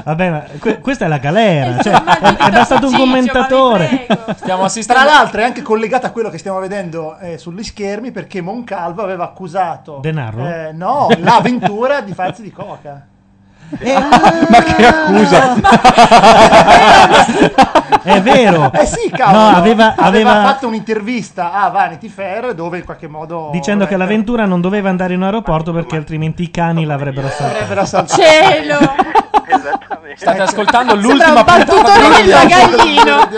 Speaker 1: Vabbè, ma que- questa è la galera. Cioè, è,
Speaker 3: esatto.
Speaker 1: è bastato un commentatore.
Speaker 3: Stiamo assistendo. Tra l'altro è anche collegata a quello che stiamo vedendo eh, sugli schermi perché Moncalvo aveva accusato
Speaker 1: Denaro?
Speaker 3: eh, no, l'avventura di farsi di coca.
Speaker 1: Eh,
Speaker 10: Ma che accusa!
Speaker 1: È vero.
Speaker 3: Eh sì, cavolo.
Speaker 1: No, aveva- aveva-
Speaker 3: fatto un'intervista a Vanity Fair dove in qualche modo
Speaker 1: Dicendo che l'avventura non doveva andare in aeroporto perché altrimenti i cani l'avrebbero assaltato.
Speaker 3: Avrebbero saltato.
Speaker 7: Cielo!
Speaker 5: State ascoltando
Speaker 7: Sembra
Speaker 5: l'ultima
Speaker 7: un battutore del bagaglino.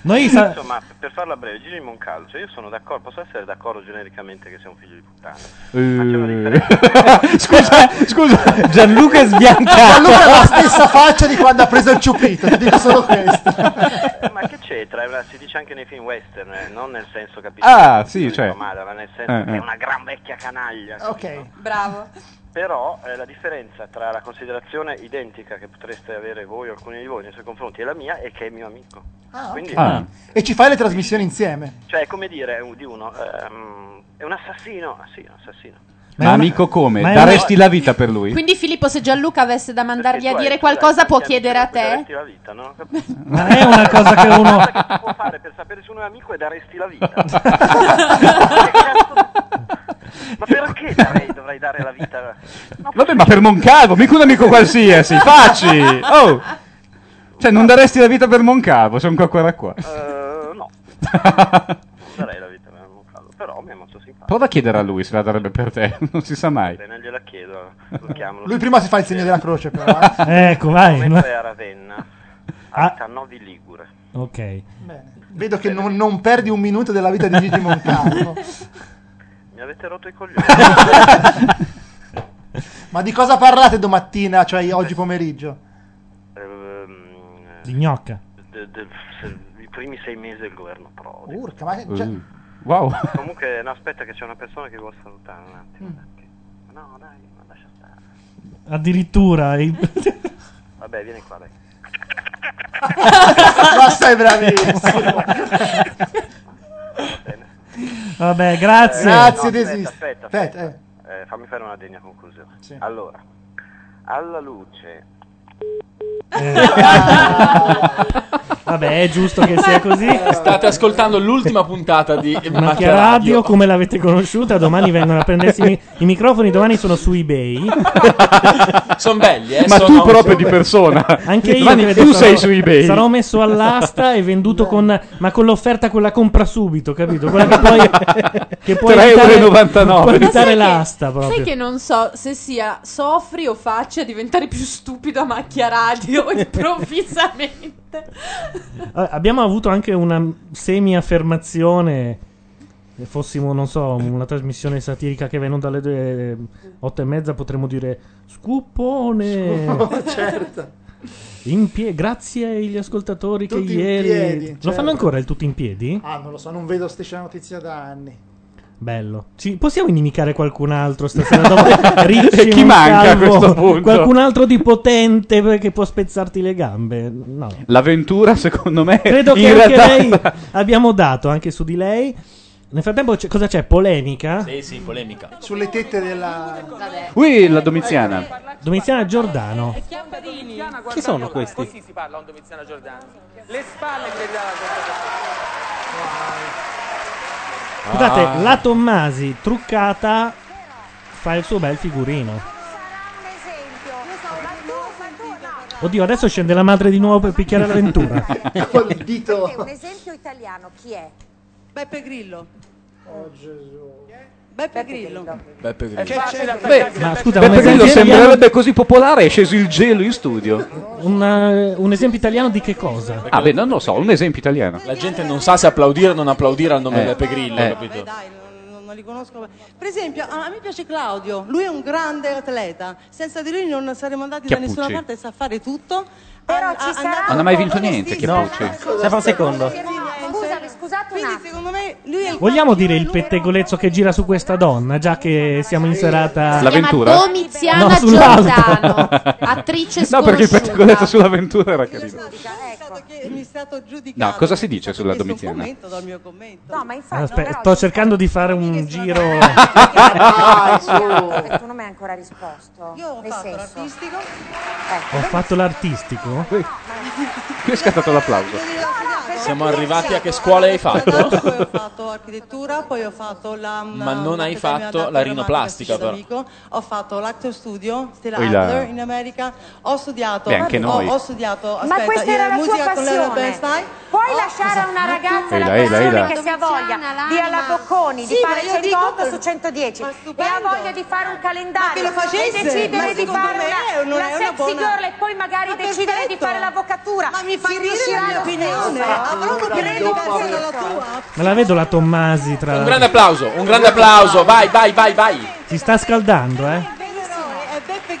Speaker 1: Noi sa-
Speaker 29: Insomma, per farla breve, Gigi Moncalvo, cioè io sono d'accordo, posso essere d'accordo genericamente che sia un figlio di puttana.
Speaker 10: Eh. scusa, scusa, Gianluca è sbiancato.
Speaker 3: Gianluca ha la stessa faccia di quando ha preso il ciupito, ti dico solo questo.
Speaker 29: Ma che c'entra? È una- si dice anche nei film western, eh, non nel senso capito
Speaker 10: Ah, sì,
Speaker 29: dico
Speaker 10: cioè.
Speaker 29: male, ma nel senso
Speaker 10: Eh,
Speaker 29: che
Speaker 10: eh.
Speaker 29: è una gran vecchia canaglia.
Speaker 3: Ok.
Speaker 7: Bravo.
Speaker 29: Però eh, la differenza tra la considerazione identica che potreste avere voi o alcuni di voi nei suoi confronti e la mia è che è mio amico.
Speaker 3: Ah,
Speaker 29: Quindi,
Speaker 10: Ah.
Speaker 1: Ah.
Speaker 3: E ci fai le trasmissioni insieme.
Speaker 29: cioè, è come dire eh, di uno, ehm, è un assassino, ah, sì, un assassino.
Speaker 10: Ma amico come?
Speaker 1: ma è una-
Speaker 10: Daresti la vita per lui?
Speaker 7: Quindi Filippo, se Gianluca avesse da mandargli
Speaker 29: Perché
Speaker 7: a
Speaker 29: tu hai-
Speaker 7: dire
Speaker 29: tu hai
Speaker 7: qualcosa, può
Speaker 29: tanti amici
Speaker 7: chiedere a
Speaker 29: per cui
Speaker 7: te?
Speaker 29: daresti la vita, no?
Speaker 1: Ma è una cosa che uno-
Speaker 29: La cosa che si può fare per sapere se uno è amico è daresti la vita. Che cazzo- Ma perché darei- dovrei dare la vita? No,
Speaker 10: Vabbè, ma per Moncalvo, mica un amico qualsiasi, facci! Oh! Cioè, non daresti la vita per Moncalvo, sono qua qua qua.
Speaker 29: eh, no. Non darei la vita per avvocato, però mi è molto simpatico.
Speaker 10: Prova a chiedere a lui se la darebbe per te, non si sa mai.
Speaker 29: Bene, gliela chiedo, lo chiamo.
Speaker 3: Lui prima si fa il segno della croce però. eh.
Speaker 1: Ecco, vai.
Speaker 29: Momento è a Ravenna, a
Speaker 1: Ah.
Speaker 29: Cannovi Ligure.
Speaker 1: Ok.
Speaker 3: Vedo che non, non perdi un minuto della vita di Gigi Moncalvo.
Speaker 29: Mi avete rotto i coglioni.
Speaker 3: Ma di cosa parlate domattina, cioè oggi pomeriggio?
Speaker 29: Ehm,
Speaker 1: Di gnocca.
Speaker 29: de- del- se- I primi sei mesi del governo Prodi.
Speaker 3: Urca, ma cioè,
Speaker 10: Wow.
Speaker 29: Comunque, no, aspetta, che c'è una persona che vuol salutare un attimo.
Speaker 3: Mm.
Speaker 29: perché- No, dai, ma lascia stare.
Speaker 1: Addirittura. il-
Speaker 29: Vabbè, vieni qua, dai.
Speaker 3: ma sei bravissimo.
Speaker 1: Vabbè, grazie.
Speaker 3: Eh, Grazie,
Speaker 29: no,
Speaker 3: Desist.
Speaker 29: Aspetta, aspetta,
Speaker 3: Aspetta,
Speaker 29: aspetta. Eh, fammi fare una degna conclusione. Allora, alla luce.
Speaker 1: Vabbè, è giusto che sia così.
Speaker 5: State ascoltando l'ultima puntata di
Speaker 1: Macchia Radio, come l'avete conosciuta, domani vengono a prendersi i, mi- i microfoni, domani sono su eBay.
Speaker 5: Sono belli, eh.
Speaker 10: Ma
Speaker 5: sono-
Speaker 10: tu proprio di persona.
Speaker 1: Anche io
Speaker 10: Giovanni,
Speaker 1: credo
Speaker 10: tu
Speaker 1: sarò-
Speaker 10: sei su eBay.
Speaker 1: Sarò messo all'asta e venduto con ma con l'offerta quella compra subito, capito? Quella che puoi che puoi
Speaker 10: 3,99
Speaker 1: evitare, puoi
Speaker 7: Ma sai
Speaker 1: evitare
Speaker 7: che-
Speaker 1: l'asta
Speaker 7: Sai
Speaker 1: proprio.
Speaker 7: che non so se sia soffri o faccia diventare più stupido a macchia radio improvvisamente.
Speaker 1: Eh, Abbiamo avuto anche una semi-affermazione. Se fossimo, non so, una trasmissione satirica che vengono dalle due, eh, otto e mezza, potremmo dire eh, scuppone.
Speaker 4: cioè,
Speaker 3: certo.
Speaker 1: In pie- grazie agli ascoltatori
Speaker 3: Tutti
Speaker 1: che
Speaker 3: in
Speaker 1: ieri
Speaker 3: piedi,
Speaker 1: lo
Speaker 3: certo.
Speaker 10: Ah.
Speaker 1: fanno ancora il tutto in piedi?
Speaker 3: Ah, non lo so, non vedo striscia la notizia da anni.
Speaker 1: Bello. Ci- possiamo inimicare qualcun altro stasera? Dopo Ricci,
Speaker 10: Chi manca a
Speaker 1: Moncalvo,
Speaker 10: questo punto?
Speaker 1: Qualcun altro di potente per- che può spezzarti le gambe? No.
Speaker 10: L'avventura, secondo me,
Speaker 1: Credo
Speaker 10: in
Speaker 1: che anche
Speaker 10: realtà
Speaker 1: lei abbiamo dato anche su di lei. Nel frattempo, c'è- cosa c'è? Polemica?
Speaker 5: Sì, sì, polemica.
Speaker 3: Sulle tette della...
Speaker 10: Qui la Domiziana.
Speaker 1: Domiziana Giordano.
Speaker 13: Chi sono questi?
Speaker 19: Così si parla a un Domiziano Giordano. Le spalle che dà
Speaker 1: Scusate,
Speaker 19: Ah.
Speaker 1: la Tommasi truccata fa il suo bel figurino. Oddio, adesso scende la madre di nuovo per picchiare l'avventura.
Speaker 3: Col dito.
Speaker 18: Un esempio italiano chi è?
Speaker 15: Beppe Grillo. Oh Gesù. Beppe Grillo.
Speaker 10: Beppe
Speaker 15: Grillo. Che Eh, c'è da
Speaker 10: Beh,
Speaker 15: attaccare?
Speaker 10: ma
Speaker 15: Beppe
Speaker 10: scusa,
Speaker 15: Grillo
Speaker 10: Beppe Grillo
Speaker 1: sembra-
Speaker 10: sembrerebbe così popolare, è sceso il gelo in studio.
Speaker 1: Un, eh, un esempio italiano di che cosa?
Speaker 10: Ah, beh, non lo so, un esempio italiano.
Speaker 5: La gente non sa se applaudire o non applaudire al nome
Speaker 10: Eh.
Speaker 5: di Beppe Grillo,
Speaker 10: Eh.
Speaker 5: capito?
Speaker 15: Non, non li conosco. Per esempio, a, a me piace Claudio, lui è un grande atleta. Senza di lui non saremmo andati
Speaker 10: Chiappucci.
Speaker 15: da nessuna parte, sa fare tutto. Però ci
Speaker 10: Non ha mai vinto niente, che
Speaker 1: No. Stefano Secondo.
Speaker 18: Scusami, scusate un attimo.
Speaker 15: Secondo me lui è
Speaker 1: Vogliamo dire il pettegolezzo che gira su questa donna, già che siamo in serata...
Speaker 10: Si chiama L'avventura?
Speaker 1: No,
Speaker 8: Domiziana
Speaker 1: sull'altra.
Speaker 8: Giordano, attrice sconosciuta.
Speaker 10: No, perché il pettegolezzo sull'avventura era carino.
Speaker 8: ecco.
Speaker 15: mi è stato giudicato.
Speaker 10: No, cosa si dice sulla Domiziana?
Speaker 15: dal mio commento.
Speaker 18: No, ma infatti,
Speaker 1: Aspe- sto cercando di fare un giro...
Speaker 18: Dai, su. Perché tu non mi hai ancora risposto. Ecco. Io ho fatto
Speaker 15: l'artistico.
Speaker 1: Ho fatto l'artistico?
Speaker 10: Qui è scattato l'applauso.
Speaker 5: Siamo arrivati a che scuola hai fatto?
Speaker 15: Ho fatto architettura, poi ho fatto la...
Speaker 5: Ma non hai fatto la
Speaker 15: la
Speaker 5: rinoplastica, però.
Speaker 15: Ho fatto l'acto studio, Stella
Speaker 5: Oi là.
Speaker 15: Adler in America. Ho studiato...
Speaker 5: Beh, anche
Speaker 15: ho-
Speaker 5: noi.
Speaker 15: Ho, studiato...
Speaker 18: Ma
Speaker 15: Aspetta,
Speaker 18: questa era la
Speaker 15: io
Speaker 18: tua
Speaker 15: musica con l'Europe
Speaker 18: passione.
Speaker 15: Einstein.
Speaker 18: Puoi lasciare a una ragazza
Speaker 15: Ehi
Speaker 18: la
Speaker 15: là, ehi là,
Speaker 18: passione
Speaker 15: ehi là.
Speaker 18: che si ha voglia di alla Bocconi, di
Speaker 15: Sì,
Speaker 18: fare
Speaker 15: ma io dico
Speaker 18: 108
Speaker 15: per-
Speaker 18: su 110 e ha voglia di fare un
Speaker 15: Ma che
Speaker 18: calendario
Speaker 15: lo facesse?
Speaker 18: e
Speaker 15: Ma
Speaker 18: decidere di
Speaker 15: secondo
Speaker 18: fare
Speaker 15: me è
Speaker 18: una,
Speaker 15: una-
Speaker 18: la
Speaker 15: è una
Speaker 18: sexy
Speaker 15: buona-
Speaker 18: girl e poi magari decidere di fare l'avvocatura. Ma mi
Speaker 15: fai
Speaker 18: si
Speaker 15: dire la
Speaker 18: riuscirà
Speaker 15: mia
Speaker 18: lo
Speaker 15: opinione?
Speaker 18: stesso.
Speaker 15: Ah, proprio che
Speaker 18: Credo
Speaker 15: non
Speaker 18: che-
Speaker 15: la tua.
Speaker 1: Me la vedo la Tommasi tra...
Speaker 5: Un grande applauso, un grande applauso, vai, vai, vai, vai.
Speaker 1: Si sta scaldando, eh?
Speaker 15: È Beppe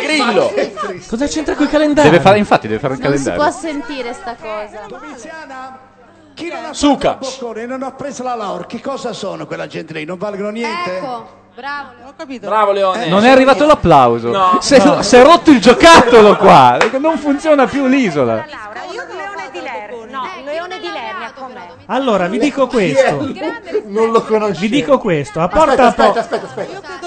Speaker 15: Grillo.
Speaker 5: Beppe Grillo.
Speaker 1: Cosa c'entra coi calendari?
Speaker 10: Deve fare, infatti, deve fare il
Speaker 8: Non si può
Speaker 10: calendario.
Speaker 8: sentire sta cosa.
Speaker 9: Chi non ha
Speaker 5: Suca.
Speaker 9: fatto il boccone e non ha preso la laurea, che cosa sono quella gente lì? Non valgono niente?
Speaker 8: Bravo, non
Speaker 15: ho capito.
Speaker 5: Bravo Leone.
Speaker 10: Eh, Non è arrivato l'applauso. Si è- si è rotto il giocattolo qua. Non funziona più l'isola.
Speaker 18: No, il leone di Lernia com'è?
Speaker 1: Allora, vi dico questo. Non lo conosco. Vi dico questo. A porta a
Speaker 3: aspetta,
Speaker 1: porta...
Speaker 3: aspetta, aspetta.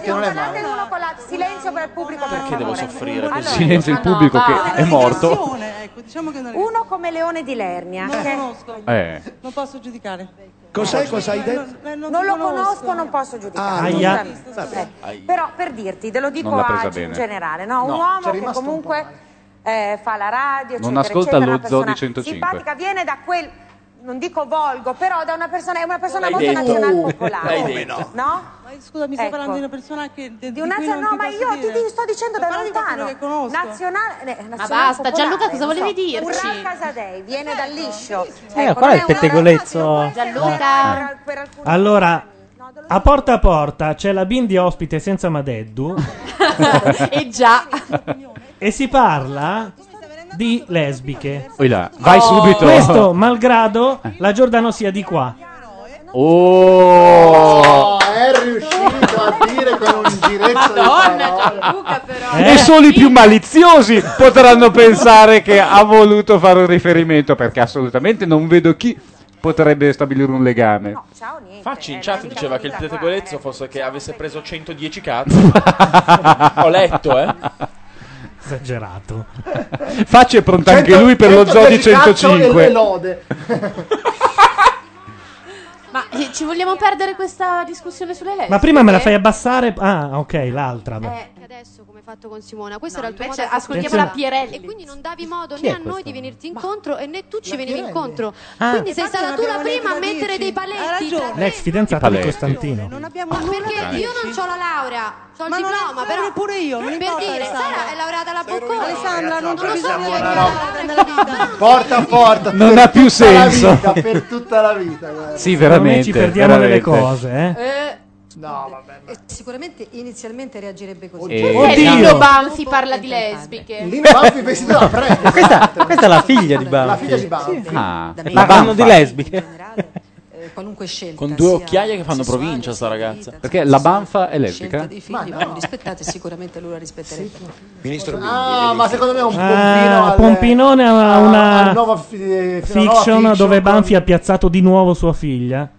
Speaker 18: Che non è uno con la silenzio per il pubblico. per
Speaker 5: Perché devo soffrire così?
Speaker 10: Silenzio il pubblico che è morto.
Speaker 18: ecco, favore. Uno come leone di Lernia. che-
Speaker 10: Eh.
Speaker 15: Non posso giudicare.
Speaker 9: Cos'è, cosa hai detto?
Speaker 18: Non, lo conosco, non posso giudicare.
Speaker 9: Ah,
Speaker 18: Giusta-
Speaker 9: non-
Speaker 18: eh,
Speaker 9: vabbè.
Speaker 18: Però per dirti, te lo dico
Speaker 10: Non l'ha
Speaker 18: a
Speaker 10: presa
Speaker 18: in
Speaker 10: bene.
Speaker 18: generale, no?
Speaker 10: No.
Speaker 18: un
Speaker 9: C'è
Speaker 18: uomo che
Speaker 9: rimasto un
Speaker 18: comunque eh, fa la radio,
Speaker 10: Non
Speaker 18: eccetera,
Speaker 10: ascolta
Speaker 18: eccetera,
Speaker 10: lo
Speaker 18: una persona
Speaker 10: Zoo di 105.
Speaker 18: Simpatica, viene da quel non dico volgo, però da una persona è una
Speaker 9: L'hai
Speaker 18: persona molto
Speaker 9: detto.
Speaker 18: nazionale
Speaker 9: Oh,
Speaker 18: popolare.
Speaker 9: l'hai detto.
Speaker 18: No?
Speaker 15: Ma scusa, mi stai
Speaker 18: Ecco.
Speaker 15: parlando di una persona che. De,
Speaker 18: Di un'altra no, ma io ti, ti sto dicendo da lontano. Nazionale, eh, nazionale
Speaker 8: basta,
Speaker 18: popolare,
Speaker 8: Gianluca, cosa
Speaker 18: non so.
Speaker 8: volevi dirci?
Speaker 18: Urrà Casadei viene dal liscio.
Speaker 1: Eh,
Speaker 18: Ecco,
Speaker 1: qual
Speaker 18: non
Speaker 1: è il
Speaker 18: un-
Speaker 1: pettegolezzo?
Speaker 8: Gianluca.
Speaker 1: Allora, a porta a porta c'è la Bindi ospite senza Madeddu
Speaker 8: e già.
Speaker 1: e si parla di lesbiche. Oh.
Speaker 10: Oi là, vai subito.
Speaker 1: Questo, malgrado la Giordano sia di qua.
Speaker 3: eh?
Speaker 10: Oh.
Speaker 3: è riuscito a dire con un giretto di
Speaker 8: Gianluca, però.
Speaker 10: E
Speaker 1: eh?
Speaker 10: solo i più maliziosi potranno pensare che ha voluto fare un riferimento perché assolutamente non vedo chi potrebbe stabilire un legame.
Speaker 5: Facci
Speaker 10: Eh,
Speaker 5: in chat diceva che il pettegolezzo fosse che avesse preso 110 cazzo. Ho letto, eh.
Speaker 1: Esagerato.
Speaker 10: Facci è pronto anche lui per lo zoo di 105.
Speaker 3: lode.
Speaker 8: Ma eh, ci vogliamo perdere questa discussione sulle leggi?
Speaker 1: Ma prima me la fai abbassare. Ah, ok, l'altra. beh.
Speaker 17: Eh, che adesso come hai fatto con Simona questo
Speaker 8: No,
Speaker 17: era il tuo
Speaker 8: invece
Speaker 17: modo di
Speaker 8: ascoltiamo
Speaker 17: affrontare.
Speaker 8: la Pirelli.
Speaker 17: e quindi non davi modo
Speaker 8: Chi
Speaker 17: né
Speaker 8: è
Speaker 17: a noi
Speaker 8: questa?
Speaker 17: di venirti incontro e né tu ci venivi
Speaker 8: Pirelli.
Speaker 17: incontro
Speaker 1: Ah.
Speaker 17: quindi sei
Speaker 8: Infatti
Speaker 17: stata
Speaker 8: non
Speaker 17: tu la
Speaker 8: abbiamo
Speaker 17: prima a
Speaker 8: neanche
Speaker 17: mettere dei paletti tra-
Speaker 1: L'ex fidanzata di
Speaker 10: Paletti.
Speaker 1: Costantino.
Speaker 17: Ma perché io non ho la laurea ho il
Speaker 15: Ma non
Speaker 17: diploma
Speaker 15: è-
Speaker 17: però
Speaker 15: neppure io, non
Speaker 17: per
Speaker 15: importa,
Speaker 17: dire
Speaker 15: Alessandra.
Speaker 17: Sara è laureata alla Bocconi
Speaker 15: Alessandra, non c'è
Speaker 17: lo so
Speaker 15: bisogno
Speaker 17: chi
Speaker 15: di
Speaker 17: è
Speaker 15: una
Speaker 17: che
Speaker 15: roba.
Speaker 17: ha la laurea nella vita
Speaker 3: Porta a porta.
Speaker 10: Non
Speaker 3: per
Speaker 10: ha più
Speaker 3: tutta la
Speaker 10: senso.
Speaker 3: vita, per tutta la vita. guarda.
Speaker 10: Sì, veramente.
Speaker 1: Secondo me ci perdiamo delle
Speaker 10: veramente.
Speaker 1: cose, eh.
Speaker 7: eh,
Speaker 3: No, vabbè.
Speaker 17: Sicuramente inizialmente reagirebbe così.
Speaker 10: Eh,
Speaker 8: Perché
Speaker 10: Oddio.
Speaker 8: Lino Banfi parla di lesbiche?
Speaker 3: Lino Banfi vestito da
Speaker 13: Ma questa, questa è la figlia di Banfi.
Speaker 3: La figlia di Banfi.
Speaker 13: Sì.
Speaker 3: Ah,
Speaker 13: E
Speaker 3: da me.
Speaker 13: parlano di
Speaker 3: Banfi.
Speaker 13: lesbiche.
Speaker 25: eh, qualunque scelta.
Speaker 5: Con due
Speaker 25: sia
Speaker 5: occhiaie che fanno provincia, sta ragazza.
Speaker 10: Perché la banfa è
Speaker 25: scelta
Speaker 10: lesbica?
Speaker 25: di figli vanno rispettate, sicuramente lui la rispetterebbe.
Speaker 1: Eh,
Speaker 4: Ministro
Speaker 3: Ah, ma secondo
Speaker 10: Eh.
Speaker 3: me è un pompino
Speaker 1: Ah,
Speaker 3: al-
Speaker 1: Pompinone ha
Speaker 3: al
Speaker 1: una
Speaker 3: nuovo fi- fi- nuova
Speaker 1: fiction dove
Speaker 3: con-
Speaker 1: Banfi ha piazzato di nuovo sua figlia.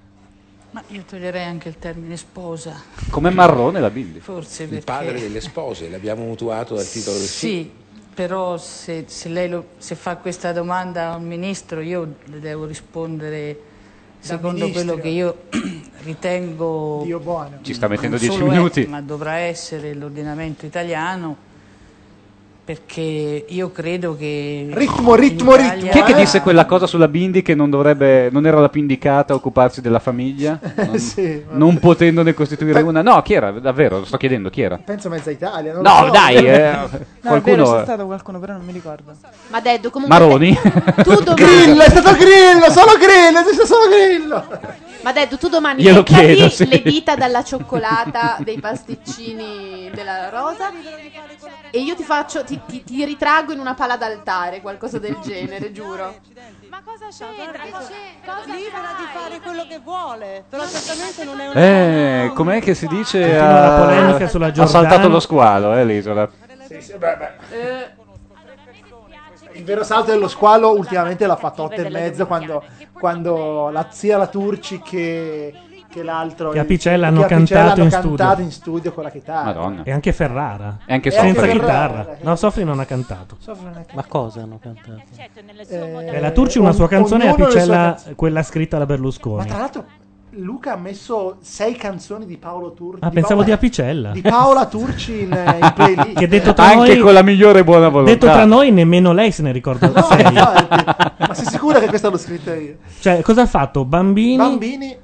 Speaker 12: Ma io toglierei anche il termine sposa.
Speaker 10: Come marrone la Billy.
Speaker 12: Forse
Speaker 10: Il
Speaker 12: perché...
Speaker 10: padre
Speaker 12: del
Speaker 4: delle spose, l'abbiamo mutuato dal titolo del film.
Speaker 12: Sì, però se, se lei lo- se fa questa domanda a un ministro io le devo rispondere secondo
Speaker 26: ministro.
Speaker 12: quello che io ritengo... Dio buono.
Speaker 10: Ci sta mettendo
Speaker 12: Non
Speaker 10: 10
Speaker 12: solo è,
Speaker 10: minuti.
Speaker 12: ma dovrà essere l'ordinamento italiano perché io credo che...
Speaker 3: Ritmo, ritmo,
Speaker 12: in Italia-
Speaker 3: ritmo.
Speaker 10: Chi è che disse quella cosa sulla Bindi che non dovrebbe, non era la più indicata a occuparsi della famiglia? Non,
Speaker 3: Sì, vabbè.
Speaker 10: non potendone costituire una? No, chi era? Davvero, lo sto chiedendo, chi era?
Speaker 3: Penso mezza Italia. non lo
Speaker 10: No,
Speaker 3: so.
Speaker 10: dai, eh,
Speaker 14: No, è vero, c'è
Speaker 10: qualcuno...
Speaker 14: stato qualcuno, però non mi ricordo.
Speaker 7: Ma Deddu, comunque.
Speaker 10: Maroni?
Speaker 7: Tu domani.
Speaker 3: Grillo, è stato Grillo, solo Grillo, è stato solo Grillo.
Speaker 7: Ma Deddu, tu domani
Speaker 10: Glielo
Speaker 7: leccati
Speaker 10: chiedo, sì.
Speaker 7: le dita dalla cioccolata dei pasticcini della rosa e io ti faccio, ti, ti- ti ritraggo in una pala d'altare, qualcosa del genere, giuro.
Speaker 8: Ma cosa c'entra? Cosa c'entra?
Speaker 15: libera di fare quello che vuole. Però certamente non è una
Speaker 10: Eh, com'è che si dice?
Speaker 1: Continua la
Speaker 10: Ha-
Speaker 1: polemica sulla
Speaker 10: ha
Speaker 1: Giordano.
Speaker 10: saltato lo squalo, eh, l'isola.
Speaker 3: Sì, sì, beh, beh. Il vero salto dello squalo ultimamente l'ha fatto otto e mezzo quando, quando la zia la Turci che, che l'altro...
Speaker 1: Che a Picella hanno
Speaker 3: che a Picella
Speaker 1: cantato in
Speaker 3: hanno cantato
Speaker 1: studio.
Speaker 3: in studio con la chitarra.
Speaker 1: E anche Ferrara.
Speaker 10: E anche
Speaker 1: senza
Speaker 10: Sofri.
Speaker 1: chitarra. No, Sofri non ha cantato.
Speaker 3: Sofri non ha cantato.
Speaker 1: Ma cosa hanno cantato?
Speaker 3: Eh,
Speaker 1: la Turci una sua
Speaker 3: ogn-
Speaker 1: canzone e a
Speaker 3: ognuno le sue
Speaker 1: Picella
Speaker 3: canzoni.
Speaker 1: quella scritta da
Speaker 3: Ma
Speaker 1: Berlusconi.
Speaker 3: tra l'altro Luca ha messo sei canzoni di Paolo Turci.
Speaker 1: Ah, pensavo di
Speaker 3: Paola-
Speaker 1: Apicella.
Speaker 3: Di Paola Turci in, eh, in playlist.
Speaker 1: Che detto tra
Speaker 10: Anche
Speaker 1: noi-
Speaker 10: con la migliore buona volontà.
Speaker 1: Detto tra noi, nemmeno lei se ne ricorda. sei.
Speaker 3: Ma sei sicura che questa l'ho scritta io?
Speaker 1: Cioè, cosa ha fatto? Bambini.
Speaker 3: Bambini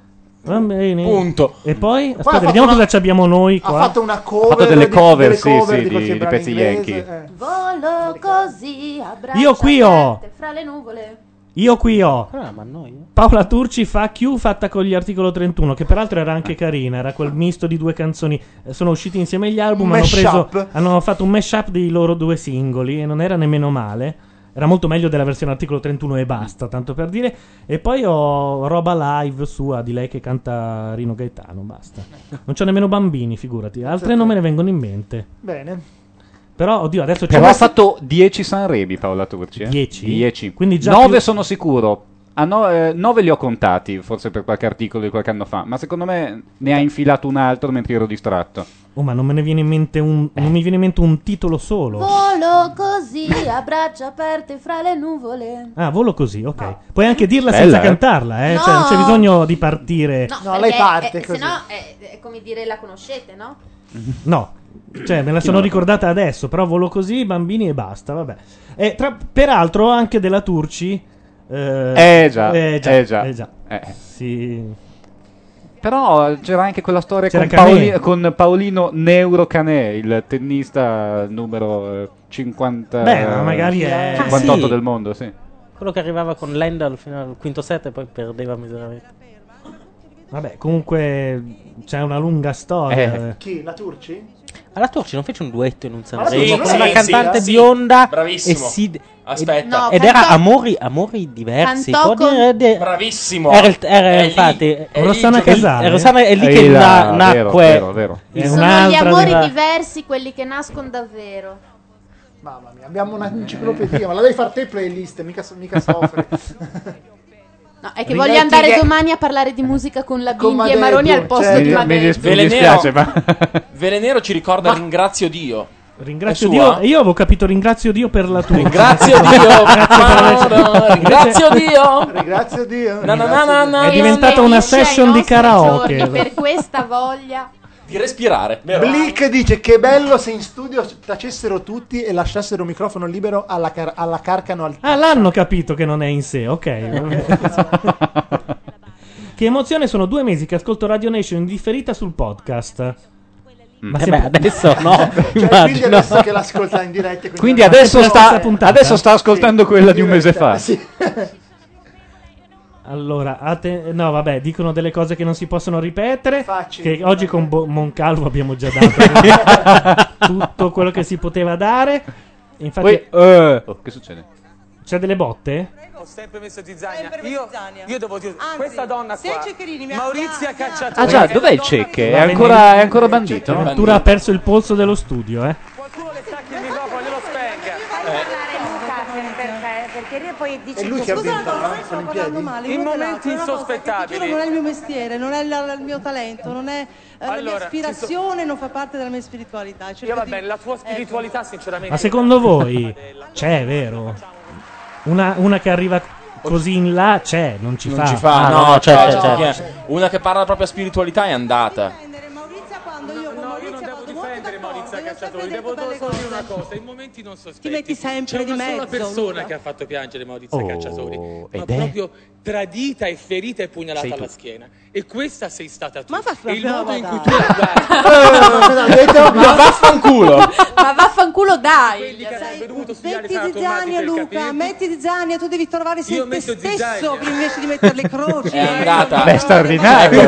Speaker 1: Bambini.
Speaker 5: Punto.
Speaker 1: E poi,
Speaker 3: ha
Speaker 1: aspetta,
Speaker 3: fatto
Speaker 1: vediamo
Speaker 3: una-
Speaker 1: cosa ci abbiamo noi
Speaker 3: ha
Speaker 1: qua.
Speaker 3: fatto una cover.
Speaker 10: fatto delle
Speaker 3: di-
Speaker 10: cover,
Speaker 3: delle
Speaker 10: sì,
Speaker 3: cover
Speaker 10: sì,
Speaker 3: di, qualche
Speaker 10: di- di
Speaker 3: brano
Speaker 10: pezzi
Speaker 3: inglese,
Speaker 10: Yankee.
Speaker 3: eh.
Speaker 8: Volo così, abbraccia
Speaker 1: Io qui ho-
Speaker 8: aperte fra le nuvole.
Speaker 3: eh.
Speaker 1: Io qui
Speaker 10: Oh.
Speaker 1: ho.
Speaker 13: Ah, ma noi.
Speaker 1: Paola Turci fa Q fatta con gli articolo 31, che peraltro era anche carina, era quel misto di due canzoni. Eh, Sono usciti insieme gli album,
Speaker 3: Un
Speaker 1: hanno, preso,
Speaker 3: mashup.
Speaker 1: hanno fatto un mashup dei loro due singoli e non era nemmeno male. Era molto meglio della versione articolo 31 e basta, tanto per dire. E poi ho roba live sua di lei che canta Rino Gaetano, basta. Non c'ho nemmeno bambini, figurati. Altre non me ne vengono in mente.
Speaker 3: Bene.
Speaker 1: Però, oddio, adesso Cioè, c'è
Speaker 10: Però
Speaker 1: una-
Speaker 10: ha fatto 10 Sanremi Paola Turci.
Speaker 1: 10?
Speaker 10: 10.
Speaker 1: Quindi già
Speaker 10: 9
Speaker 1: più-
Speaker 10: sono sicuro. 9 li ho contati, forse per qualche articolo di qualche anno fa. Ma secondo me ne ha infilato un altro mentre ero distratto.
Speaker 1: Oh, ma non me ne viene in mente un. Non mi viene in mente un titolo solo.
Speaker 8: Volo così, a braccia aperte fra le nuvole.
Speaker 1: Ah, volo così, ok. Puoi anche dirla
Speaker 10: Bella,
Speaker 1: senza
Speaker 10: eh.
Speaker 1: cantarla, eh? Cioè, non c'è
Speaker 8: No.
Speaker 1: bisogno di partire. No,
Speaker 3: lei parte
Speaker 8: Se
Speaker 3: così.
Speaker 8: no, è, è come dire la conoscete, no?
Speaker 1: Cioè, me la sono ricordata adesso, però volo così, bambini e basta, vabbè. E tra- peraltro anche della Turci... Eh,
Speaker 10: Eh già,
Speaker 1: eh già,
Speaker 10: eh già.
Speaker 1: eh già. Sì.
Speaker 10: Però c'era anche quella storia
Speaker 1: C'era
Speaker 10: con,
Speaker 1: Canè.
Speaker 10: Paoli- con Paolino Neuro Canè, il tennista numero eh, 50
Speaker 13: Beh, ma magari è-
Speaker 10: 58
Speaker 13: Ah, sì.
Speaker 10: del mondo, sì.
Speaker 13: Quello che arrivava con Landal fino al quinto set e poi perdeva miseramente.
Speaker 1: Vabbè, comunque c'è una lunga storia.
Speaker 13: Eh.
Speaker 3: Chi? La Turci?
Speaker 13: Alla Torci non fece un duetto in un
Speaker 3: Alla
Speaker 13: Sanremo
Speaker 3: Turci
Speaker 13: con
Speaker 3: sì,
Speaker 13: una
Speaker 3: sì,
Speaker 13: cantante
Speaker 3: sì.
Speaker 13: bionda
Speaker 5: Bravissimo.
Speaker 13: e si-
Speaker 5: Aspetta.
Speaker 13: ed,
Speaker 5: No,
Speaker 13: ed
Speaker 5: cantò-
Speaker 13: era amori, amori diversi.
Speaker 5: cantò
Speaker 13: può
Speaker 5: con-
Speaker 13: dire- de-
Speaker 5: Bravissimo.
Speaker 13: Era, il- era
Speaker 5: È lì,
Speaker 13: infatti
Speaker 5: è lì Rossana
Speaker 13: è lì-
Speaker 5: Casale.
Speaker 13: è Rossana è lì
Speaker 10: Eh,
Speaker 13: che
Speaker 10: là,
Speaker 13: na- nacque.
Speaker 10: vero, vero, vero.
Speaker 13: il-
Speaker 10: È
Speaker 8: Sono gli
Speaker 13: un'altra
Speaker 8: amori
Speaker 13: della-
Speaker 8: diversi, quelli che nascono davvero.
Speaker 3: Mamma mia, abbiamo un'enciclopedia, ma la devi fare te playlist, mica, so- mica soffre.
Speaker 7: No, è che
Speaker 3: Ringrazio
Speaker 7: voglio andare
Speaker 3: che-
Speaker 7: domani a parlare di musica con la
Speaker 3: Con
Speaker 7: Bindi e
Speaker 3: Madeddu,
Speaker 7: Maroni
Speaker 4: Eh,
Speaker 7: al posto
Speaker 4: certo.
Speaker 3: cioè,
Speaker 7: di
Speaker 3: mi- mi
Speaker 7: Madeddu.
Speaker 10: dis- mi
Speaker 5: Velenero-
Speaker 10: dispiace, ma
Speaker 5: Velenero ci ricorda Ringrazio Dio.
Speaker 1: Ringrazio
Speaker 5: È
Speaker 1: Dio.
Speaker 5: sua?
Speaker 1: Io avevo capito ringrazio Dio per la Turci.
Speaker 5: Ringrazio Dio. Paolo, Ringrazio Dio.
Speaker 3: Ringrazio Dio.
Speaker 5: Na, na, na, na, na.
Speaker 1: È diventata una session di karaoke.
Speaker 7: Giorni, per questa voglia.
Speaker 5: Di respirare.
Speaker 3: Blick dice che bello se in studio tacessero tutti e lasciassero il microfono libero alla, car- alla carcano al
Speaker 1: Ah, l'hanno capito che non è in sé, ok. che emozione, sono due mesi che ascolto Radio Nation in differita sul podcast.
Speaker 10: Eh
Speaker 1: sempre-
Speaker 10: beh, adesso no,
Speaker 3: Cioè, quindi adesso che l'ascolta in diretta. Quindi,
Speaker 10: Quindi
Speaker 3: non-
Speaker 1: sempre
Speaker 10: adesso
Speaker 1: la
Speaker 10: sta,
Speaker 1: stessa puntata?
Speaker 10: adesso sta ascoltando
Speaker 1: Sì,
Speaker 10: quella di un mese
Speaker 1: diretta,
Speaker 10: fa.
Speaker 1: sì. Allora, atte- no, vabbè, dicono delle cose che non si possono ripetere.
Speaker 3: Facili,
Speaker 1: che oggi con Bo- Moncalvo abbiamo già dato tutto quello che si poteva dare. Infatti,
Speaker 10: Poi, eh, oh, che succede?
Speaker 1: C'è delle botte?
Speaker 16: Ho sempre messo zizzania. Io, io devo dire, questa donna
Speaker 15: se
Speaker 16: qua,
Speaker 15: Ceccherini mi ha-
Speaker 16: Maurizia Cacciatore.
Speaker 10: Ah già, dov'è il cecche? È
Speaker 1: Va
Speaker 10: ancora,
Speaker 1: bene.
Speaker 10: è ancora bandito?
Speaker 1: Addirittura ha perso il polso dello studio, eh.
Speaker 18: Eh. perché poi dice
Speaker 15: lui che ha Scusa, vinto, no, no? Sono in piedi? male,
Speaker 16: In
Speaker 15: uno
Speaker 16: momenti
Speaker 15: dell'altro, una cosa che ti giuro non è il
Speaker 16: insospettabili.
Speaker 15: mio mestiere, non è la- il mio talento, non è eh, la mia
Speaker 16: Allora, ci so-
Speaker 15: aspirazione, non fa parte della mia spiritualità. Cerco
Speaker 16: Io va
Speaker 15: di-
Speaker 16: bene, la
Speaker 7: Ecco.
Speaker 16: tua spiritualità
Speaker 10: Eh.
Speaker 16: sinceramente...
Speaker 1: Ma secondo voi c'è, vero? Una, una che arriva così in là c'è, non ci
Speaker 4: Non
Speaker 1: fa.
Speaker 4: ci
Speaker 10: Ah,
Speaker 4: fa, Ah, no, certo, c'è, c'è, c'è. Una che parla la propria spiritualità è andata.
Speaker 16: Maurizia Cacciatore, devo solo dire una cosa, in momenti non sospetti.
Speaker 15: Ti metti sempre
Speaker 16: C'è
Speaker 15: di
Speaker 16: una sola
Speaker 15: mezzo,
Speaker 16: persona
Speaker 15: Luca.
Speaker 16: che ha fatto piangere Maurizia
Speaker 10: Oh,
Speaker 16: Cacciatori, ma
Speaker 10: ed è?
Speaker 16: proprio tradita e ferita e pugnalata
Speaker 10: Sei tu.
Speaker 16: alla schiena. E questa sei stata tu.
Speaker 15: Ma fa
Speaker 16: E il
Speaker 15: proprio
Speaker 16: modo in
Speaker 15: la
Speaker 16: cui tu
Speaker 15: dai.
Speaker 16: la
Speaker 4: Eh,
Speaker 10: Ma vaffanculo!
Speaker 7: Ma vaffanculo, dai!
Speaker 15: Metti zizzania Luca, metti zizzania, tu devi trovare se te stesso invece di mettere le croci.
Speaker 4: È andata.
Speaker 10: Beh, straordinario.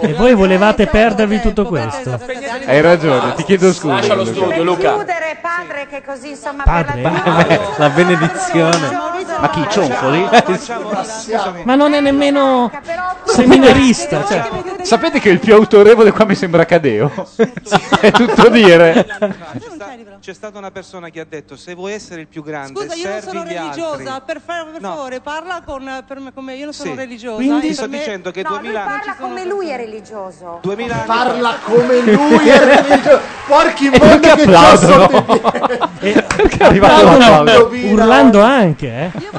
Speaker 1: E voi volevate perdervi tutto questo?
Speaker 10: Hai ragione, ti chiedo scusa.
Speaker 4: Lascia lo studio, Luca.
Speaker 18: chiudere padre che così insomma
Speaker 1: Padre?
Speaker 18: per la
Speaker 10: La benedizione. Ma chi, Cionfoli?
Speaker 1: Ma non è nemmeno
Speaker 10: seminarista. sapete che il più autorevole qua mi sembra Cadeo? È tutto dire.
Speaker 16: C'è stata una persona che ha detto se vuoi essere il più grande,
Speaker 15: Scusa, io non
Speaker 16: servi
Speaker 15: sono
Speaker 16: gli
Speaker 15: religiosa,
Speaker 16: altri.
Speaker 15: per, fa- per
Speaker 16: No.
Speaker 15: favore, parla con, per me, con me, io non sono
Speaker 16: Sì.
Speaker 15: religiosa.
Speaker 16: Quindi?
Speaker 15: eh, per
Speaker 16: Sto
Speaker 15: me-
Speaker 16: dicendo che
Speaker 15: No, lui
Speaker 16: 2000
Speaker 15: parla
Speaker 18: parla come lui è religioso
Speaker 16: 2000 anni
Speaker 3: Parla
Speaker 16: fa.
Speaker 3: come lui è religioso. Porchi
Speaker 10: E
Speaker 3: mondi
Speaker 10: perché
Speaker 3: che c'ho
Speaker 10: applaudono?
Speaker 3: sotto i piedi.
Speaker 10: Perché è arrivato l'applauso?
Speaker 1: Urlando anche, eh.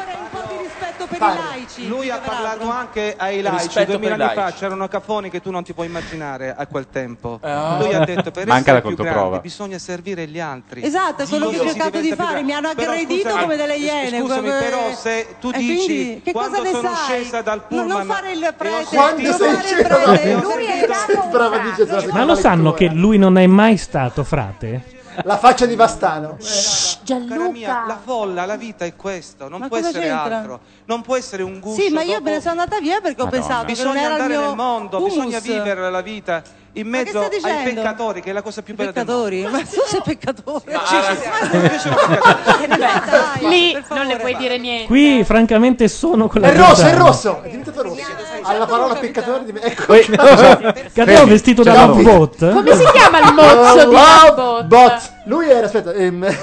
Speaker 16: Lui ha parlato anche ai laici.
Speaker 4: Rispetto per i
Speaker 16: 2000 anni fa
Speaker 4: laici.
Speaker 16: c'erano cafoni che tu non ti puoi immaginare a quel tempo. Lui ha detto per
Speaker 10: Manca la
Speaker 16: essere più
Speaker 10: controprova.
Speaker 16: grandi bisogna servire gli altri.
Speaker 15: Esatto, è quello
Speaker 16: Così
Speaker 15: che ho
Speaker 16: si
Speaker 15: cercato di
Speaker 16: diventa più
Speaker 15: fare,
Speaker 16: grandi.
Speaker 15: mi hanno
Speaker 16: Però,
Speaker 15: aggredito
Speaker 16: scusa,
Speaker 15: come delle
Speaker 16: eh,
Speaker 15: iene.
Speaker 16: Scusami,
Speaker 15: proprio,
Speaker 16: però
Speaker 15: eh.
Speaker 16: se tu
Speaker 15: E
Speaker 16: dici
Speaker 15: quindi, che
Speaker 16: quando
Speaker 15: cosa ne
Speaker 16: sono
Speaker 15: sai?
Speaker 16: scesa dal
Speaker 15: No,
Speaker 16: pullman
Speaker 15: non fare il prete,
Speaker 3: Quando
Speaker 15: non
Speaker 3: sei
Speaker 15: fare il
Speaker 3: sceso dal
Speaker 15: prete.
Speaker 3: pullman?
Speaker 15: Lui è
Speaker 3: Brava, dice tra
Speaker 1: Ma lo sanno che lui non è mai stato frate?
Speaker 3: La faccia di Vastano.
Speaker 16: Cara mia, la folla, la vita è questo, non
Speaker 15: Ma
Speaker 16: può
Speaker 15: cosa
Speaker 16: essere
Speaker 15: c'entra?
Speaker 16: altro. Non può essere un gusto.
Speaker 15: Sì, ma io
Speaker 16: dopo-
Speaker 15: me ne sono andata via perché ho pensato che non
Speaker 16: bisogna
Speaker 15: era il
Speaker 16: andare
Speaker 15: mio
Speaker 16: nel mondo,
Speaker 15: humus.
Speaker 16: bisogna vivere la vita in mezzo
Speaker 15: sta
Speaker 16: ai
Speaker 15: dicendo?
Speaker 16: peccatori, che è la cosa più bella
Speaker 15: Peccatori,
Speaker 16: del
Speaker 15: ma
Speaker 16: mondo.
Speaker 15: tu sei peccatore.
Speaker 16: Sì, sì, sì,
Speaker 15: Ma-
Speaker 16: anche se sono peccatori.
Speaker 15: Che ne dai,
Speaker 7: Lì
Speaker 15: per
Speaker 7: non
Speaker 15: favore,
Speaker 7: le puoi
Speaker 15: va.
Speaker 7: dire niente.
Speaker 1: Qui, francamente, sono quella.
Speaker 3: È rosso, è
Speaker 1: puntata.
Speaker 3: rosso. È diventato rosso. Alla parola peccatore di Ecco. cioè,
Speaker 10: Poi-
Speaker 1: Cadeo Cioè, vestito da
Speaker 3: Ciao.
Speaker 1: Bob Bot.
Speaker 7: Come si chiama il mozzo di Bob?
Speaker 3: Bot. Lui era, aspetta, ehm,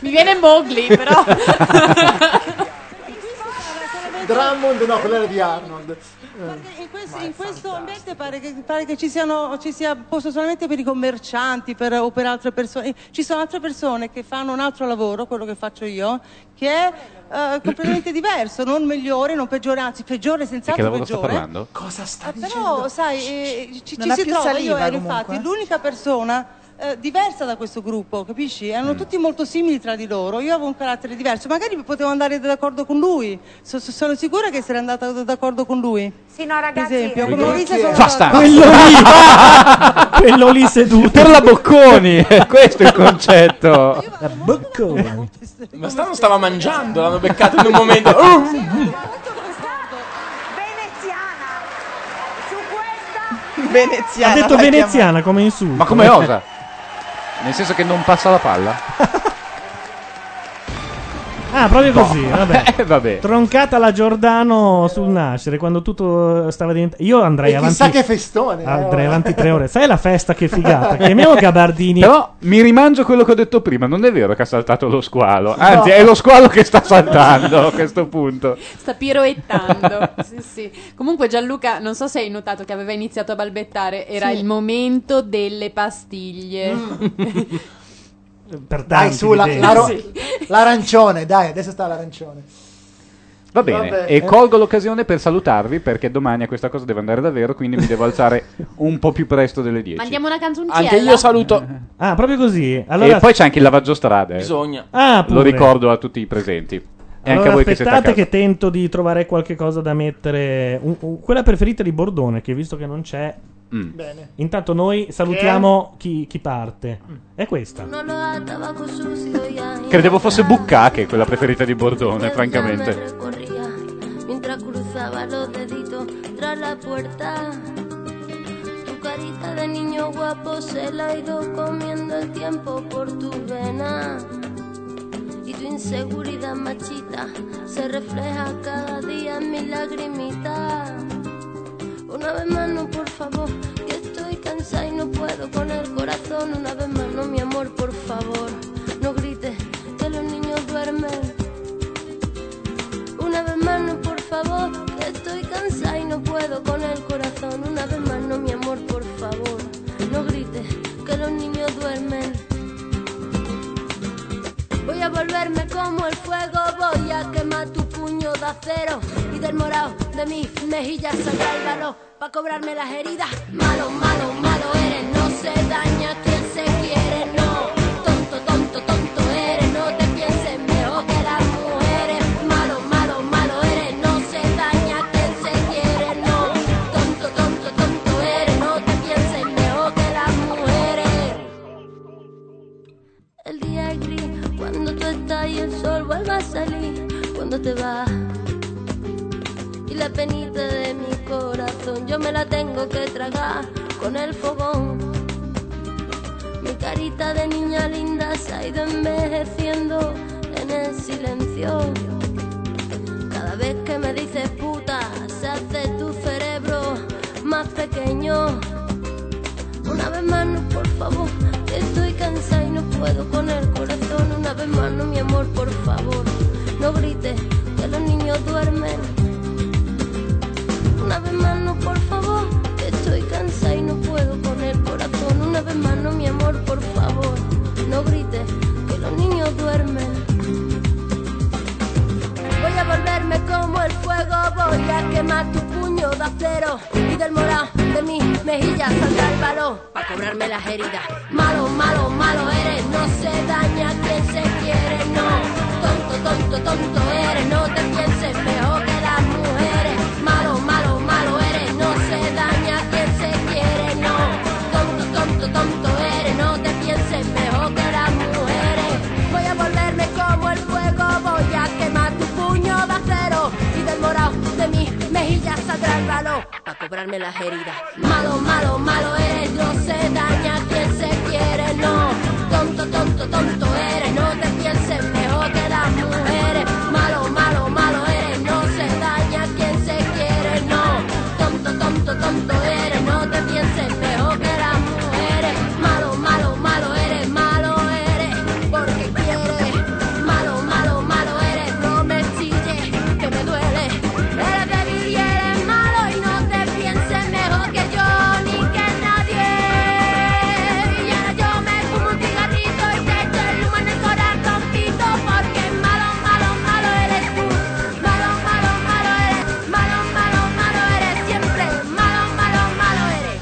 Speaker 7: Mi viene Mowgli, però.
Speaker 3: Drummond, no, quello era di Arnold.
Speaker 15: Perché in questo, in questo ambiente pare che, pare che ci, siano, ci sia posto solamente per i commercianti per- o per altre persone. Ci sono altre persone che fanno un altro lavoro, quello che faccio io, che è eh, completamente diverso, non migliore, non peggiore, anzi peggiore,
Speaker 10: Di che
Speaker 15: senz'altro
Speaker 10: lavoro sta
Speaker 15: peggiore.
Speaker 10: parlando?
Speaker 3: Cosa sta
Speaker 15: Eh, però, sai, eh, ci,
Speaker 5: Non
Speaker 15: ci
Speaker 5: ha
Speaker 15: si
Speaker 5: più
Speaker 15: trova, io
Speaker 5: saliva,
Speaker 15: ero
Speaker 5: comunque,
Speaker 15: infatti
Speaker 5: eh.
Speaker 15: l'unica persona eh, diversa da questo gruppo, capisci? Erano tutti molto simili tra di loro, io avevo un carattere diverso, magari potevo andare d'accordo con lui, So- so- sono sicura che sarei andata d'accordo con lui.
Speaker 18: sì no
Speaker 15: Ad
Speaker 18: ragazzi
Speaker 15: esempio, con
Speaker 18: non
Speaker 15: Maurizio sono
Speaker 10: Basta!
Speaker 15: d'accordo.
Speaker 10: Quello lì!
Speaker 1: Quello lì seduto!
Speaker 10: Per la Bocconi! Questo è il concetto!
Speaker 1: Bocconi!
Speaker 4: Ma Stano stava mangiando, l'hanno beccato in un momento. Oh!
Speaker 5: Veneziana.
Speaker 1: Ha detto
Speaker 5: la chiama-
Speaker 1: veneziana come insulto.
Speaker 10: Ma come osa? Nel senso che non passa la palla?
Speaker 1: Ah, proprio così, vabbè.
Speaker 10: Eh, vabbè.
Speaker 1: Troncata la Giordano sul nascere quando tutto stava diventando. Io andrei
Speaker 3: E
Speaker 1: avanti.
Speaker 3: chissà che festone. eh,
Speaker 1: Andrei
Speaker 3: ora.
Speaker 1: avanti tre ore. Sai la festa che figata? Chiamiamo Gabardini.
Speaker 10: Però mi rimangio quello che ho detto prima, non è vero che ha saltato lo squalo, anzi è lo squalo che sta saltando a questo punto.
Speaker 7: Sta piroettando. Sì, sì. Comunque, Gianluca, non so se hai notato che aveva iniziato a balbettare. Era
Speaker 3: Sì.
Speaker 7: il momento delle pastiglie.
Speaker 1: Per
Speaker 3: Dai,
Speaker 1: tanti
Speaker 3: su, la-
Speaker 1: di te.
Speaker 3: la ro- l'arancione, dai, adesso sta l'arancione.
Speaker 10: Va bene,
Speaker 3: Vabbè,
Speaker 10: e
Speaker 3: eh.
Speaker 10: colgo l'occasione per salutarvi perché domani a questa cosa devo andare davvero, quindi mi devo alzare un po' più presto delle 10.
Speaker 7: Mandiamo una canzoncina.
Speaker 4: Anche io saluto.
Speaker 1: Ah, proprio così. Allora,
Speaker 10: E poi c'è anche il lavaggio strade.
Speaker 4: Bisogna.
Speaker 1: Ah,
Speaker 10: Lo
Speaker 1: pure.
Speaker 10: ricordo a tutti i presenti. E anche
Speaker 1: allora
Speaker 10: a voi che siete a
Speaker 1: aspettate
Speaker 10: casa.
Speaker 1: che, tento di trovare qualche cosa da mettere. Un- un- quella preferita di Bordone, che visto che non c'è.
Speaker 10: Mm.
Speaker 3: Bene.
Speaker 1: Intanto noi salutiamo chi, chi parte. È questa.
Speaker 10: Credevo fosse Buccà che è quella preferita di Bordone, francamente.
Speaker 2: recorría mientras cruzaba los deditos tras la puerta. Tu carita de niño guapo se la ha ido comiendo el tiempo por tus venas. Y tu tu inseguridad machita se refleja cada día en mi lagrimita. Una vez más, no, por favor, que estoy cansada y no puedo con el corazón. Una vez más, no, mi amor, por favor, no grites que los niños duermen. Una vez más, no, por favor, que estoy cansada y no puedo con el corazón. Una vez más, no, mi amor, por favor, no grites que los niños duermen. Voy a volverme como el fuego, voy a quemar tu puño de acero y del morado de mis mejillas sacar el valor pa' cobrarme las heridas. Malo, malo, malo eres, no se daña quien se quiere, no. Tonto, tonto, tonto eres, no te pienses mejor que las mujeres. Malo, malo, malo eres, no se daña quien se quiere, no. Tonto, tonto, tonto eres, no te pienses mejor que las mujeres. El día es gris, cuando tú estás y el sol vuelve a salir, cuando te vas. Y la penita de mi corazón yo me la tengo que tragar con el fogón. Mi carita de niña linda se ha ido envejeciendo en el silencio. Cada vez que me dices puta, se hace tu cerebro más pequeño. Una vez más, no, por favor, que estoy cansada y no puedo con el corazón. Una vez más, no, mi amor, por favor, no grites que los niños duermen. Una vez más, no, por favor, que estoy cansada y no puedo con el corazón. Una vez más, no, mi amor, por favor, no grites que los niños duermen. Voy a volverme como el fuego, voy a quemar tu puño de acero y del morado de mis mejillas saldrá el valor para cobrarme las heridas. Malo, malo, malo eres, no se daña quien se quiere, no. Tonto, tonto, tonto eres, no te pienses mejor que las mujeres. Malo, malo, malo eres, no se daña quien se quiere, no. Tonto, tonto, tonto eres, no te pienses mejor que las mujeres. Voy a volverme como el fuego, voy a quemar tu puño de acero y del morado de mis mejillas saldrá el valor para cobrarme las heridas. Malo, malo, malo eres, no se daña quien se quiere, no. Tonto, tonto, tonto eres, no te pienses mejor que las mujeres. Malo, malo, malo eres, no se daña quien se quiere, no. Tonto, tonto, tonto eres, no te pienses mejor que las mujeres. Malo, malo, malo eres, malo eres, porque quieres. Malo, malo, malo eres, no me chilles, que me duele. Eres débil y eres malo y no te pienses mejor que yo ni que nadie. Y ahora yo me fumo un cigarrito y te echo el humo en el corazón, pito, porque malo, malo, malo eres tú. Malo, malo, malo eres, malo, malo, malo eres siempre. Malo, malo, malo eres.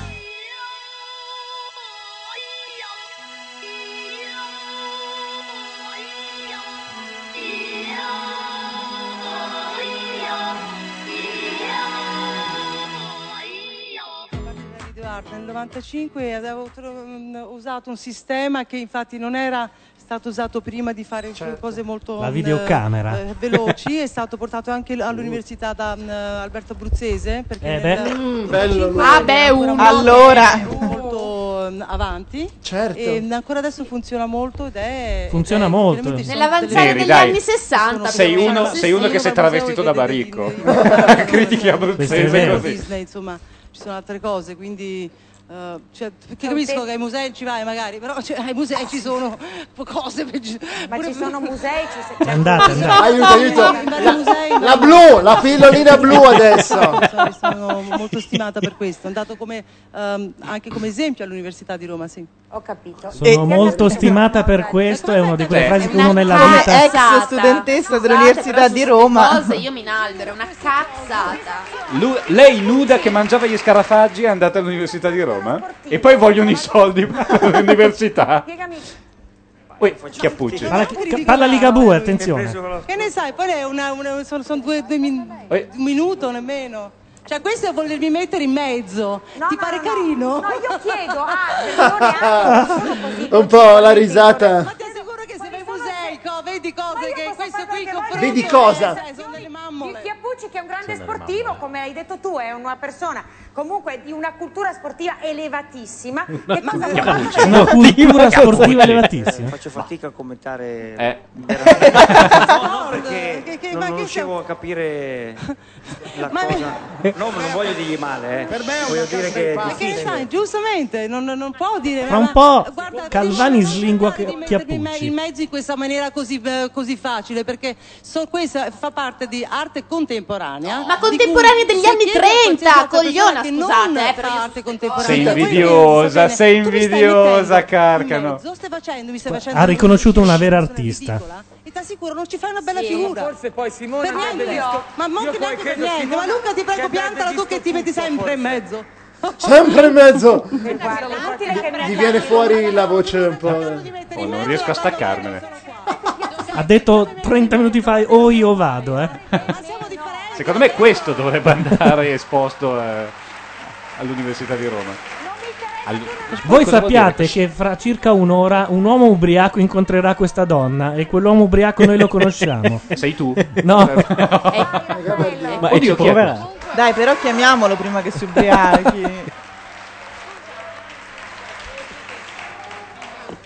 Speaker 15: video art nel 95 avevo tro- mh, usato un sistema che infatti non era stato usato prima di fare cose molto
Speaker 1: La
Speaker 15: mh,
Speaker 1: videocamera.
Speaker 15: eh, veloci è stato portato anche l- all'università da mh, Alberto Abruzzese perché
Speaker 1: Eh beh.
Speaker 15: nel
Speaker 1: Mm,
Speaker 15: 95
Speaker 1: bello lui.
Speaker 15: era
Speaker 1: Ah, beh,
Speaker 15: ancora
Speaker 1: un-
Speaker 15: modo
Speaker 1: allora.
Speaker 15: molto mh, avanti
Speaker 3: Certo.
Speaker 15: e mh, ancora adesso funziona molto ed è
Speaker 1: Funziona molto.
Speaker 7: Nell'avanzare
Speaker 10: Neri,
Speaker 7: degli
Speaker 10: dai.
Speaker 7: anni 60.
Speaker 10: Sei
Speaker 7: più o
Speaker 10: uno,
Speaker 7: meno.
Speaker 10: sei uno che si è travestito da baricco. Critichi
Speaker 1: Questo è
Speaker 10: abruzzese
Speaker 1: vero.
Speaker 10: così.
Speaker 15: Disney, insomma, ci sono altre cose, quindi eh, cioè, perché capisco che ai musei ci vai magari, però cioè, ai musei ci sono cose peggiori. Ma ci sono musei, ci
Speaker 1: Andate, andate.
Speaker 15: Aiuto, aiuto.
Speaker 3: La blu, la pillolina blu adesso.
Speaker 15: sono molto stimata per questo, è andato come, ehm, anche come esempio all'Università di Roma, sì. Ho capito.
Speaker 1: Sono molto stimata per questo. È una di quelle
Speaker 14: Eh.
Speaker 1: frasi che uno nella
Speaker 14: Una
Speaker 1: vita.
Speaker 14: cazzata. Ex studentessa dell'Università
Speaker 7: però su
Speaker 14: di
Speaker 7: queste
Speaker 14: Roma.
Speaker 7: Cose, io mi inalbero, è una cazzata.
Speaker 10: Lu- lei nuda che mangiava gli scarafaggi è andata all'università di Roma e poi vogliono i soldi per l'università. Poi chiappucci.
Speaker 1: Parla, ca- parla Ligabue, attenzione.
Speaker 15: Che ne sai? Poi è una- una- sono, sono due, due min-
Speaker 1: Eh.
Speaker 15: un minuto nemmeno. Cioè, questo è volermi mettere in mezzo. Ti pare carino? No, io chiedo,
Speaker 7: ah,
Speaker 3: Un po' la risata.
Speaker 15: vedi cose che questo qui comprende.
Speaker 3: Vedi cosa?
Speaker 15: Sono delle mammole.
Speaker 18: Chiappucci che è un grande
Speaker 11: Sì, andare
Speaker 18: sportivo, come hai detto tu, è una persona comunque di una cultura sportiva elevatissima.
Speaker 11: Una
Speaker 18: che cosa
Speaker 11: cultura
Speaker 18: fa-
Speaker 11: sportiva. Una cultura sportiva
Speaker 1: elevatissima.
Speaker 11: Faccio fatica a commentare.
Speaker 1: Eh.
Speaker 11: No, no, perché
Speaker 15: che- che-
Speaker 11: non,
Speaker 15: ma
Speaker 11: non
Speaker 15: che
Speaker 11: riuscivo a capire la
Speaker 15: Ma-
Speaker 11: cosa. No, ma non voglio dirgli male. Eh. Per me voglio dire che è
Speaker 15: Ma che
Speaker 11: difficile.
Speaker 15: sai, giustamente, non, non- non può dire.
Speaker 1: Fra un
Speaker 15: ma-
Speaker 1: po'
Speaker 15: guarda,
Speaker 1: Calvani slingua
Speaker 15: di
Speaker 1: chi
Speaker 15: mettermi in me- in
Speaker 1: appucci.
Speaker 15: mezzo in questa maniera così, eh, così facile perché so- questa fa parte di arte contemporanea
Speaker 7: Ma
Speaker 15: di cui
Speaker 7: contemporanea degli
Speaker 15: si
Speaker 7: anni
Speaker 15: chiede a
Speaker 7: 30,
Speaker 15: qualsiasi altra persona
Speaker 7: cogliona,
Speaker 15: che non
Speaker 7: scusate, eh, però
Speaker 15: fa
Speaker 7: io-
Speaker 15: arte contemporanea
Speaker 10: Sei
Speaker 15: Voi
Speaker 10: invidiosa, sei invidiosa,
Speaker 15: in
Speaker 10: Carcano.
Speaker 15: mezzo stai facendo mi stai facendo
Speaker 1: Ha riconosciuto una vera artista.
Speaker 15: e ti assicuro non ci fai una bella figura forse
Speaker 11: poi Simone
Speaker 15: per niente
Speaker 11: avrebbe visto-
Speaker 15: ma
Speaker 11: io
Speaker 15: neanche
Speaker 11: poi
Speaker 15: neanche per
Speaker 11: credo
Speaker 15: niente ma
Speaker 11: Simone
Speaker 15: Luca ti prego
Speaker 11: che
Speaker 15: piantala tu che ti metti sempre in mezzo
Speaker 3: Sempre in mezzo.
Speaker 15: Inutile che
Speaker 3: Gli viene fuori la voce un po'. eh.
Speaker 10: Oh, non riesco a staccarmene.
Speaker 1: Ha detto 30 minuti fa, oh io vado, eh.
Speaker 10: Secondo me questo dovrebbe andare esposto eh, all'Università di Roma.
Speaker 1: Voi sappiate che fra circa un'ora un uomo ubriaco incontrerà questa donna e quell'uomo ubriaco noi lo conosciamo.
Speaker 10: Sei tu?
Speaker 1: No.
Speaker 14: Certo.
Speaker 10: Ma e ci proverà.
Speaker 14: Dai, però chiamiamolo prima che si ubriachi.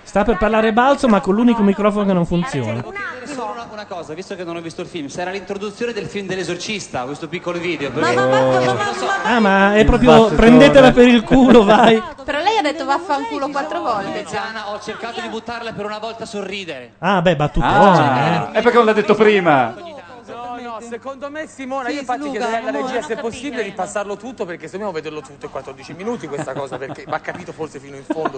Speaker 1: Sta per parlare Balzo, ma con l'unico microfono che non funziona.
Speaker 4: dire solo una, una cosa, visto che non ho visto il film, sarà l'introduzione del film dell'esorcista, questo piccolo video. perché- Eh,
Speaker 1: Ah, ma è proprio
Speaker 4: Battitorre.
Speaker 1: prendetela per il culo, vai.
Speaker 30: Però lei ha detto vaffanculo quattro volte.
Speaker 4: Zana, ho cercato di buttarla per una volta a sorridere.
Speaker 1: Ah, beh, eh. battutona.
Speaker 10: Ah, è perché non l'ha detto prima.
Speaker 4: No, no, secondo me Simona,
Speaker 5: Sì,
Speaker 4: io infatti
Speaker 5: sluga,
Speaker 4: chiederei alla
Speaker 5: amore,
Speaker 4: regia
Speaker 5: non
Speaker 4: se è
Speaker 5: capire,
Speaker 4: possibile di passarlo tutto perché se dobbiamo vederlo tutto in 14 minuti questa cosa perché va capito forse fino in fondo.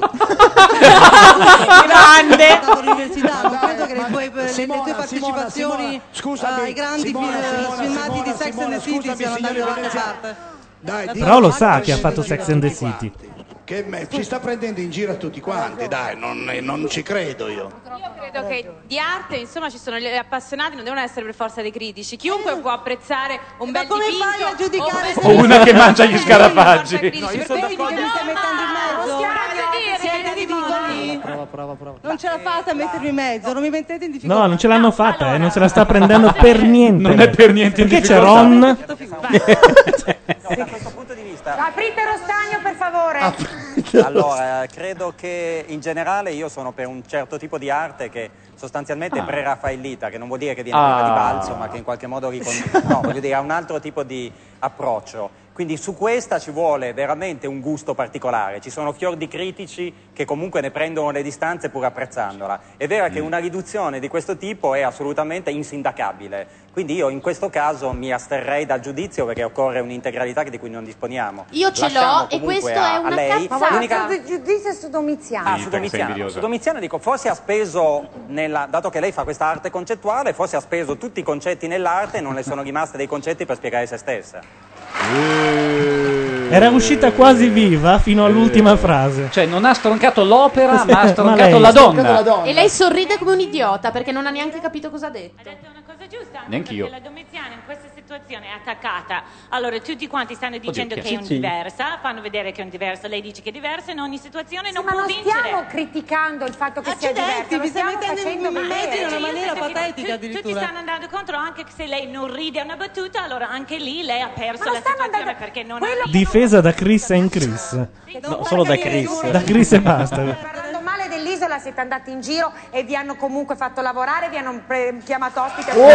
Speaker 15: grande l'università non credo che le tue, le- le tue partecipazioni eh,
Speaker 31: scusami,
Speaker 15: ai grandi
Speaker 31: Simona,
Speaker 15: film-
Speaker 31: Simona,
Speaker 15: filmati
Speaker 31: Simona,
Speaker 15: di Sex and the
Speaker 31: Simona,
Speaker 15: City
Speaker 31: scusami,
Speaker 15: siano andati
Speaker 31: signori
Speaker 15: dall'altra parte
Speaker 31: Dai, di-
Speaker 1: Però lo sa che ha fatto Sex and the City.
Speaker 31: Che me- ci sta prendendo in giro a tutti quanti, dai, non, eh, non ci credo io.
Speaker 32: Io credo che di arte, insomma, ci sono gli appassionati, non devono essere per forza dei critici. Chiunque
Speaker 18: Eh.
Speaker 32: può apprezzare un bel
Speaker 15: come
Speaker 32: dipinto.
Speaker 15: fai a giudicare
Speaker 10: O una che mangia gli scarafaggi.
Speaker 15: No, io sono d'accordo. Vedi che mi stai mettendo in mezzo? Siete ridicoli.
Speaker 11: Prova, prova, prova.
Speaker 15: Non ce la fate a mettermi in mezzo, non mi mettete in difficoltà.
Speaker 1: No, non ce l'hanno fatta, eh, non se la sta prendendo per niente.
Speaker 10: Non è per niente in
Speaker 1: Perché c'è
Speaker 10: difficoltà.
Speaker 1: Ron? Eh.
Speaker 18: da questo punto di vista. Aprite lo stagno, per favore.
Speaker 10: Ah,
Speaker 27: Allora, credo che in generale io sono per un certo tipo di arte che sostanzialmente è pre-raffaellita, che non vuol dire che viene
Speaker 32: Ah.
Speaker 27: prima di Balzo, ma che in qualche modo ricon- no, voglio dire, ha un altro tipo di approccio. Quindi su questa ci vuole veramente un gusto particolare. Ci sono fior di critici che comunque ne prendono le distanze pur apprezzandola. È vero che una riduzione di questo tipo è assolutamente insindacabile. Quindi io in questo caso mi asterrei dal giudizio perché occorre un'integralità di cui non disponiamo.
Speaker 7: Io ce l'ho
Speaker 27: Lasciamo
Speaker 7: e
Speaker 27: comunque
Speaker 7: questo
Speaker 27: a-
Speaker 7: è
Speaker 27: a
Speaker 7: una
Speaker 27: lei.
Speaker 7: cazzata. Ma
Speaker 27: L'unica-
Speaker 18: Il giudizio è sudomiziano.
Speaker 27: Ah, su Domiziano. Su Domiziano dico, forse ha speso, nella- dato che lei fa questa arte concettuale, forse ha speso tutti i concetti nell'arte e non le sono rimasti dei concetti per spiegare se stessa.
Speaker 1: Era uscita quasi viva fino all'ultima frase.
Speaker 11: Cioè, non ha stroncato l'opera,
Speaker 1: ma ha stroncato la donna.
Speaker 7: E lei sorride come un idiota perché non ha neanche capito cosa ha detto.
Speaker 32: Neanch'io.
Speaker 11: Neanch'io.
Speaker 32: Perché la Domiziana in questa situazione è attaccata. Allora, tutti quanti stanno dicendo
Speaker 11: piace.
Speaker 32: che è un
Speaker 11: Sì.
Speaker 32: diversa, fanno vedere che è un diversa, lei dice che è diversa, in ogni situazione non
Speaker 18: ma
Speaker 32: può
Speaker 18: non
Speaker 32: vincere.
Speaker 18: stiamo criticando il fatto che sia
Speaker 32: Accidenti,
Speaker 18: diverso, lo
Speaker 32: mi stai
Speaker 18: stiamo
Speaker 32: mettendo in
Speaker 18: facendo
Speaker 32: mezzo in
Speaker 18: vedere.
Speaker 32: una maniera
Speaker 18: Cioè, io
Speaker 32: patetica
Speaker 18: sento che tu-
Speaker 32: Tutti stanno andando contro, anche se lei non ride a una battuta, allora anche lì lei ha perso la situazione perché non ha
Speaker 1: Difesa da Chris and Chris.
Speaker 32: No,
Speaker 18: solo da
Speaker 32: Chris.
Speaker 1: Da Chris e basta.
Speaker 18: Parlando male dell'isola siete andati in giro e vi hanno comunque fatto lavorare, vi hanno pre- chiamato ospite.
Speaker 3: Oh!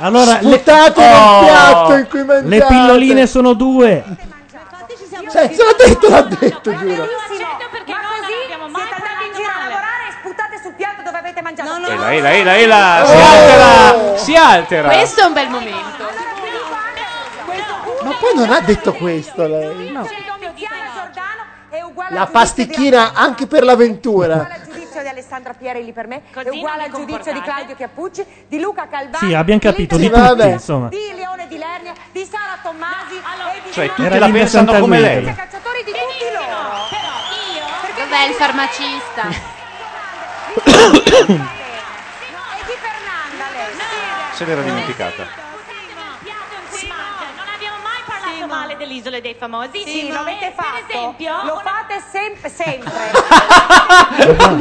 Speaker 1: Allora, Oh!
Speaker 3: Sputate nel piatto in cui mangiate.
Speaker 1: le pilloline sono due.
Speaker 3: Cioè, se l'ha detto, l'ha detto, giuro.
Speaker 18: ma così siete andati in giro a lavorare e sputate sul piatto dove avete mangiato.
Speaker 10: Eila, eila, eila, eila, si altera, si altera.
Speaker 7: Questo è un bel momento.
Speaker 3: Ma poi non ha detto questo lei. La pasticchina anche per l'avventura.
Speaker 18: Il giudizio di Alessandra Pierelli per me è uguale al giudizio di Claudio Chiappucci, di Luca Calvani,
Speaker 1: Sì, abbiamo capito,
Speaker 18: Ligia
Speaker 1: di
Speaker 18: Giudice,
Speaker 1: tutti, insomma.
Speaker 18: di Leone Di Lernia, di Sara Tommasi e di
Speaker 10: Cioè,
Speaker 18: Gianni
Speaker 10: tutti
Speaker 1: Era
Speaker 10: la
Speaker 1: Linda
Speaker 10: pensano come
Speaker 1: Santaguida.
Speaker 10: lei.
Speaker 18: Cacciatori di tutti loro.
Speaker 7: Dov'è il farmacista?
Speaker 10: Se l'era dimenticata.
Speaker 32: non abbiamo mai parlato male delle isole dei famosi.
Speaker 18: Sì, lo avete
Speaker 32: Per
Speaker 18: fatto.
Speaker 32: esempio,
Speaker 18: Lo fate sempre, sempre.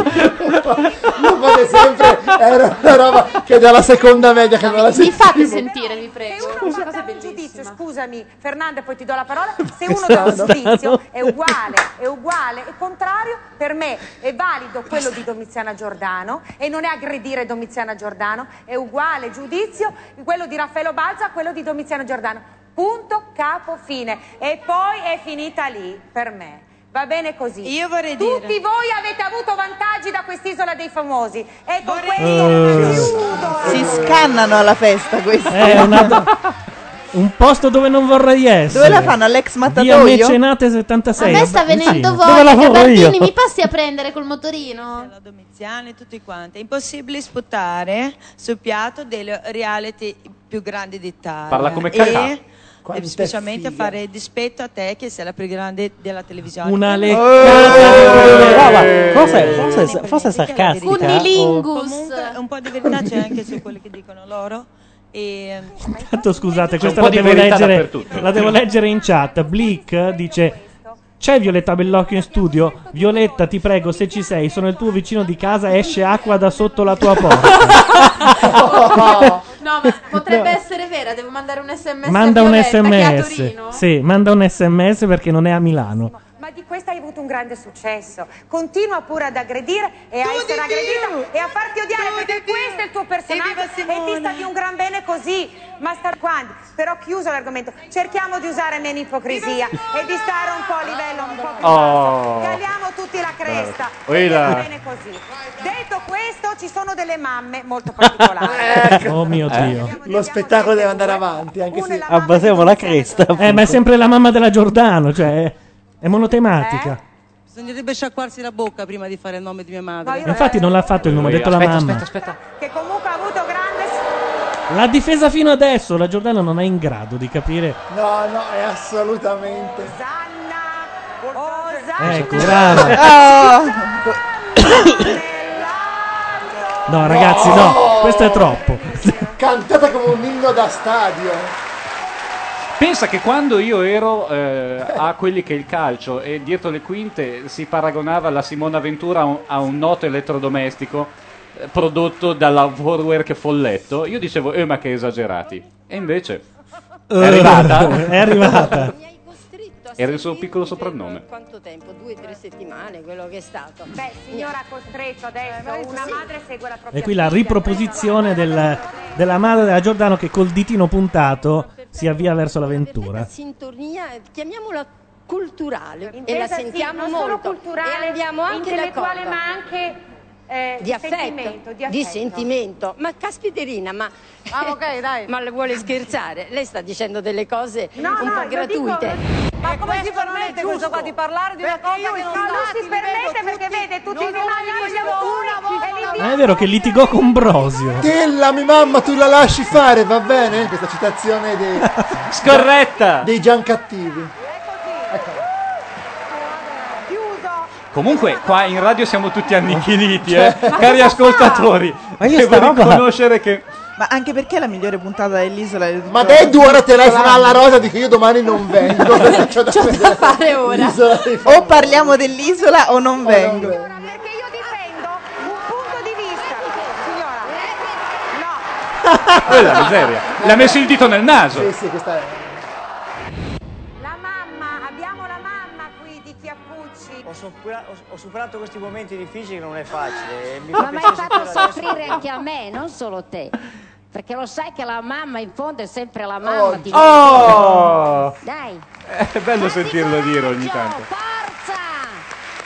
Speaker 3: Io come sempre era una roba che dalla seconda media che me la
Speaker 18: Mi
Speaker 3: sentivo.
Speaker 18: sentire, vi prego. Se uno fa- dà un giudizio, scusami, Fernanda, poi ti do la parola. Se uno dà un
Speaker 3: Pensando.
Speaker 18: giudizio è uguale, è uguale, è contrario, per me è valido quello di Domiziana Giordano e non è aggredire Domiziana Giordano, è uguale giudizio quello di Raffaello Balza a quello di Domiziana Giordano. Punto, capo, fine. E poi è finita lì, per me. Va bene così. Io vorrei Tutti Tutti voi avete avuto vantaggi da quest'isola dei famosi. E con
Speaker 14: Eh. Si scannano alla festa questi.
Speaker 1: Eh, È una- un posto dove non vorrei essere.
Speaker 14: Dove la fanno? All'ex
Speaker 1: Via
Speaker 14: mattatoio?
Speaker 1: Mecenate 76.
Speaker 7: A me sta
Speaker 1: a
Speaker 7: venendo
Speaker 1: Vicino. Dove
Speaker 7: voglia.
Speaker 1: lavoro
Speaker 7: Gabardini,
Speaker 1: io?
Speaker 7: mi passi a prendere col motorino?
Speaker 5: Veneziane, tutti quanti. È impossibile sputare sul piatto delle reality più grandi d'Italia.
Speaker 10: Parla come Cacà.
Speaker 5: e, e
Speaker 10: Quanto è
Speaker 5: specialmente
Speaker 10: figa.
Speaker 5: fare dispetto a te che sei la più grande della televisione.
Speaker 1: Una
Speaker 13: leccata
Speaker 5: Eh.
Speaker 13: di forse, forse, forse è sarcastica.
Speaker 5: Comunque un po' di verità c'è anche su quello che dicono loro. E, ehm,
Speaker 1: Tanto scusate,
Speaker 10: C'è un
Speaker 1: questa
Speaker 10: po'
Speaker 1: la
Speaker 10: di
Speaker 1: devo,
Speaker 10: verità
Speaker 1: leggere,
Speaker 10: dappertutto.
Speaker 1: la devo leggere in chat. Blick dice: C'è Violetta Bellocchio in studio? Violetta, ti prego, se ci sei, sono il tuo vicino di casa, esce acqua da sotto la tua porta.
Speaker 33: No, ma potrebbe essere vera, devo mandare un sms.
Speaker 1: manda
Speaker 33: a
Speaker 1: un
Speaker 33: Violetta, che è a
Speaker 1: sms.
Speaker 33: Torino.
Speaker 1: Sì, manda un sms perché non è a Milano.
Speaker 18: Ma di questa hai avuto un grande successo. Continua pure ad aggredire e a essere aggredita e a farti odiare perché questo è il tuo personaggio e ti sta di un gran bene così. Ma star quando? Però chiuso l'argomento. Cerchiamo di usare meno ipocrisia e di stare un po' a livello un po' più
Speaker 3: Oh.
Speaker 18: basso. Caliamo tutti la cresta.
Speaker 3: Bravo. Oi là.
Speaker 18: Va bene così. Detto questo, ci sono delle mamme molto particolari.
Speaker 1: Oh mio
Speaker 33: Eh.
Speaker 1: Dio.
Speaker 3: Lo spettacolo deve andare avanti, anche se
Speaker 1: Abbasiamo la cresta. Eh, ma è sempre la mamma della Giordano, cioè è monotematica.
Speaker 33: Eh?
Speaker 15: Bisognerebbe sciacquarsi la bocca prima di fare il nome di mia madre.
Speaker 33: eh.
Speaker 1: Infatti non l'ha fatto il nome, ha detto la mamma.
Speaker 18: Che comunque ha avuto grande
Speaker 1: La difesa fino adesso, la Giordano non è in grado di capire.
Speaker 3: No, no, è assolutamente.
Speaker 1: Ecco, bravo. No, ragazzi, no, questo è troppo.
Speaker 3: Cantata come un inno da stadio.
Speaker 10: Pensa che quando io ero eh, a quelli che il calcio e dietro le quinte si paragonava la Simona Ventura a un, a un noto elettrodomestico eh, prodotto dalla Warwerk Folletto, io dicevo, eh ma che esagerati. E invece è
Speaker 1: Eh,
Speaker 10: arrivata.
Speaker 1: è arrivata.
Speaker 10: Era il suo piccolo soprannome.
Speaker 34: Quanto tempo? Due o tre settimane quello che è stato. Eh,
Speaker 18: Beh, signora ha costretto adesso, una madre segue la propria
Speaker 1: E qui la
Speaker 18: figlia.
Speaker 1: riproposizione del- della madre della Giordano che col ditino puntato si avvia verso l'avventura.
Speaker 34: Sintonia, eh, chiamiamola culturale e
Speaker 18: Intesa,
Speaker 34: la
Speaker 18: sì,
Speaker 34: sentiamo
Speaker 18: non solo
Speaker 34: molto
Speaker 18: culturale,
Speaker 34: e andiamo anche
Speaker 18: intellettuale,
Speaker 34: d'accordo.
Speaker 18: ma anche eh,
Speaker 34: di affetto,
Speaker 18: sentimento, di affetto.
Speaker 34: sentimento. Ma caspiterina, ma
Speaker 18: Ah,
Speaker 34: ma le vuole scherzare? Lei sta dicendo delle cose
Speaker 18: No,
Speaker 34: un
Speaker 18: no,
Speaker 34: po'
Speaker 18: lo
Speaker 34: gratuite.
Speaker 18: Ma come si permette questo qua di parlare di una cosa che non Non si permette perché vede tutti i rimani che abbiamo una e li
Speaker 1: Ma è vero che litigò con Brosio.
Speaker 3: Della mia mamma, tu la lasci fare, va bene? Questa citazione dei...
Speaker 10: Scorretta!
Speaker 3: Dei Giancattivi.
Speaker 10: Comunque, qua in radio siamo tutti annichiliti,
Speaker 14: Cioè-
Speaker 10: eh?
Speaker 14: Ma
Speaker 10: cari
Speaker 14: cosa
Speaker 10: ascoltatori.
Speaker 14: fa? Ma io
Speaker 10: devo
Speaker 14: sta roba-
Speaker 10: riconoscere che
Speaker 14: Ma anche perché è la migliore puntata dell'isola.
Speaker 3: Ma te due ore telefona alla Rosa dico io domani non vengo. C'ho da,
Speaker 14: fare
Speaker 3: ora.
Speaker 14: O parliamo dell'isola o non vengo.
Speaker 10: Eh, la miseria. Le ha messo il dito nel naso.
Speaker 3: Sì, sì, questa è.
Speaker 11: Ho, supera- ho- ho superato questi momenti difficili che non è facile. e mi fa
Speaker 34: Ma mi hai
Speaker 11: piacere
Speaker 34: fatto
Speaker 11: sapere adesso-
Speaker 34: soffrire anche a me, non solo te. Perché lo sai che la mamma in fondo è sempre la mamma.
Speaker 3: Oh.
Speaker 34: ti-
Speaker 10: Oh.
Speaker 34: Dai,
Speaker 10: È bello sentirlo dire ogni tanto.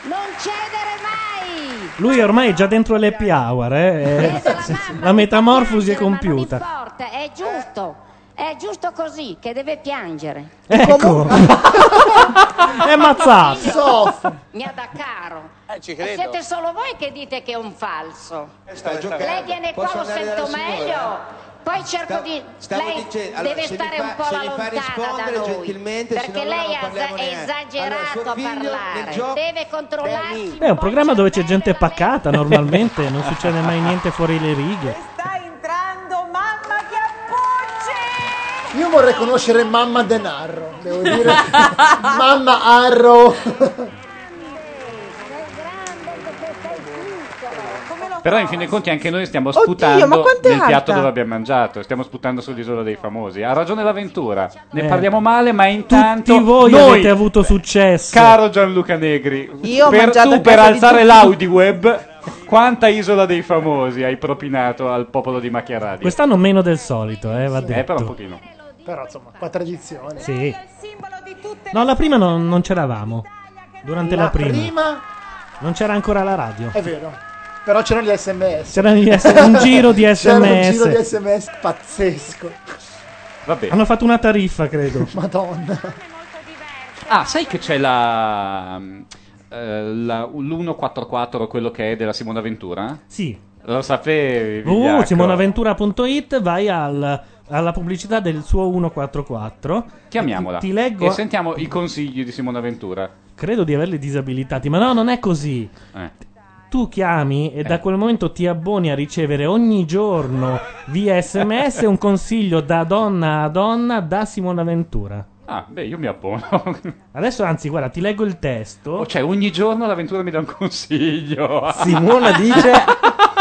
Speaker 34: non cedere mai!
Speaker 1: Lui ormai è già dentro l'happy hour, eh. La metamorfosi è compiuta.
Speaker 34: Forte, è giusto. È giusto così, che deve piangere.
Speaker 1: Ecco. È ammazzato.
Speaker 34: Mi ha da caro.
Speaker 11: Eh, ci
Speaker 34: E
Speaker 11: credo. Eh,
Speaker 34: siete solo voi che dite che è un falso.
Speaker 11: sta giocando.
Speaker 34: Lei viene qua,
Speaker 11: Posso
Speaker 34: lo
Speaker 11: andare
Speaker 34: sento
Speaker 11: dalla
Speaker 34: meglio.
Speaker 11: signora?
Speaker 34: Poi cerco
Speaker 11: Stavo-
Speaker 34: di.
Speaker 11: stavo
Speaker 34: lei
Speaker 11: dicendo, allora,
Speaker 34: deve
Speaker 11: se mi
Speaker 34: stare
Speaker 11: fa-
Speaker 34: un po'
Speaker 11: se
Speaker 34: la
Speaker 11: mi fa
Speaker 34: lontana
Speaker 11: rispondere
Speaker 34: da noi.
Speaker 11: gentilmente,
Speaker 34: perché
Speaker 11: sennò
Speaker 34: lei
Speaker 11: non
Speaker 34: ha
Speaker 11: parliamo neanche.
Speaker 34: esagerato
Speaker 11: Allora, suo
Speaker 34: a
Speaker 11: figlio nel
Speaker 34: parlare.
Speaker 11: gioco-
Speaker 34: Deve controllarsi.
Speaker 1: Beh, è un programma dove c'è gente pacata, normalmente non succede mai niente fuori le righe.
Speaker 18: Sta entrando mamma che appoggia!
Speaker 16: Io vorrei conoscere Mamma Denaro, devo dire. Mamma Arro.
Speaker 10: Però in fin dei conti anche noi stiamo sputando
Speaker 14: ma quanto è
Speaker 10: nel piatto
Speaker 14: alta?
Speaker 10: dove abbiamo mangiato, stiamo sputando sull'isola dei famosi. Ha ragione l'avventura, ne
Speaker 1: Eh.
Speaker 10: parliamo male, ma intanto
Speaker 1: Tutti voi
Speaker 10: noi,
Speaker 1: avete avuto successo.
Speaker 10: caro Gianluca Negri,
Speaker 14: Io ho
Speaker 10: per,
Speaker 14: mangiato a
Speaker 10: tu per
Speaker 14: casa di
Speaker 10: alzare
Speaker 14: tutti.
Speaker 10: l'Audiweb, quanta isola dei famosi hai propinato al popolo di Macchia Radio?
Speaker 1: Quest'anno meno del solito, eh, va detto.
Speaker 10: Eh, però un pochino.
Speaker 16: Però insomma, quattro edizioni.
Speaker 1: Sì. No, la prima non, non c'eravamo. Durante la,
Speaker 16: La
Speaker 1: prima. Eh,
Speaker 16: prima
Speaker 1: Non c'era ancora la radio.
Speaker 16: è vero. Però c'erano gli sms.
Speaker 1: C'erano gli S- un giro di
Speaker 16: C'era un giro
Speaker 1: SMS.
Speaker 16: di sms pazzesco.
Speaker 10: Vabbè.
Speaker 1: Hanno fatto una tariffa, credo.
Speaker 16: Madonna.
Speaker 10: Ah, sai che c'è la, eh, la- l'144, quello che è della Simona Ventura?
Speaker 1: Sì.
Speaker 10: Lo
Speaker 1: Uh,
Speaker 10: sapevi, vigliacco?
Speaker 1: www.simonaventura.it vai al- alla pubblicità del suo 144.
Speaker 10: Chiamiamola.
Speaker 1: Ti, ti leggo.
Speaker 10: E sentiamo i consigli di Simona Ventura.
Speaker 1: Credo di averli disabilitati, ma no, non è così.
Speaker 10: Eh.
Speaker 1: Tu chiami e da quel momento ti abboni a ricevere ogni giorno via sms un consiglio da donna a donna da Simona Ventura.
Speaker 10: Ah, beh, io mi abbono.
Speaker 1: Adesso, anzi, guarda, ti leggo il testo.
Speaker 10: cioè, ogni giorno l'avventura mi dà un consiglio.
Speaker 1: Simona dice-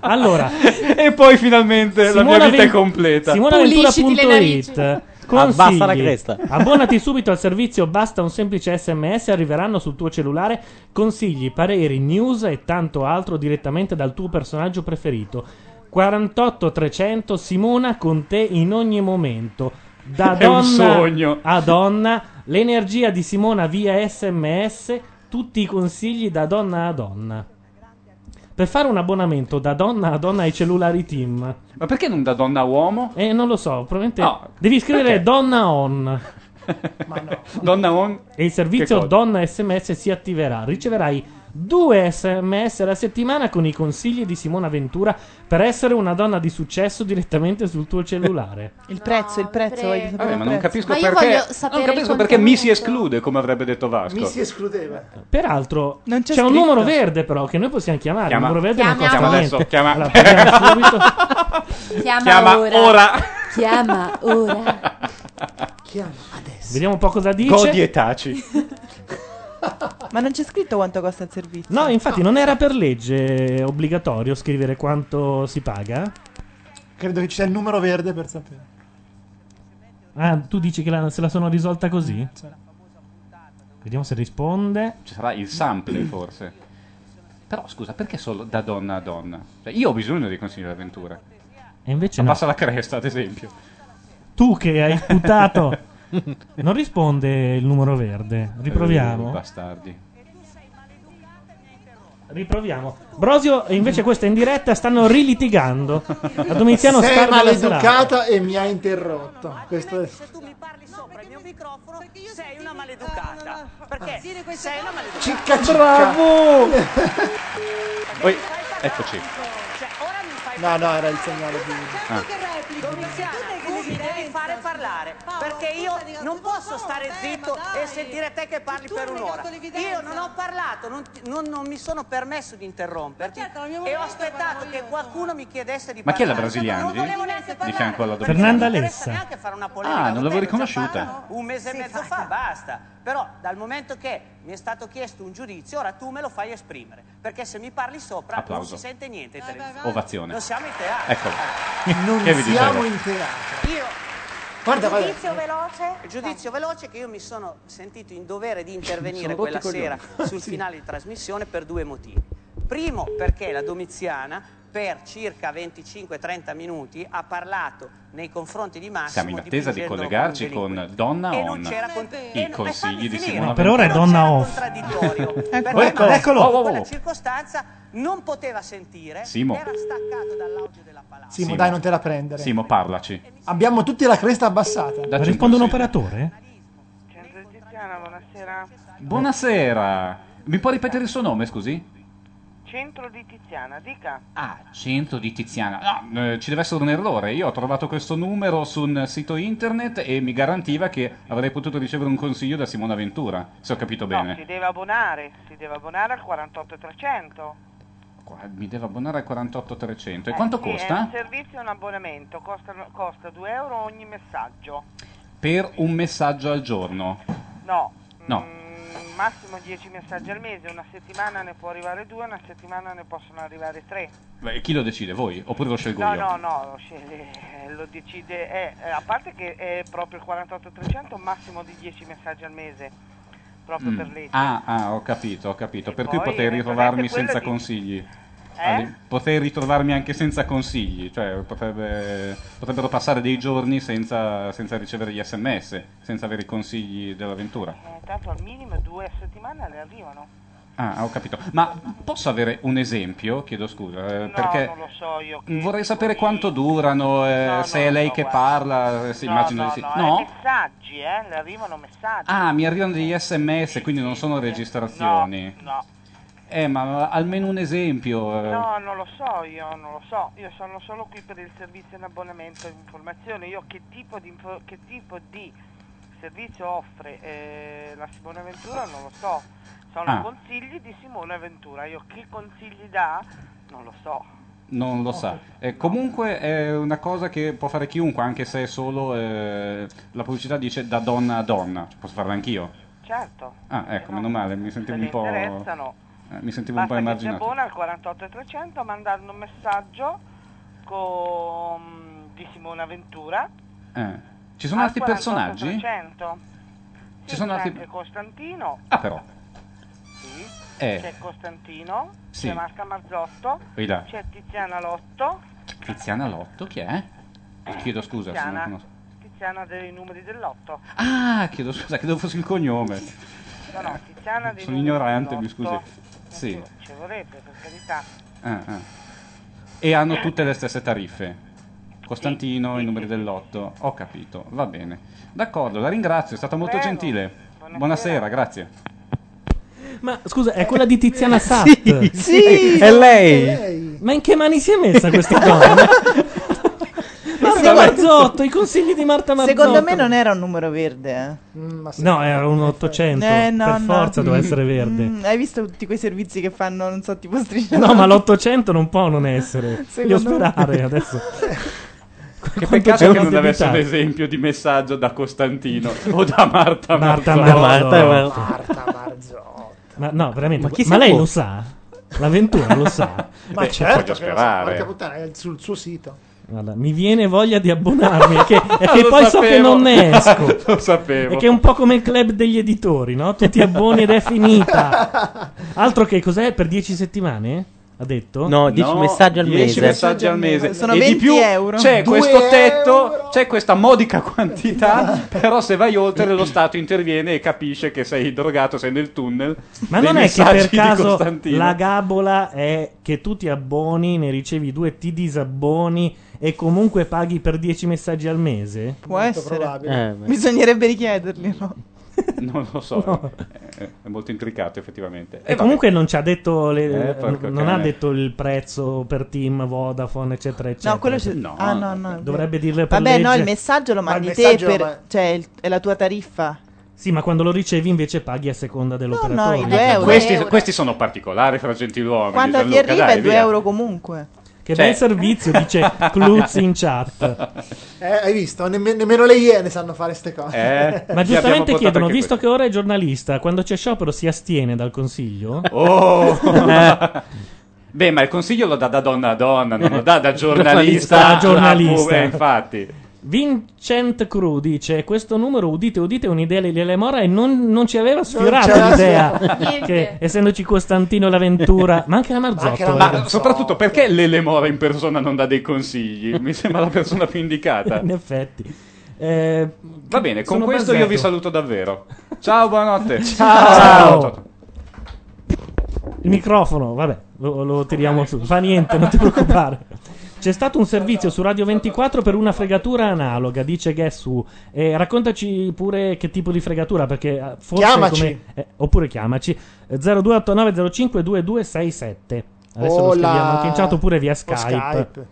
Speaker 1: Allora,
Speaker 10: e poi finalmente la mia vita è completa.
Speaker 1: SimonaVentura.it Consigli.
Speaker 13: Abbassa Ah, la cresta.
Speaker 1: Abbonati subito al servizio, basta un semplice sms, arriveranno sul tuo cellulare consigli, pareri, news e tanto altro direttamente dal tuo personaggio preferito. 48 300 Simona con te in ogni momento. Da
Speaker 10: È un
Speaker 1: donna
Speaker 10: sogno.
Speaker 1: a donna, l'energia di Simona via sms, tutti i consigli da donna a donna. Per fare un abbonamento da donna a donna ai cellulari team.
Speaker 10: Ma perché non da donna a uomo?
Speaker 1: Eh, non lo so, probabilmente.
Speaker 10: No,
Speaker 1: devi scrivere
Speaker 10: perché?
Speaker 1: donna on.
Speaker 10: Donna on.
Speaker 1: E il servizio donna sms si attiverà. Riceverai due sms alla settimana con i consigli di Simona Ventura per essere una donna di successo direttamente sul tuo cellulare.
Speaker 14: Il prezzo, il prezzo. eh, voglio sapere
Speaker 10: Vabbè,
Speaker 14: il
Speaker 10: Eh, ma non
Speaker 14: prezzo.
Speaker 10: capisco perché. non capisco perché mi si esclude, come avrebbe detto Vasco.
Speaker 16: Mi si escludeva.
Speaker 1: Peraltro,
Speaker 16: Non
Speaker 1: c'è,
Speaker 16: c'è
Speaker 1: un
Speaker 16: scritto.
Speaker 1: numero verde, però, che noi possiamo chiamare.
Speaker 10: Chiama.
Speaker 1: Il numero verde non
Speaker 10: Chiama
Speaker 1: costa
Speaker 10: adesso,
Speaker 1: niente.
Speaker 10: chiama.
Speaker 1: Allora, prendiamo subito.
Speaker 8: Chiama,
Speaker 10: Chiama
Speaker 8: ora.
Speaker 10: ora.
Speaker 8: Chiama ora.
Speaker 1: Vediamo un po' cosa dice.
Speaker 10: Godi e taci.
Speaker 14: Ma non c'è scritto quanto costa il servizio.
Speaker 1: No, infatti, non era per legge obbligatorio scrivere quanto si paga.
Speaker 3: Credo che ci sia il numero verde per sapere.
Speaker 1: Ah, tu dici che la- se la sono risolta così? Vediamo se risponde.
Speaker 10: Ci sarà il sample, forse. Però scusa, perché solo da donna a donna? Cioè, io ho bisogno dei consigli d'avventura.
Speaker 1: E invece
Speaker 10: Ma
Speaker 1: no.
Speaker 10: passa la cresta, ad esempio.
Speaker 1: Tu che hai sputato. non risponde il numero verde.
Speaker 10: Eh,
Speaker 1: Riproviamo.
Speaker 10: bastardi.
Speaker 1: Riproviamo. Brosio, e invece questa in diretta, stanno rilitigando. La Domiziano
Speaker 16: Sei
Speaker 1: scarda la serata.
Speaker 16: maleducata e mi ha interrotto. Questo è...
Speaker 11: Sei una maleducata. Perché? Sei una maleducata.
Speaker 16: Cicca cicca.
Speaker 1: Bravo!
Speaker 10: Poi, eccoci.
Speaker 16: No, no, era il segnale di...
Speaker 10: Ah.
Speaker 11: mi devi fare parlare perché io non posso stare zitto e sentire te che parli per un'ora. Io non ho parlato, non, ti- non- non mi sono permesso di interromperti
Speaker 34: certo,
Speaker 11: e ho aspettato che qualcuno mi chiedesse di
Speaker 10: Ma chi è la
Speaker 11: parlare.
Speaker 10: brasiliana
Speaker 11: Non volevo neanche
Speaker 10: Di
Speaker 11: parlare.
Speaker 10: fianco alla
Speaker 11: perché
Speaker 1: Fernanda
Speaker 11: non mi interessa
Speaker 1: Lessa.
Speaker 11: neanche fare una polemica
Speaker 10: Ah,
Speaker 11: con
Speaker 10: non
Speaker 11: te,
Speaker 10: l'avevo
Speaker 11: già
Speaker 10: riconosciuta.
Speaker 11: parlavo Un mese e mezzo fa, basta. Però dal momento che mi è stato chiesto un giudizio, ora tu me lo fai esprimere. Perché se mi parli sopra non
Speaker 10: Applauso.
Speaker 11: si sente niente. in televisione.
Speaker 10: Ovazione. Ecco.
Speaker 11: Non siamo in teatro. Eh.
Speaker 10: Eccolo.
Speaker 16: Non
Speaker 10: Che vi dicevo?
Speaker 16: siamo in teatro.
Speaker 11: Io
Speaker 16: Guarda, guarda.
Speaker 11: veloce? Giudizio veloce che io mi sono sentito in dovere di
Speaker 16: Sono
Speaker 11: intervenire
Speaker 16: rotti
Speaker 11: quella
Speaker 16: i coglioni.
Speaker 11: sera sul finale di trasmissione per due motivi. Primo, perché la Domiziana per circa 25-30 minuti ha parlato nei confronti di Massimo
Speaker 10: Siamo in attesa di
Speaker 11: dipingendolo
Speaker 10: collegarci
Speaker 11: come un
Speaker 10: con Donna
Speaker 11: E non
Speaker 10: On.
Speaker 11: c'era cont- e
Speaker 10: I
Speaker 11: non- e
Speaker 10: consigli
Speaker 11: fammi
Speaker 10: di
Speaker 11: finire.
Speaker 10: Simona
Speaker 1: Per ora è
Speaker 10: Ventura.
Speaker 1: donna off.
Speaker 11: contraddittorio.
Speaker 1: Ecco,
Speaker 11: perché
Speaker 1: ecco,
Speaker 11: Massimo
Speaker 1: eccolo.
Speaker 11: in
Speaker 1: Oh, oh, oh.
Speaker 11: quella circostanza non poteva sentire,
Speaker 10: Simo.
Speaker 11: era staccato dall'audio della
Speaker 16: Simo,
Speaker 10: Simo.
Speaker 16: dai, non te la prendere.
Speaker 10: Simo, parlaci.
Speaker 16: Abbiamo tutti la cresta
Speaker 10: Dacci
Speaker 16: abbassata.
Speaker 10: un
Speaker 1: Risponde un
Speaker 10: consiglio.
Speaker 1: operatore?
Speaker 12: Tiziana, buonasera.
Speaker 10: Buonasera. Mi può ripetere il suo nome, scusi?
Speaker 12: Centro di Tiziana, dica.
Speaker 10: Ah, Centro di Tiziana. No, eh, ci deve essere un errore. Io ho trovato questo numero su un sito internet e mi garantiva che avrei potuto ricevere un consiglio da Simona Ventura, se ho capito
Speaker 12: No, si
Speaker 10: bene.
Speaker 12: deve abbonare, si deve abbonare al 48300.
Speaker 10: Qua- Mi devo abbonare a 48300. E
Speaker 12: Eh,
Speaker 10: Cioè, quanto
Speaker 12: sì, È un
Speaker 10: costa?
Speaker 12: servizio e un abbonamento, costano- costa 2 euro ogni messaggio.
Speaker 10: Per un messaggio al giorno?
Speaker 12: No,
Speaker 10: No.
Speaker 12: mm, massimo 10 messaggi al mese, una settimana ne può arrivare due, una settimana ne possono arrivare tre.
Speaker 10: Beh, chi lo decide? Voi? Oppure lo scelgo
Speaker 12: No,
Speaker 10: io?
Speaker 12: no, no, lo, sceglie- eh, lo decide, eh, eh, a parte che è proprio il 48300, massimo di 10 messaggi al mese, proprio
Speaker 10: Mm.
Speaker 12: per legge.
Speaker 10: Ah, ah, ho capito, ho capito. per cui
Speaker 12: poi,
Speaker 10: poter
Speaker 12: eventualmente,
Speaker 10: ritrovarmi
Speaker 12: quello
Speaker 10: senza
Speaker 12: di-
Speaker 10: consigli.
Speaker 12: Eh?
Speaker 10: Ali- Poter ritrovarmi anche senza consigli, cioè potrebbe- potrebbero passare dei giorni senza, senza ricevere gli sms, senza avere i consigli dell'avventura.
Speaker 12: Eh, tanto al minimo due a settimana ne arrivano.
Speaker 10: Ah, ho capito. Ma posso avere un esempio? Chiedo scusa, eh,
Speaker 12: No,
Speaker 10: perché
Speaker 12: non lo so io.
Speaker 10: vorrei sapere quanto durano, eh, se è lei che parla, eh, sì,
Speaker 12: No,
Speaker 10: immagino
Speaker 12: no,
Speaker 10: di sì.
Speaker 12: no,
Speaker 10: No?
Speaker 12: eh, messaggi, eh, ne arrivano messaggi.
Speaker 10: Ah, mi arrivano degli sms, quindi non sono registrazioni.
Speaker 12: No,
Speaker 10: Eh, ma almeno un esempio. eh.
Speaker 12: no, non lo so, io non lo so, io sono solo qui per il servizio in abbonamento e informazione, io che tipo di, info- che tipo di servizio offre eh, la Simone Ventura non lo so, sono
Speaker 10: Ah.
Speaker 12: consigli di Simone Ventura, io che consigli dà non lo so.
Speaker 10: Non lo sa. Eh, comunque è una cosa che può fare chiunque, anche se è solo. eh, la pubblicità dice da donna a donna. Cioè, Posso farla anch'io?
Speaker 12: Certo,
Speaker 10: Ah, ecco, meno male, mi sentivo
Speaker 12: mi
Speaker 10: un po'.
Speaker 12: interessano.
Speaker 10: eh, mi sentivo un po'
Speaker 12: Basta che si
Speaker 10: emarginato.
Speaker 12: abbona al 48300 mandando un messaggio con- di Simona Ventura.
Speaker 10: Eh. Ci sono
Speaker 12: al
Speaker 10: altri personaggi?
Speaker 12: 48300.
Speaker 10: Ci
Speaker 12: Sì,
Speaker 10: sono
Speaker 12: c'è
Speaker 10: altri-
Speaker 12: anche Costantino,
Speaker 10: Ah, però.
Speaker 12: sì.
Speaker 10: Eh.
Speaker 12: C'è Costantino,
Speaker 10: Sì.
Speaker 12: c'è Marca Marzotto,
Speaker 10: E là.
Speaker 12: c'è Tiziana Lotto,
Speaker 10: Tiziana Lotto, chi è? Chiedo scusa se non
Speaker 12: Tiziana.
Speaker 10: conosco.
Speaker 12: Tiziana dei numeri del Lotto.
Speaker 10: Ah, chiedo scusa, credevo fosse il cognome.
Speaker 12: No, no, Tiziana dei
Speaker 10: Eh, Sono
Speaker 12: numeri del
Speaker 10: ignorante,
Speaker 12: Lotto.
Speaker 10: mi scusi. Sì.
Speaker 12: Ci volete, per carità.
Speaker 10: Ah, ah. E hanno tutte le stesse tariffe. Costantino, i numeri dell'otto. Ho capito, va bene. D'accordo, la ringrazio, è stata molto
Speaker 1: Prego.
Speaker 10: gentile. Buonasera, grazie.
Speaker 1: Ma scusa, è quella di Tiziana Satt.
Speaker 10: Sì, sì, è lei.
Speaker 1: Ma in che mani si è messa questa donna? Marta
Speaker 14: secondo-
Speaker 1: Marzotto, i consigli di Marta Marzotto.
Speaker 14: Secondo me non era un numero verde. eh.
Speaker 1: No, era un 800.
Speaker 14: Eh, no,
Speaker 1: Mm, per
Speaker 14: no.
Speaker 1: forza doveva
Speaker 14: Mm.
Speaker 1: essere verde.
Speaker 14: Mm, hai visto tutti quei servizi che fanno, non so, tipo striscia?
Speaker 1: No, ma l'800 non può non essere. Io
Speaker 14: Secondo me-
Speaker 1: sperare adesso.
Speaker 10: Che
Speaker 1: Quanto
Speaker 10: peccato
Speaker 1: c'è
Speaker 10: che non
Speaker 1: di
Speaker 10: avesse un
Speaker 1: vita?
Speaker 10: esempio di messaggio da Costantino o da Marta
Speaker 1: Marta
Speaker 10: Marzotto.
Speaker 1: Marzotto.
Speaker 10: Marta
Speaker 1: Ma no, veramente.
Speaker 10: Ma
Speaker 1: Ma,
Speaker 10: chi
Speaker 1: ma
Speaker 10: si
Speaker 1: lei
Speaker 10: può-
Speaker 1: lo sa? L'avventura lo sa?
Speaker 3: Ma
Speaker 10: Beh,
Speaker 3: certo,
Speaker 10: voglio
Speaker 3: che lo sa,
Speaker 10: sperare.
Speaker 3: Porca puttana, è sul suo sito.
Speaker 1: Guarda, mi viene voglia di abbonarmi. Perché, perché
Speaker 3: Lo
Speaker 1: poi so
Speaker 3: sapevo.
Speaker 1: che non ne esco.
Speaker 10: Lo sapevo.
Speaker 1: E che è un po' come il club degli editori, no? Tu ti abboni ed è finita. Altro che cos'è? Per 10 settimane? Ha detto?
Speaker 13: No, 10 No, messaggi al
Speaker 10: 10 messaggi al mese.
Speaker 14: Sono
Speaker 10: e di
Speaker 14: 20
Speaker 10: più
Speaker 14: euro.
Speaker 10: c'è
Speaker 14: Due
Speaker 10: questo tetto, c'è questa modica quantità, però se vai oltre lo Stato interviene e capisce che sei drogato, sei nel tunnel.
Speaker 1: Ma
Speaker 10: dei
Speaker 1: non è che
Speaker 10: messaggi
Speaker 1: per
Speaker 10: di
Speaker 1: caso
Speaker 10: Costantino.
Speaker 1: la gabola è che tu ti abboni, ne ricevi due, ti disabboni e comunque paghi per 10 messaggi al mese?
Speaker 14: Può essere.
Speaker 1: probabile. Eh, beh.
Speaker 14: Bisognerebbe richiederli, no?
Speaker 10: Non lo so,
Speaker 1: No.
Speaker 10: è, è molto intricato effettivamente.
Speaker 1: E
Speaker 10: Eh,
Speaker 1: comunque non ci ha detto le-
Speaker 10: Eh, porco
Speaker 1: non ha
Speaker 10: cane.
Speaker 1: detto il prezzo per team, Vodafone, eccetera, eccetera.
Speaker 14: No, quello c'è- ah, no, no, è
Speaker 1: Dovrebbe
Speaker 14: vero.
Speaker 1: dirle per
Speaker 14: Vabbè, no,
Speaker 1: legge.
Speaker 14: il messaggio lo
Speaker 3: Ma il
Speaker 14: mandi
Speaker 3: messaggio
Speaker 14: te, per-
Speaker 3: va-
Speaker 14: cioè il- è la tua tariffa.
Speaker 1: Sì, ma quando lo ricevi invece paghi a seconda dell'operatore.
Speaker 14: i due Eh, euro.
Speaker 10: Questi,
Speaker 14: euro.
Speaker 10: questi sono particolari fra gentiluomini.
Speaker 14: Quando ti
Speaker 10: Gianluca,
Speaker 14: arriva
Speaker 10: dai,
Speaker 14: è 2
Speaker 10: via.
Speaker 14: euro comunque.
Speaker 1: Che
Speaker 10: Cioè-
Speaker 1: bel servizio, dice Cluz in chat.
Speaker 3: Eh, hai visto? Nemm- nemmeno le iene sanno fare queste cose.
Speaker 1: Ma giustamente chiedono, visto che ora è giornalista, quando c'è sciopero si astiene dal consiglio? Eh,
Speaker 10: Oh! Beh, ma il consiglio lo dà da donna a donna, non lo dà da giornalista
Speaker 1: Da giornalista.
Speaker 10: a- eh, infatti.
Speaker 1: Vincent Cru dice: Questo numero, udite, udite, è un'idea di Lele Mora e non, non ci aveva
Speaker 10: ce la
Speaker 1: sfiorato l'idea.
Speaker 10: siamo. Niente.
Speaker 1: che essendoci Costantino L'Aventura, ma anche la Marzotto.
Speaker 10: Ma soprattutto perché Lele Mora in persona non dà dei consigli? Mi sembra la persona più indicata.
Speaker 1: In effetti. Eh,
Speaker 10: Va bene, con
Speaker 1: sono
Speaker 10: questo
Speaker 1: basato.
Speaker 10: io vi saluto davvero. Ciao, buonanotte.
Speaker 1: Ciao. Il microfono, vabbè, lo, lo tiriamo su. Fa niente, non ti preoccupare. C'è stato un servizio su Radio 24 per una fregatura analoga, dice Gessu. Eh, raccontaci pure che tipo di fregatura, perché eh, forse
Speaker 3: Chiamaci.
Speaker 1: come- eh, oppure chiamaci eh, 0289 05 2267. Adesso
Speaker 3: Oh
Speaker 1: lo scriviamo
Speaker 3: là.
Speaker 1: anche in chat oppure via
Speaker 3: O
Speaker 1: Skype.
Speaker 3: Skype.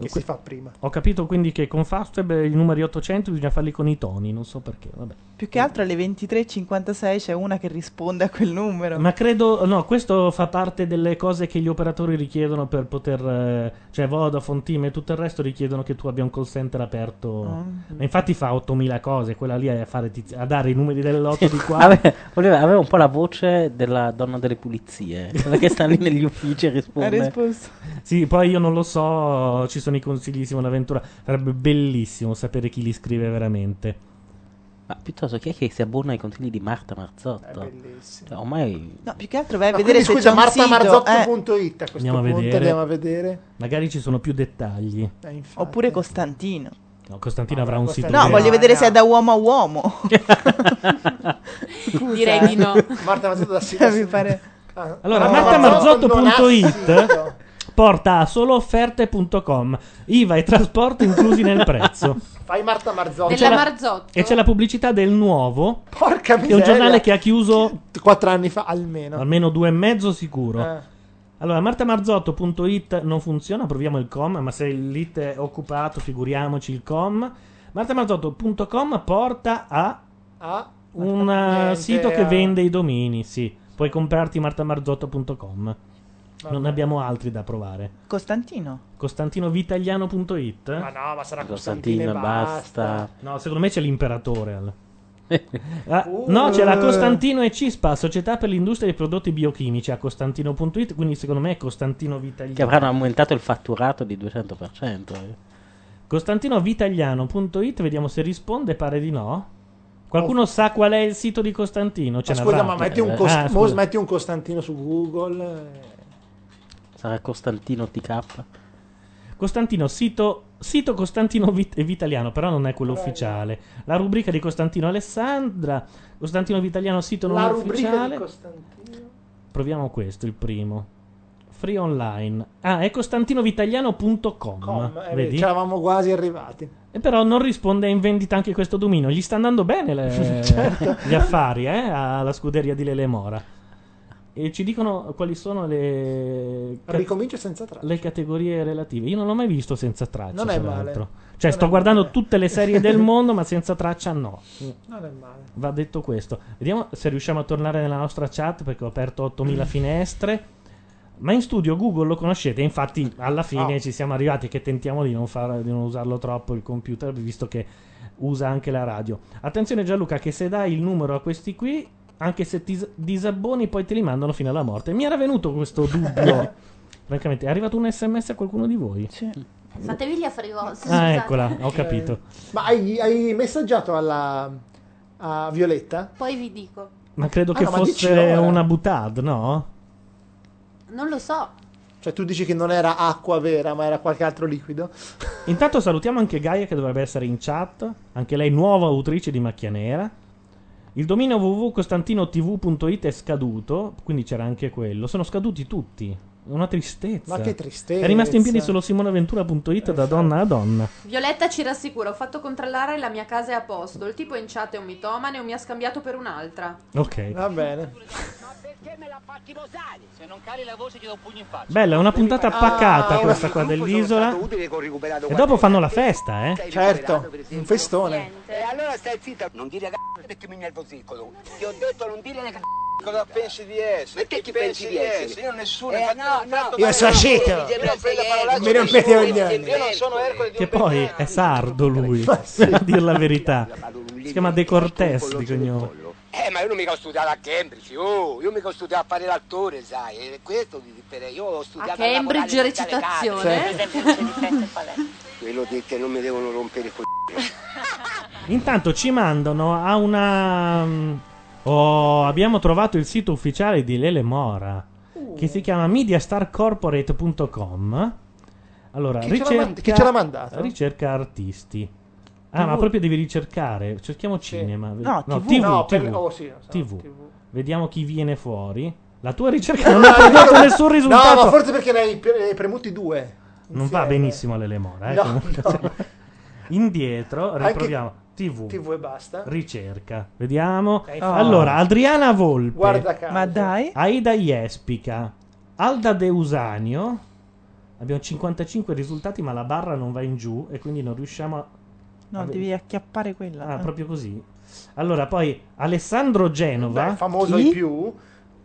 Speaker 3: che si fa prima.
Speaker 1: Ho capito quindi che con Fastweb eh, i numeri 800 bisogna farli con i toni, non so perché, vabbè.
Speaker 14: Più che altro alle 23.56 c'è una che risponde a quel numero.
Speaker 1: Ma credo, no, questo fa parte delle cose che gli operatori richiedono per poter, eh, cioè Vodafone, Team e tutto il resto richiedono che tu abbia un call center aperto.
Speaker 14: Ah.
Speaker 1: Ma infatti fa 8000 cose, quella lì è a, fare tiz- a dare i numeri delle lotte di qua.
Speaker 13: Ave- voleva- aveva un po' la voce della donna delle pulizie, quella che sta lì negli uffici e risponde.
Speaker 1: Sì, poi io non lo so, ci sono i consigli di Simone Ventura. Sarebbe bellissimo sapere chi li scrive veramente.
Speaker 13: Ma piuttosto chi è che si abbona ai consigli di Marta Marzotto? Cioè, ormai
Speaker 14: No, più che altro vai a
Speaker 3: Ma
Speaker 14: vedere
Speaker 3: quindi,
Speaker 14: se
Speaker 3: scusa,
Speaker 14: c'è un sito, eh.
Speaker 3: martamarzotto.it a questo
Speaker 1: Andiamo a
Speaker 3: punto
Speaker 1: vedere.
Speaker 3: andiamo a vedere. Eh,
Speaker 1: Magari ci sono più dettagli.
Speaker 14: Oppure Costantino.
Speaker 1: No,
Speaker 13: Ah,
Speaker 1: Costantino avrà un sito.
Speaker 14: No,
Speaker 1: web.
Speaker 14: voglio vedere se è da uomo a uomo.
Speaker 3: Scusa, Direi di no. Marta Marzotto da Ah. sito.
Speaker 14: Mi pare...
Speaker 1: Allora,
Speaker 3: No,
Speaker 1: martamarzotto.it porta a soloofferte.com IVA e trasporti inclusi nel prezzo.
Speaker 3: Fai Marta Marzotto.
Speaker 1: E c'è la- E c'è la pubblicità del nuovo.
Speaker 3: Porca
Speaker 1: Che è un
Speaker 3: miseria.
Speaker 1: giornale che ha chiuso
Speaker 3: quattro anni fa almeno.
Speaker 1: almeno due e mezzo sicuro.
Speaker 3: Eh.
Speaker 1: Allora, martamarzotto.it non funziona, proviamo il com, ma se l'it è occupato, figuriamoci il com. martamarzotto.com porta a
Speaker 3: Ah,
Speaker 1: un eh,
Speaker 3: niente,
Speaker 1: sito che
Speaker 3: eh.
Speaker 1: vende i domini, sì. Puoi comprarti martamarzotto.com. Non abbiamo altri da provare.
Speaker 14: Costantino.
Speaker 1: Costantinovitaliano.it
Speaker 3: Ma no, ma sarà
Speaker 1: Eh? Costantino,
Speaker 3: Costantino e basta. basta.
Speaker 1: No, secondo me c'è l'imperatore. al- Ah, No, c'è
Speaker 3: Eh.
Speaker 1: la Costantino e Cispa, società per l'industria dei prodotti biochimici a costantino.it, quindi secondo me è Costantino Vitagliano.
Speaker 13: che avranno aumentato il fatturato di 200%. eh.
Speaker 1: Costantinovitagliano.it, vediamo se risponde, pare di no. Qualcuno sa qual è il sito di Costantino? Ce
Speaker 3: Oh. Ma
Speaker 1: n'avrà.
Speaker 3: scusa, ma metti un, cost-
Speaker 1: Ah,
Speaker 3: mo
Speaker 1: scusa.
Speaker 3: metti un Costantino su Google. eh.
Speaker 13: Sarà Costantino TK.
Speaker 1: Costantino, sito, sito Costantino Vit- Vitaliano, però non è quello ufficiale. La rubrica di Costantino Alessandra, Costantino Vitaliano, sito non
Speaker 3: La rubrica di
Speaker 1: ufficiale.
Speaker 3: Costantino.
Speaker 1: Proviamo questo, il primo. Free online. Ah, è costantinovitaliano.com.
Speaker 3: Com, eh,
Speaker 1: Ah, vedi?
Speaker 3: ci eravamo quasi arrivati.
Speaker 1: E però non risponde è in vendita anche questo dominio. Gli sta andando bene le-
Speaker 3: Certo.
Speaker 1: gli affari eh, alla scuderia di Lele Mora. E ci dicono quali sono le,
Speaker 3: Ricomincio senza traccia.
Speaker 1: le categorie relative. Io non l'ho mai visto senza traccia.
Speaker 3: Non è
Speaker 1: tra
Speaker 3: male.
Speaker 1: l'altro. Cioè,
Speaker 3: Non
Speaker 1: sto
Speaker 3: è
Speaker 1: guardando
Speaker 3: male.
Speaker 1: tutte le serie del mondo, ma senza traccia no.
Speaker 3: Non è male.
Speaker 1: Va detto questo. Vediamo se riusciamo a tornare nella nostra chat perché ho aperto 8000
Speaker 3: Mm.
Speaker 1: finestre. Ma in studio Google lo conoscete, infatti alla fine ci siamo arrivati che tentiamo di non, far- di non usarlo troppo il computer visto che usa anche la radio. Attenzione Gianluca che se dai il numero a questi qui, anche se ti s- disabboni poi ti rimandano fino alla morte. Mi era venuto questo dubbio. Francamente, è arrivato un sms a qualcuno di voi?
Speaker 8: Fatevi gli affrigò.
Speaker 1: Ah, eccola, ho capito.
Speaker 3: Eh, Ma hai, hai messaggiato alla a Violetta?
Speaker 8: Poi vi dico.
Speaker 1: Ma credo
Speaker 3: Ah,
Speaker 1: che
Speaker 3: no, ma
Speaker 1: fosse
Speaker 3: dici ora.
Speaker 1: una butade, no?
Speaker 8: Non lo so.
Speaker 3: Cioè, tu dici che non era acqua vera, ma era qualche altro liquido.
Speaker 1: Intanto salutiamo anche Gaia che dovrebbe essere in chat, anche lei nuova autrice di Macchia Nera. Il dominio www.costantinotv.it è scaduto, quindi c'era anche quello. Sono scaduti tutti. Una tristezza.
Speaker 3: Ma che tristezza.
Speaker 1: È
Speaker 3: Esatto.
Speaker 1: rimasto in piedi solo simonaventura.it da donna a donna.
Speaker 7: Violetta ci rassicura, ho fatto controllare la mia casa è a posto. Il tipo in chat è un mitomane o mi ha scambiato per un'altra.
Speaker 1: Ok.
Speaker 3: Va bene.
Speaker 6: Se non cari la voce ti do un pugno in faccia.
Speaker 1: Bella, è una puntata paccata
Speaker 3: Ah,
Speaker 1: questa qua dell'isola. E dopo fanno la festa, eh?
Speaker 3: Certo, un festone.
Speaker 6: E allora stai zitta, non dire a c***o perché mi nervosisco. Ti ho detto non dire a c***o. Cosa pensi di essere? Perché chi pensi, di essere? Eh, Io nessuno, infatti non ho fatto
Speaker 3: Io sono
Speaker 6: nessuno.
Speaker 3: Cito.
Speaker 6: Mi viene a prendere parolacce
Speaker 3: Mi rompete
Speaker 6: nessuno.
Speaker 3: gli anni.
Speaker 6: Io non sono Ercole di
Speaker 1: Che poi è sardo lui, a dir la verità. Si chiama De Cortés di cognome.
Speaker 6: Eh, ma io non mica ho studiato a Cambridge, oh, io mica ho studiato a fare l'attore, sai, e questo mi differenza. Io ho studiato
Speaker 7: A Ah, Cambridge
Speaker 6: lavorare in tale
Speaker 7: recitazione.
Speaker 6: case.
Speaker 2: Pues
Speaker 6: Quello di
Speaker 2: este
Speaker 6: che non mi devono rompere i coglioni.
Speaker 1: Intanto ci mandano a una. mm, Oh, abbiamo trovato il sito ufficiale di Lele Mora. Che si chiama mediastarcorporate.com. Allora,
Speaker 3: Chi ce l'ha
Speaker 1: ricerca,
Speaker 3: mand- chi ce l'ha mandato?
Speaker 1: Ricerca artisti. Ah, ma
Speaker 3: TV.
Speaker 1: proprio devi ricercare. Cerchiamo cinema.
Speaker 3: No, TV.
Speaker 1: TV.
Speaker 3: No, per-
Speaker 1: TV.
Speaker 3: oh, sì, no, se no,
Speaker 1: TV. Vediamo chi viene fuori. La tua ricerca non ha dato nessun risultato.
Speaker 3: No, ma forse perché ne hai pre- ne hai premuti due.
Speaker 1: Non va benissimo Lele Mora. Eh,
Speaker 3: No,
Speaker 1: comunque.
Speaker 3: no.
Speaker 1: Indietro,
Speaker 3: Anche
Speaker 1: riproviamo. TV.
Speaker 3: TV e basta.
Speaker 1: Ricerca, vediamo.
Speaker 3: Dai,
Speaker 14: Oh.
Speaker 1: Ah.
Speaker 3: fa-
Speaker 1: Allora, Adriana Volpe,
Speaker 3: Guarda caso. Ma
Speaker 1: dai. Aida Jespica, Alda Deusanio, Abbiamo 55 risultati, ma la barra non va in giù e quindi non riusciamo a.
Speaker 14: No,
Speaker 1: a-
Speaker 14: devi acchiappare quella.
Speaker 1: Ah, proprio così. Allora, poi Alessandro Genova.
Speaker 14: Beh,
Speaker 16: famoso
Speaker 14: Chi?
Speaker 16: in più.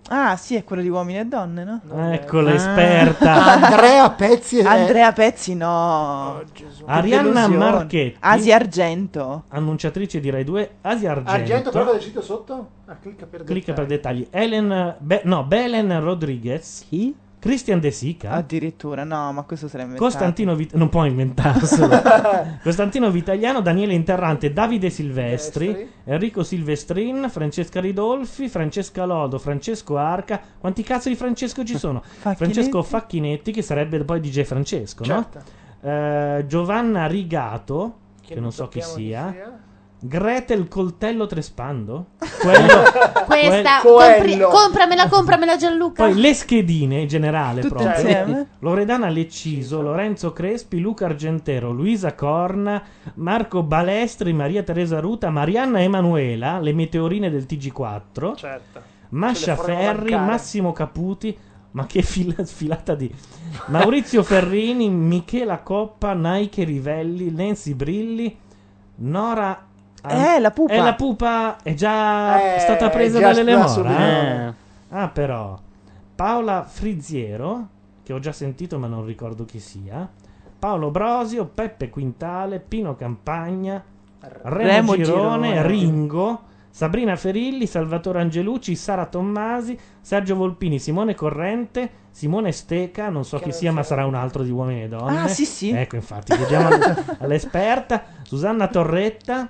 Speaker 14: Ah, sì, è quello di uomini e donne, no?
Speaker 1: Ecco
Speaker 14: Ah.
Speaker 1: l'esperta.
Speaker 16: Andrea Pezzi è- Oh,
Speaker 14: Andrea Pezzi, no.
Speaker 16: Che
Speaker 1: Arianna
Speaker 14: delusione.
Speaker 1: Marchetti.
Speaker 14: Asia Argento.
Speaker 1: Annunciatrice di Rai 2, Asia Argento.
Speaker 3: Argento, prova del sito sotto? Ah, clicca per
Speaker 1: Clicca per dettagli. Helen, Be- no, Belen Rodriguez.
Speaker 14: Chi?
Speaker 1: Christian De Sica.
Speaker 14: Addirittura, no, ma questo sarebbe inventato.
Speaker 1: Costantino Vit- non può inventarselo. Costantino Vitaliano, Daniele Interrante, Davide Silvestri, Enrico Silvestrin, Francesca Ridolfi, Francesca Lodo, Francesco Arca. Quanti cazzo di Francesco ci sono? Francesco Facchinetti, che sarebbe poi DJ Francesco, no? Eh, Giovanna Rigato, che, non so chi sia. Gretel Coltello Trespando? Quello-
Speaker 8: Questa,
Speaker 1: quel-
Speaker 8: compri- compramela, compramela Gianluca.
Speaker 1: poi le schedine in generale
Speaker 8: Tutte
Speaker 1: proprio.
Speaker 8: insieme?
Speaker 1: Loredana Lecciso, Lorenzo Crespi, Luca Argentero, Luisa Corna, Marco Balestri, Maria Teresa Ruta, Marianna Emanuela, le meteorine del TG4.
Speaker 3: Certo.
Speaker 1: Mascia
Speaker 3: Ce le faremo
Speaker 1: Ferri,
Speaker 3: mancare.
Speaker 1: Massimo Caputi, ma che fila- sfilata di Maurizio Ferrini, Michela Coppa, Nike Rivelli, Nancy Brilli, Nora
Speaker 14: Eh, la pupa.
Speaker 1: è la pupa è già
Speaker 14: Eh,
Speaker 1: stata presa
Speaker 14: è già
Speaker 1: dalle
Speaker 14: sulla
Speaker 1: lemora.
Speaker 14: subidona.
Speaker 1: eh. Ah, però. Paola Friziero, che ho già sentito ma non ricordo chi sia. Paolo Brosio, Peppe Quintale, Pino Campagna, Remo,
Speaker 14: Remo
Speaker 1: Girone,
Speaker 14: Girone.
Speaker 1: Ringo, Sabrina Ferilli, Salvatore Angelucci, Sara Tommasi, Sergio Volpini, Simone Corrente, Simone Steca, non so chi sia ma sarà un altro di Uomini e Donne.
Speaker 14: Ah, sì, sì.
Speaker 1: Ecco, infatti, chiediamo all- all'esperta. Susanna Torretta.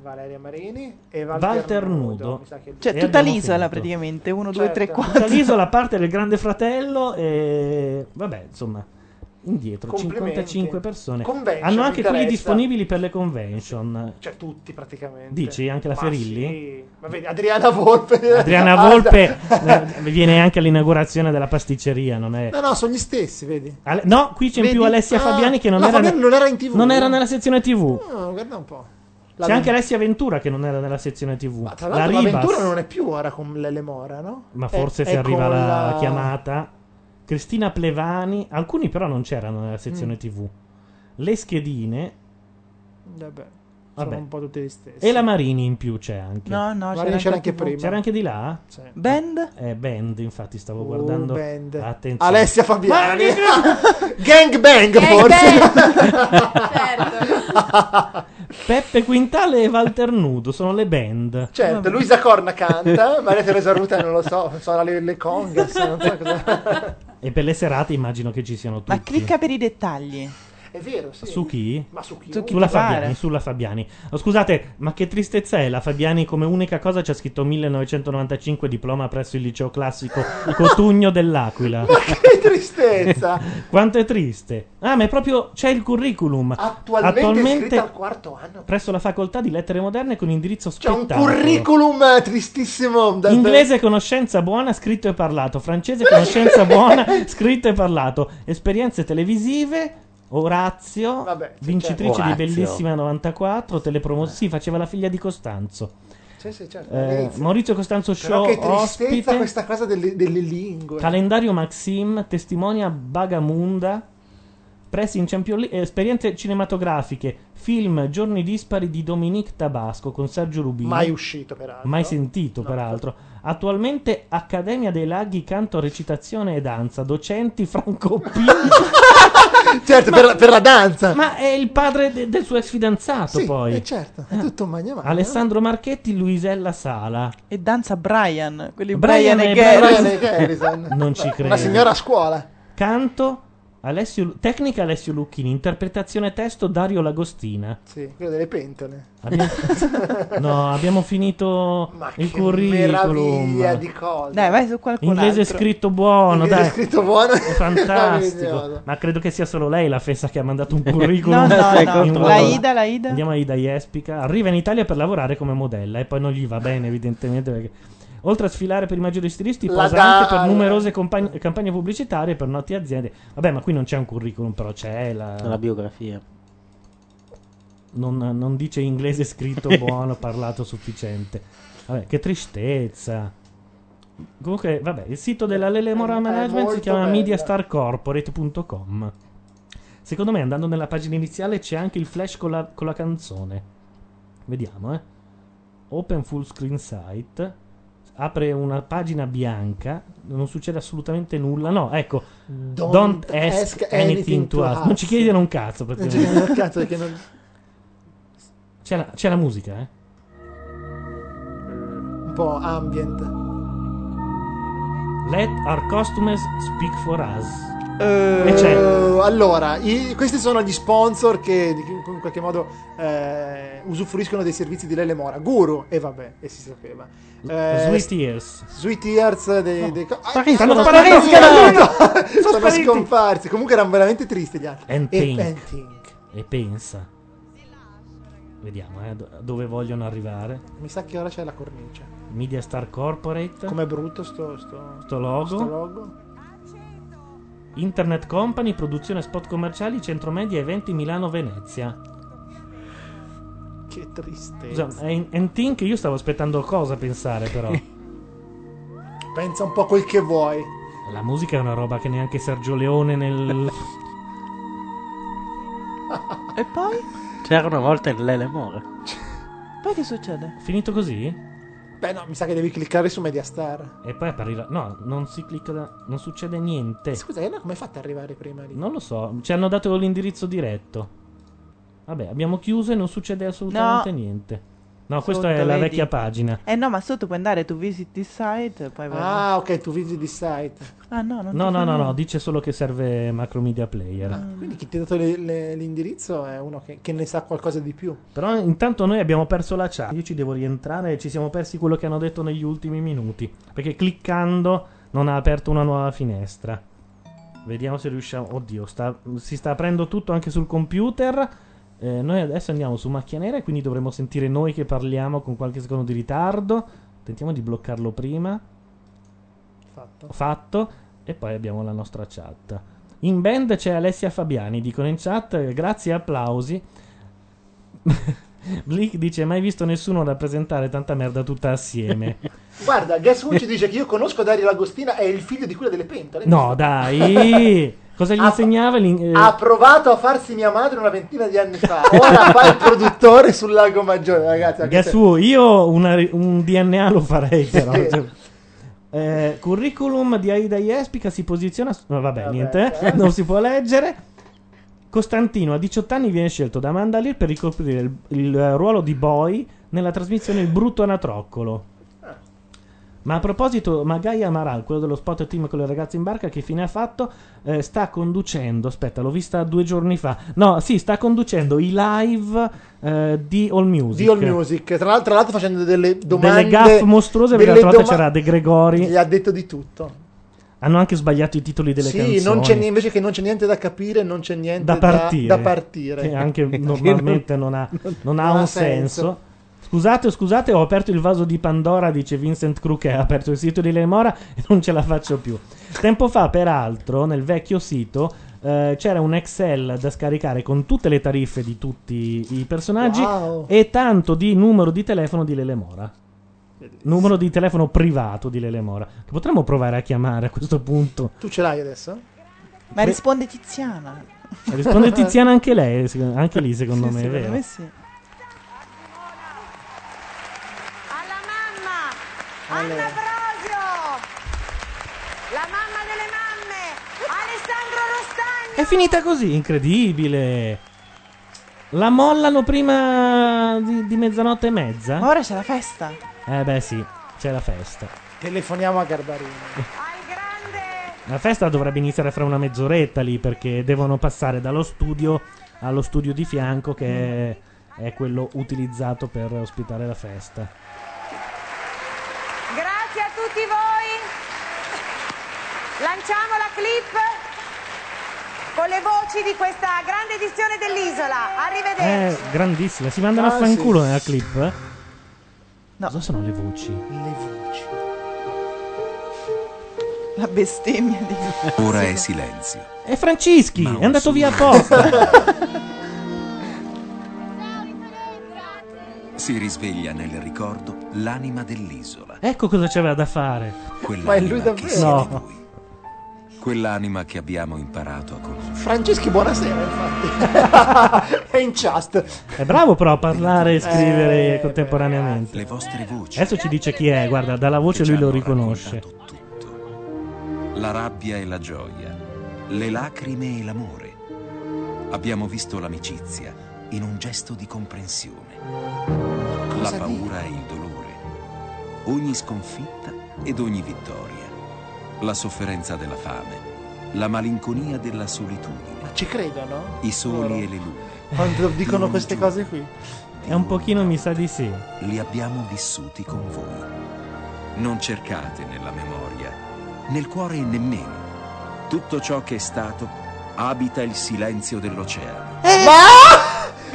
Speaker 3: Valeria Marini e Walter,
Speaker 1: Walter
Speaker 3: Nudo.
Speaker 1: Nudo.
Speaker 3: mi sa che-
Speaker 14: Cioè,
Speaker 1: E
Speaker 14: tutta
Speaker 1: abbiamo
Speaker 14: l'isola
Speaker 1: finito.
Speaker 14: praticamente. Uno, due, tre,
Speaker 3: Certo.
Speaker 14: quattro.
Speaker 1: Tutta l'isola parte del Grande Fratello e vabbè, insomma, indietro
Speaker 3: Complimenti.
Speaker 1: 55 persone.
Speaker 3: Convention,
Speaker 1: Hanno
Speaker 3: mi
Speaker 1: anche quelli
Speaker 3: interessa.
Speaker 1: disponibili per le convention.
Speaker 3: Cioè, tutti praticamente.
Speaker 1: Dici anche la
Speaker 3: Ma
Speaker 1: Ferilli?
Speaker 3: sì. Ma vedi, Adriana Volpe. Ah, esatto.
Speaker 1: Adriana
Speaker 3: Alda.
Speaker 1: Volpe eh, viene anche all'inaugurazione della pasticceria, non è
Speaker 16: No, no, sono gli stessi, vedi.
Speaker 1: Ale- no, qui c'è in
Speaker 16: Vedi?
Speaker 1: più Alessia
Speaker 16: Ah,
Speaker 1: Fabiani che non,
Speaker 16: no,
Speaker 1: era,
Speaker 16: Fabiani non era in TV.
Speaker 1: non era nella sezione TV.
Speaker 16: No, guarda un po'.
Speaker 1: C'è anche Alessia Ventura che non era nella sezione TV.
Speaker 16: Tra
Speaker 1: la
Speaker 16: l'altro,
Speaker 1: Ribas,
Speaker 16: l'avventura non è più ora con l'Ele Mora, no?
Speaker 1: ma
Speaker 3: Eh,
Speaker 16: È-
Speaker 1: forse
Speaker 16: è
Speaker 1: se arriva
Speaker 16: con
Speaker 1: la... chiamata. Cristina Plevani, alcuni però non c'erano nella sezione
Speaker 3: Mm.
Speaker 1: TV. Le schedine
Speaker 3: Vabbè, sono
Speaker 1: Vabbè.
Speaker 3: un po' tutte le stesse.
Speaker 1: e la Marini in più c'è anche.
Speaker 14: No,
Speaker 3: Marini c'era
Speaker 14: no,
Speaker 3: c'era anche anche prima. prima.
Speaker 1: C'era anche di là?
Speaker 14: Band?
Speaker 1: Eh, Band, infatti stavo
Speaker 3: Oh,
Speaker 1: guardando.
Speaker 3: Band.
Speaker 1: Attenzione.
Speaker 16: Alessia Fabiani.
Speaker 1: Ma che-
Speaker 16: Gangbang, forse.
Speaker 3: Certo.
Speaker 1: Peppe Quintale e Walter Nudo sono le band.
Speaker 16: Certo, Luisa Corna canta, Maria Teresa Ruta non lo so, sono le, le congas, non so cosa.
Speaker 1: E per le serate immagino che ci siano tutti.
Speaker 14: Ma clicca per i dettagli.
Speaker 16: È vero, sì.
Speaker 1: Su chi?
Speaker 16: Ma su chi?
Speaker 1: Sulla
Speaker 14: pare.
Speaker 1: Fabiani, sulla Fabiani. Oh, scusate, ma che tristezza è? La Fabiani come unica cosa ci ha scritto 1995 diploma presso il liceo classico Cotugno dell'Aquila.
Speaker 16: Che tristezza!
Speaker 1: Quanto è triste. Ah, ma è proprio c'è il curriculum.
Speaker 16: Attualmente, è iscritta al quarto anno.
Speaker 1: presso la facoltà di lettere moderne con indirizzo
Speaker 16: C'è un
Speaker 1: spettacolo.
Speaker 16: curriculum eh, tristissimo. da- da-
Speaker 1: Inglese conoscenza buona, scritto e parlato. Francese conoscenza buona, scritto e parlato. Esperienze televisive. Orazio,
Speaker 16: certo.
Speaker 1: vincitrice
Speaker 4: Orazio.
Speaker 1: di Bellissima 94, telepromozione. Sì, faceva la figlia di Costanzo.
Speaker 16: Sì, sì, Eh. certo.
Speaker 1: Eh,
Speaker 16: Inglese.
Speaker 1: Maurizio Costanzo
Speaker 16: Però
Speaker 1: Show,
Speaker 16: che tristezza
Speaker 1: ospite.
Speaker 16: questa cosa delle, delle lingue.
Speaker 1: Calendario Maxim, testimonia Bagamunda, presi in Champions League, eh, esperienze cinematografiche, film Giorni dispari di Dominique Tabasco con Sergio Rubini.
Speaker 16: Mai uscito, peraltro.
Speaker 1: Mai sentito, peraltro. Attualmente Accademia dei Laghi, canto, recitazione e danza, docenti Franco P.
Speaker 16: certo, per, la- per la danza.
Speaker 1: Ma è il padre de- del suo ex fidanzato,
Speaker 16: sì,
Speaker 1: poi.
Speaker 16: eh, certo, è tutto un magna magna.
Speaker 1: Alessandro Marchetti, Luisella Sala.
Speaker 14: E danza Brian. Quelli
Speaker 1: Brian
Speaker 14: Brian,
Speaker 1: e
Speaker 14: e Gary.
Speaker 16: Brian e Garrison.
Speaker 1: Non ci
Speaker 16: Una
Speaker 1: credo.
Speaker 16: signora a scuola.
Speaker 1: Canto, Alessio Lu- tecnica Alessio Lucchini, interpretazione testo Dario Lagostina.
Speaker 16: Sì, quello delle pentole.
Speaker 1: Abbiamo- no, abbiamo finito il
Speaker 16: Che
Speaker 1: curriculum.
Speaker 16: meraviglia di cose.
Speaker 14: Dai, vai su qualcun
Speaker 1: Inglese
Speaker 14: altro.
Speaker 1: scritto buono,
Speaker 16: Inglese
Speaker 1: dai.
Speaker 16: scritto buono.
Speaker 1: È fantastico.
Speaker 16: Meraviglioso.
Speaker 1: Ma credo che sia solo lei la fessa che ha mandato un curriculum.
Speaker 14: No, no,
Speaker 1: in
Speaker 14: no.
Speaker 1: un-
Speaker 14: La Ida, la Ida.
Speaker 1: Andiamo a Ida Jespica. Arriva in Italia per lavorare come modella e poi non gli va bene, evidentemente. Perché... Oltre a sfilare per i maggiori stilisti,
Speaker 16: La
Speaker 1: posa
Speaker 16: da-
Speaker 1: anche per numerose compagn- campagne pubblicitarie per note aziende. Vabbè, ma qui non c'è un curriculum, però c'è la,
Speaker 13: La biografia.
Speaker 1: non, non dice inglese scritto buono, parlato sufficiente. Vabbè, che tristezza. Comunque, vabbè, il sito della Lele Moral
Speaker 13: È- è
Speaker 1: Management si
Speaker 13: molto
Speaker 1: chiama
Speaker 13: bella.
Speaker 1: mediastarcorporate.com. Secondo me, andando nella pagina iniziale, c'è anche il flash con la, con la canzone. Vediamo, eh. Open full screen site. Apre una pagina bianca. Non succede assolutamente nulla. No, ecco. Don't, ask, anything, to us. Non ci chiedono un cazzo.
Speaker 3: Non ci chiedono un cazzo
Speaker 1: perché non... c'è, la, c'è la musica, eh.
Speaker 3: Un po' ambient.
Speaker 1: Let our customers speak for us.
Speaker 3: Eh,
Speaker 1: e c'è.
Speaker 3: Allora, i- questi sono gli sponsor che di- in qualche modo eh, usufruiscono dei servizi di Lele Mora. Guru, e vabbè, e si sapeva. Eh,
Speaker 1: Sweet Ears.
Speaker 3: Sweet Ears dei, dei co-
Speaker 1: Spariti,
Speaker 3: Ah,
Speaker 1: sono
Speaker 3: no,
Speaker 1: spariti,
Speaker 3: no,
Speaker 1: sono
Speaker 3: no,
Speaker 1: spariti.
Speaker 3: no,
Speaker 1: Sono
Speaker 3: sono
Speaker 1: spariti.
Speaker 3: scomparsi. Comunque erano veramente tristi gli altri.
Speaker 1: And
Speaker 3: E-
Speaker 1: think.
Speaker 3: and think.
Speaker 1: E pensa. Vediamo eh, do- dove vogliono arrivare.
Speaker 3: Mi sa che ora c'è la cornice.
Speaker 1: Media Star Corporate.
Speaker 3: Com'è brutto sto, sto,
Speaker 1: Sto logo.
Speaker 3: sto logo.
Speaker 1: Internet Company, produzione spot commerciali, centro media, eventi Milano-Venezia.
Speaker 3: Che
Speaker 1: Scusa,
Speaker 3: tristezza.
Speaker 1: and, and think io stavo aspettando cosa a pensare però.
Speaker 3: Pensa un po' quel che vuoi.
Speaker 1: La musica è una roba che neanche Sergio Leone nel...
Speaker 14: E poi?
Speaker 35: C'era una volta il Lele More.
Speaker 14: Poi che succede?
Speaker 1: Finito così?
Speaker 3: Beh, no, mi sa che devi cliccare su Mediastar.
Speaker 1: E poi apparirà... No, non si clicca... da- Non succede niente.
Speaker 3: Scusa, Elena, come hai fatto ad arrivare prima lì?
Speaker 1: Non lo so, ci hanno dato l'indirizzo diretto. Vabbè, abbiamo chiuso e non succede assolutamente
Speaker 14: No.
Speaker 1: niente. No, questa
Speaker 14: Sotto,
Speaker 1: è la
Speaker 14: vedi?
Speaker 1: vecchia pagina.
Speaker 14: Eh no, ma sotto puoi andare tu visit this site, poi vai.
Speaker 3: Ah, ok, tu visit this site.
Speaker 14: Ah no,
Speaker 1: No,
Speaker 14: non ti Ah. fa
Speaker 1: no, no, no,
Speaker 14: niente.
Speaker 1: dice solo che serve Macromedia Player.
Speaker 3: Quindi chi ti ha dato le- le- l'indirizzo è uno che, che ne sa qualcosa di più.
Speaker 1: Però intanto noi abbiamo perso la chat. Io ci devo rientrare e ci siamo persi quello che hanno detto negli ultimi minuti. Perché cliccando non ha aperto una nuova finestra. Vediamo se riusciamo. Oddio, sta- si sta aprendo tutto anche sul computer. Eh, noi adesso andiamo su macchia nera e quindi dovremo sentire noi che parliamo con qualche secondo di ritardo. Tentiamo di bloccarlo prima.
Speaker 3: Fatto.
Speaker 1: Fatto. E poi abbiamo la nostra chat. In band c'è Alessia Fabiani, dicono in chat, eh, grazie e applausi. Blick dice: Mai visto nessuno rappresentare tanta merda tutta assieme.
Speaker 3: Guarda, Guess Who ci dice che io conosco Dario Lagostina, è il figlio di quella delle pentole.
Speaker 1: no, dai. Cosa gli insegnava? L'in- eh,
Speaker 3: Ha provato a farsi mia madre una ventina di anni fa. Ora fa il produttore sul Lago Maggiore, ragazzi. anche
Speaker 1: Guess
Speaker 3: se-
Speaker 1: who? Io una ri- un DNA lo farei, però.
Speaker 3: Sì.
Speaker 1: Cioè, eh, curriculum di Aida Jespica si posiziona. su- no, vabbè, niente, eh,
Speaker 3: eh.
Speaker 1: non si può leggere. Costantino a 18 anni viene scelto da Mandalir per ricoprire il, il, eh, ruolo di Boy nella trasmissione Il brutto anatroccolo. Ma a proposito, Magai Amaral, quello dello spot team con le ragazze in barca, che fine ha fatto? Eh, sta conducendo, aspetta, l'ho vista due giorni fa. No, sì, sta conducendo i live eh, di All Music.
Speaker 3: Di All Music, tra l'altro, tra l'altro facendo delle domande.
Speaker 1: Delle gaffe mostruose perché
Speaker 3: delle
Speaker 1: l'altra volta
Speaker 3: doma-
Speaker 1: c'era De Gregori.
Speaker 3: Gli ha detto di tutto.
Speaker 1: Hanno anche sbagliato i titoli delle
Speaker 3: sì,
Speaker 1: canzoni.
Speaker 3: non c'è ni- invece che non c'è niente da capire, non c'è niente
Speaker 1: da partire.
Speaker 3: Da, partire.
Speaker 1: Che anche normalmente non ha, non ha
Speaker 3: non ha
Speaker 1: un senso. Scusate, scusate, ho aperto il vaso di Pandora, dice Vincent Crew che ha aperto il sito di Lemora e non ce la faccio più. Tempo fa, peraltro, nel vecchio sito eh, c'era un Excel da scaricare con tutte le tariffe di tutti i personaggi
Speaker 3: Wow.
Speaker 1: e tanto di numero di telefono di Lele Mora. Numero di telefono privato di Lele Mora. Che potremmo provare a chiamare a questo punto.
Speaker 3: Tu ce l'hai adesso?
Speaker 14: Ma
Speaker 1: Beh-
Speaker 14: risponde Tiziana.
Speaker 1: Risponde Tiziana anche lei, secondo- anche lì secondo me, è
Speaker 14: Secondo
Speaker 1: vero. Eh?
Speaker 14: me sì.
Speaker 3: Allora.
Speaker 18: La mamma delle mamme, Alessandro Rostagno.
Speaker 1: È finita così, incredibile. La mollano prima di, di mezzanotte e mezza?
Speaker 14: Ma ora c'è la festa.
Speaker 1: Eh beh sì, c'è la festa.
Speaker 3: Telefoniamo a Garbarino.
Speaker 1: La festa dovrebbe iniziare fra una mezz'oretta lì perché devono passare dallo studio allo studio di fianco che è- è quello utilizzato per ospitare la festa.
Speaker 18: Grazie a tutti voi. Lanciamo la clip con le voci di questa grande edizione dell'isola.
Speaker 1: È
Speaker 18: Arrivederci.
Speaker 1: Eh, grandissima, si mandano a
Speaker 18: Ah,
Speaker 1: fanculo
Speaker 18: sì.
Speaker 1: nella clip. eh? Cosa sono le voci?
Speaker 14: Le voci. La bestemmia di
Speaker 17: Ora è silenzio.
Speaker 1: È Francischi, è andato via apposta.
Speaker 17: si risveglia nel ricordo l'anima dell'isola,
Speaker 1: Ecco cosa c'aveva da fare.
Speaker 17: Ma è lui davvero?
Speaker 1: No.
Speaker 17: quell'anima che abbiamo imparato a conoscere.
Speaker 3: Franceschi, buonasera, infatti. È in chat.
Speaker 1: È bravo però a parlare e scrivere contemporaneamente.
Speaker 17: Le vostre voci,
Speaker 1: Adesso ci dice chi è, guarda, dalla voce lui lo riconosce.
Speaker 17: la rabbia e la gioia, le lacrime e l'amore. Abbiamo visto l'amicizia in un gesto di comprensione, la Cosa paura e il dolore, ogni sconfitta ed ogni vittoria, la sofferenza della fame, la malinconia della solitudine,
Speaker 3: Ma ci credono?
Speaker 17: i soli e le lune.
Speaker 3: Quando dicono queste cose qui.
Speaker 1: È un pochino mi sa di sì.
Speaker 17: li abbiamo vissuti con voi. Non cercate nella memoria, nel cuore nemmeno. Tutto ciò che è stato abita il silenzio dell'oceano.
Speaker 3: Eh,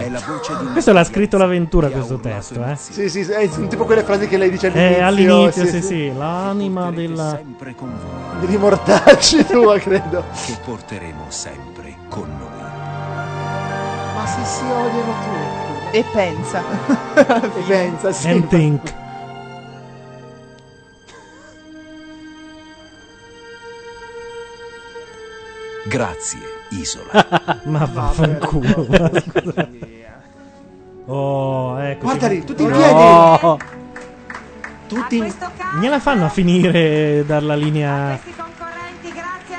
Speaker 17: È la voce di
Speaker 1: Questo l'ha scritto l'avventura questo testo, eh.
Speaker 3: Sì, sì, sì, è tipo quelle frasi che lei dice all'inizio.
Speaker 1: Eh, all'inizio, sì, sì, l'anima della...
Speaker 3: Devi mortacci tua, credo.
Speaker 17: che porteremo sempre con noi.
Speaker 3: Ma se si odiano tutti.
Speaker 14: E pensa.
Speaker 3: E pensa, sì.
Speaker 1: And think.
Speaker 17: Grazie, isola.
Speaker 1: Ma vaffanculo.
Speaker 17: Vabbè,
Speaker 1: ma scusa. Oh, ecco.
Speaker 3: Guardali, tutti in
Speaker 1: No.
Speaker 3: Tutti in-
Speaker 1: Me la fanno a finire dalla linea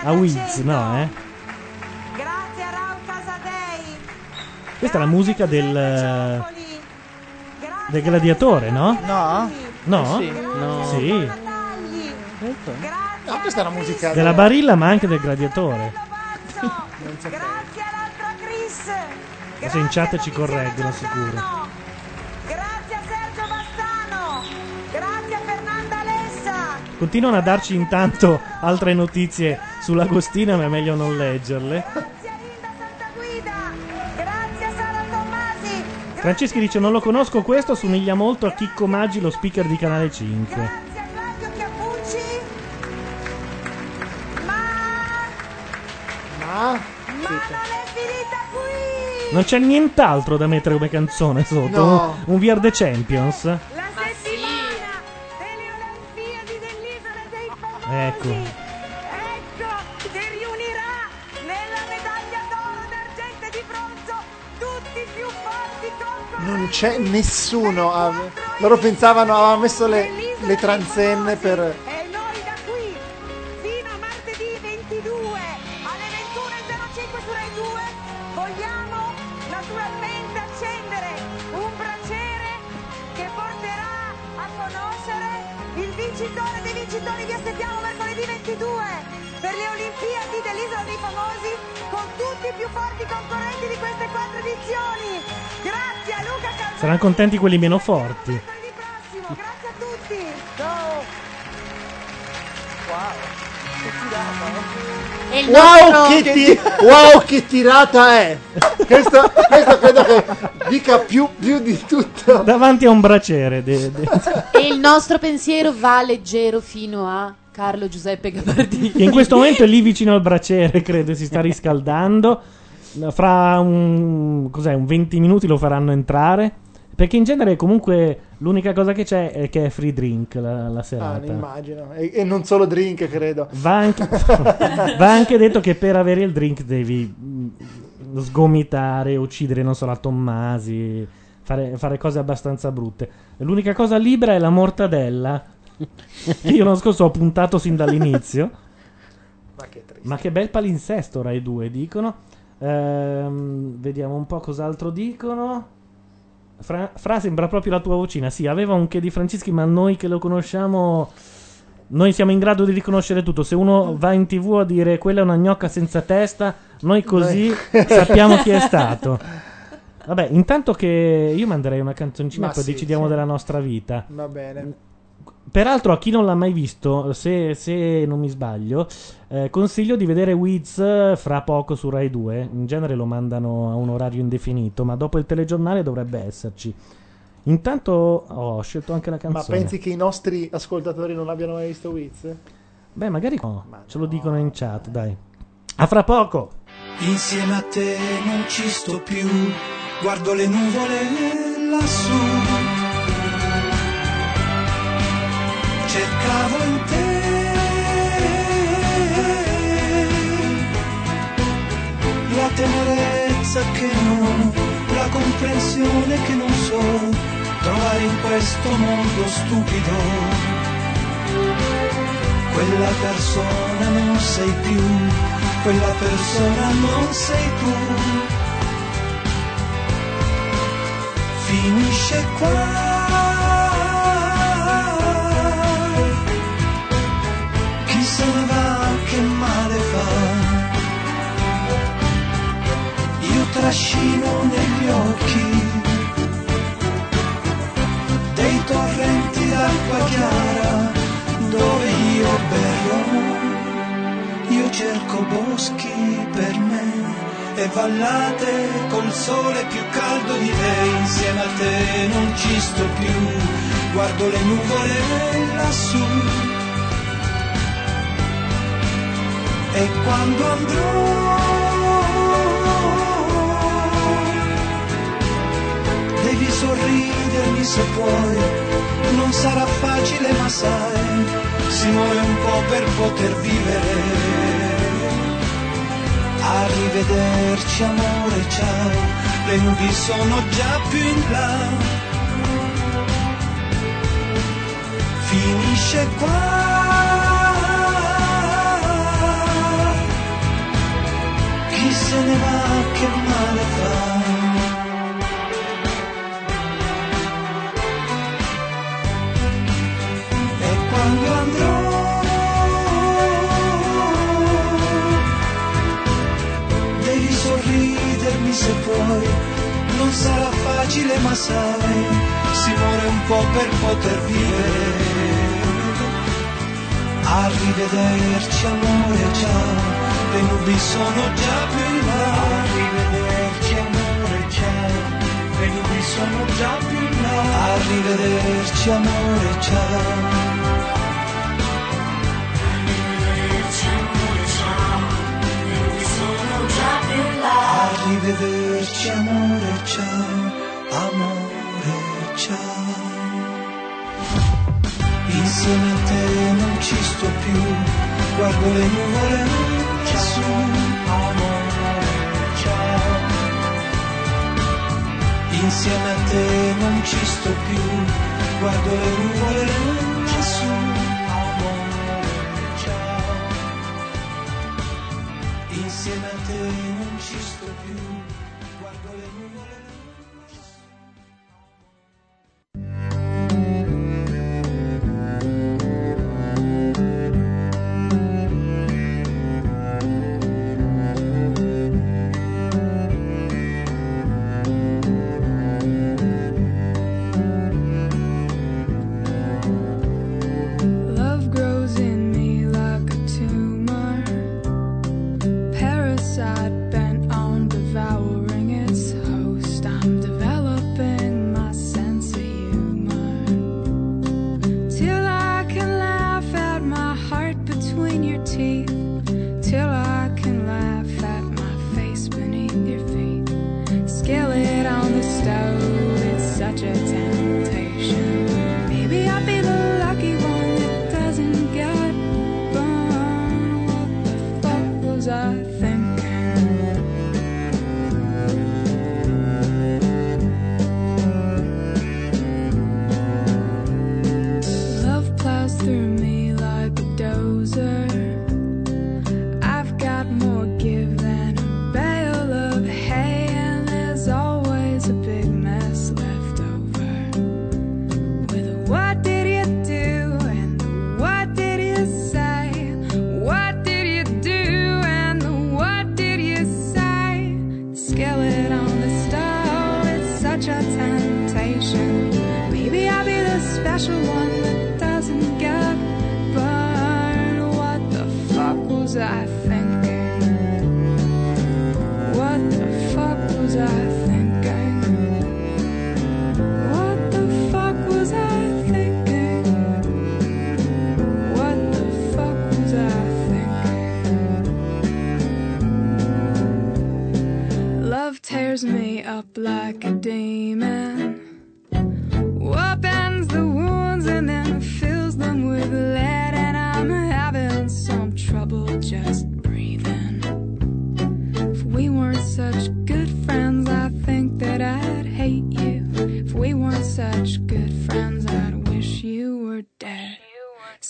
Speaker 1: a Wiz, no, eh? Questa è la musica del del gladiatore, no?
Speaker 14: No?
Speaker 1: No?
Speaker 14: Sì. No.
Speaker 1: Sì,
Speaker 3: Ah, questa è una musica.
Speaker 1: Certo. della Barilla, ma anche del gladiatore.
Speaker 3: Non so
Speaker 1: Adesso in chat ci correggono sicuro. Continuano a darci intanto altre notizie sull'Agostina, ma è meglio non leggerle. Franceschi dice: Non lo conosco questo, somiglia molto a Chicco Maggi, lo speaker di Canale 5.
Speaker 3: Ma.
Speaker 1: Non c'è nient'altro da mettere come canzone sotto.
Speaker 3: No.
Speaker 1: Un, un We Are the Champions. Ecco.
Speaker 3: Non c'è nessuno. ah, loro pensavano, avevano messo le, le transenne per.
Speaker 18: Il vincitore dei vincitori vi aspettiamo mercoledì 22 per le Olimpiadi dell'Isola dei Famosi con tutti i più forti concorrenti di queste quattro edizioni. Grazie a Luca Calzoni
Speaker 1: Saranno contenti quelli meno forti.
Speaker 18: grazie a tutti. Ciao.
Speaker 3: E il Wow che, ti- wow, che tirata è! Questo, questo credo che dica più, più di tutto.
Speaker 1: Davanti a un braciere. de- de-
Speaker 7: E il nostro pensiero va leggero fino a Carlo Giuseppe Gabardini.
Speaker 1: che in questo momento è lì vicino al braciere, credo, si sta riscaldando. Fra un, cos'è, un 20 minuti lo faranno entrare. Perché in genere, comunque, l'unica cosa che c'è è che è free drink la, la
Speaker 3: Ah, ne
Speaker 1: serata.
Speaker 3: immagino. E, e non solo drink, credo.
Speaker 1: Certo. Va anche, va anche detto che per avere il drink devi mm, sgomitare, uccidere, non so, la Tommasi, fare, fare cose abbastanza brutte. L'unica cosa libera è la mortadella. che Io l'anno scorso ho puntato sin dall'inizio.
Speaker 3: Ma che triste.
Speaker 1: Ma che bel palinsesto Rai 2 dicono. Ehm, vediamo un po' cos'altro dicono. Fra, Fra sembra proprio la tua vocina. Sì, aveva un che di Francischi, ma noi che lo conosciamo. Noi siamo in grado di riconoscere tutto. Se uno va in tv a dire quella è una gnocca senza testa, noi così
Speaker 3: Noi-
Speaker 1: sappiamo chi è stato. Vabbè, intanto che io manderei una canzoncina
Speaker 3: Ma
Speaker 1: e poi
Speaker 3: sì,
Speaker 1: decidiamo
Speaker 3: sì.
Speaker 1: della nostra vita.
Speaker 3: Va bene.
Speaker 1: Peraltro, a chi non l'ha mai visto, se, se non mi sbaglio, eh, consiglio di vedere Wiz eh, fra poco su Rai 2. In genere lo mandano a un orario indefinito, ma dopo il telegiornale dovrebbe esserci. Intanto oh, ho scelto anche la
Speaker 3: Ma
Speaker 1: canzone.
Speaker 3: pensi che i nostri ascoltatori non abbiano mai visto Wiz?
Speaker 1: Beh, magari no. Ce lo dicono in chat, dai. A fra poco.
Speaker 9: Insieme a te non ci sto più, guardo le nuvole lassù. comprensione che non so trovare in questo mondo stupido. Quella persona non sei più, quella persona non sei tu. Finisce qua. Chi se ne va che male fa? io trascino negli occhi dei torrenti d'acqua chiara dove io berrò. Io cerco boschi per me e vallate col sole più caldo di te. Insieme a te non ci sto più, guardo le nuvole lassù. E quando andrò devi sorridermi se puoi, non sarà facile ma sai, si muore un po' per poter vivere. Arrivederci amore, ciao, le nubi sono già più in là. Finisce qua. Chi se ne va che male fa? e quando andrò devi sorridermi se puoi non sarà facile ma sai si muore un po' per poter vivere arrivederci amore ciao le nubi sono già più in là arrivederci amore ciao le nubi sono già più in là arrivederci amore ciao Arrivederci amore ciao, amore ciao. Insieme a te non ci sto più, guardo le nuvole che su, amore ciao. Insieme a te non ci sto più, guardo le nuvole che su, amore ciao. Insieme a te non ci sto più, guardo le nuvole
Speaker 19: Love grows in me like a tumor. Parasite bent on devouring its host. I'm developing my sense of humor. Till I can laugh at my heart between your teeth. Till I can laugh at my face beneath your feet. Skillet on the stove is such a temptation. Maybe I'll be the lucky one that doesn't get burned. What the fuck was I thinking? Love plows through me like a dozer. I've got more give than a bale of hay, and there's always a big mess left over. With a what did you do? And the what did you say? What did you do? And the what did you say? The skillet on the stove, it's such a temptation. Maybe I'll be the special one that doesn't get burned. What the fuck was I thinking? What the fuck was I thinking? What the fuck was I thinking? What the fuck was I thinking? Love tears me up like a demon opens the wounds and then fills them with lead. And I'm having some trouble just breathing. If we weren't such good friends, I think that I'd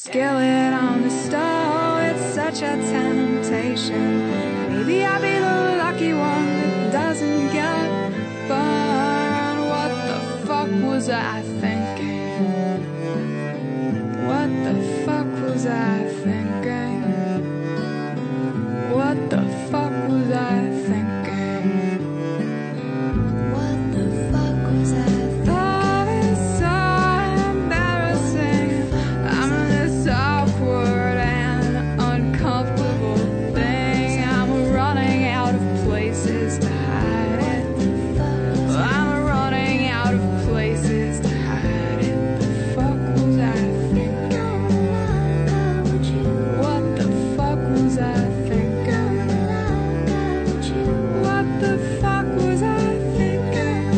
Speaker 19: trail it on the stove. It's such a temptation. Maybe I'll be the lucky one that doesn't get burned. What the fuck was I thinking? What the fuck was I thinking? What the fuck was I thinking? What the fuck was I thinking? Love is so embarrassing. I'm in this awkward and uncomfortable thing. I'm running out of places to hide it. I'm running out of places to hide it. The fuck was I thinking? What the fuck was I thinking? What the fuck was I thinking?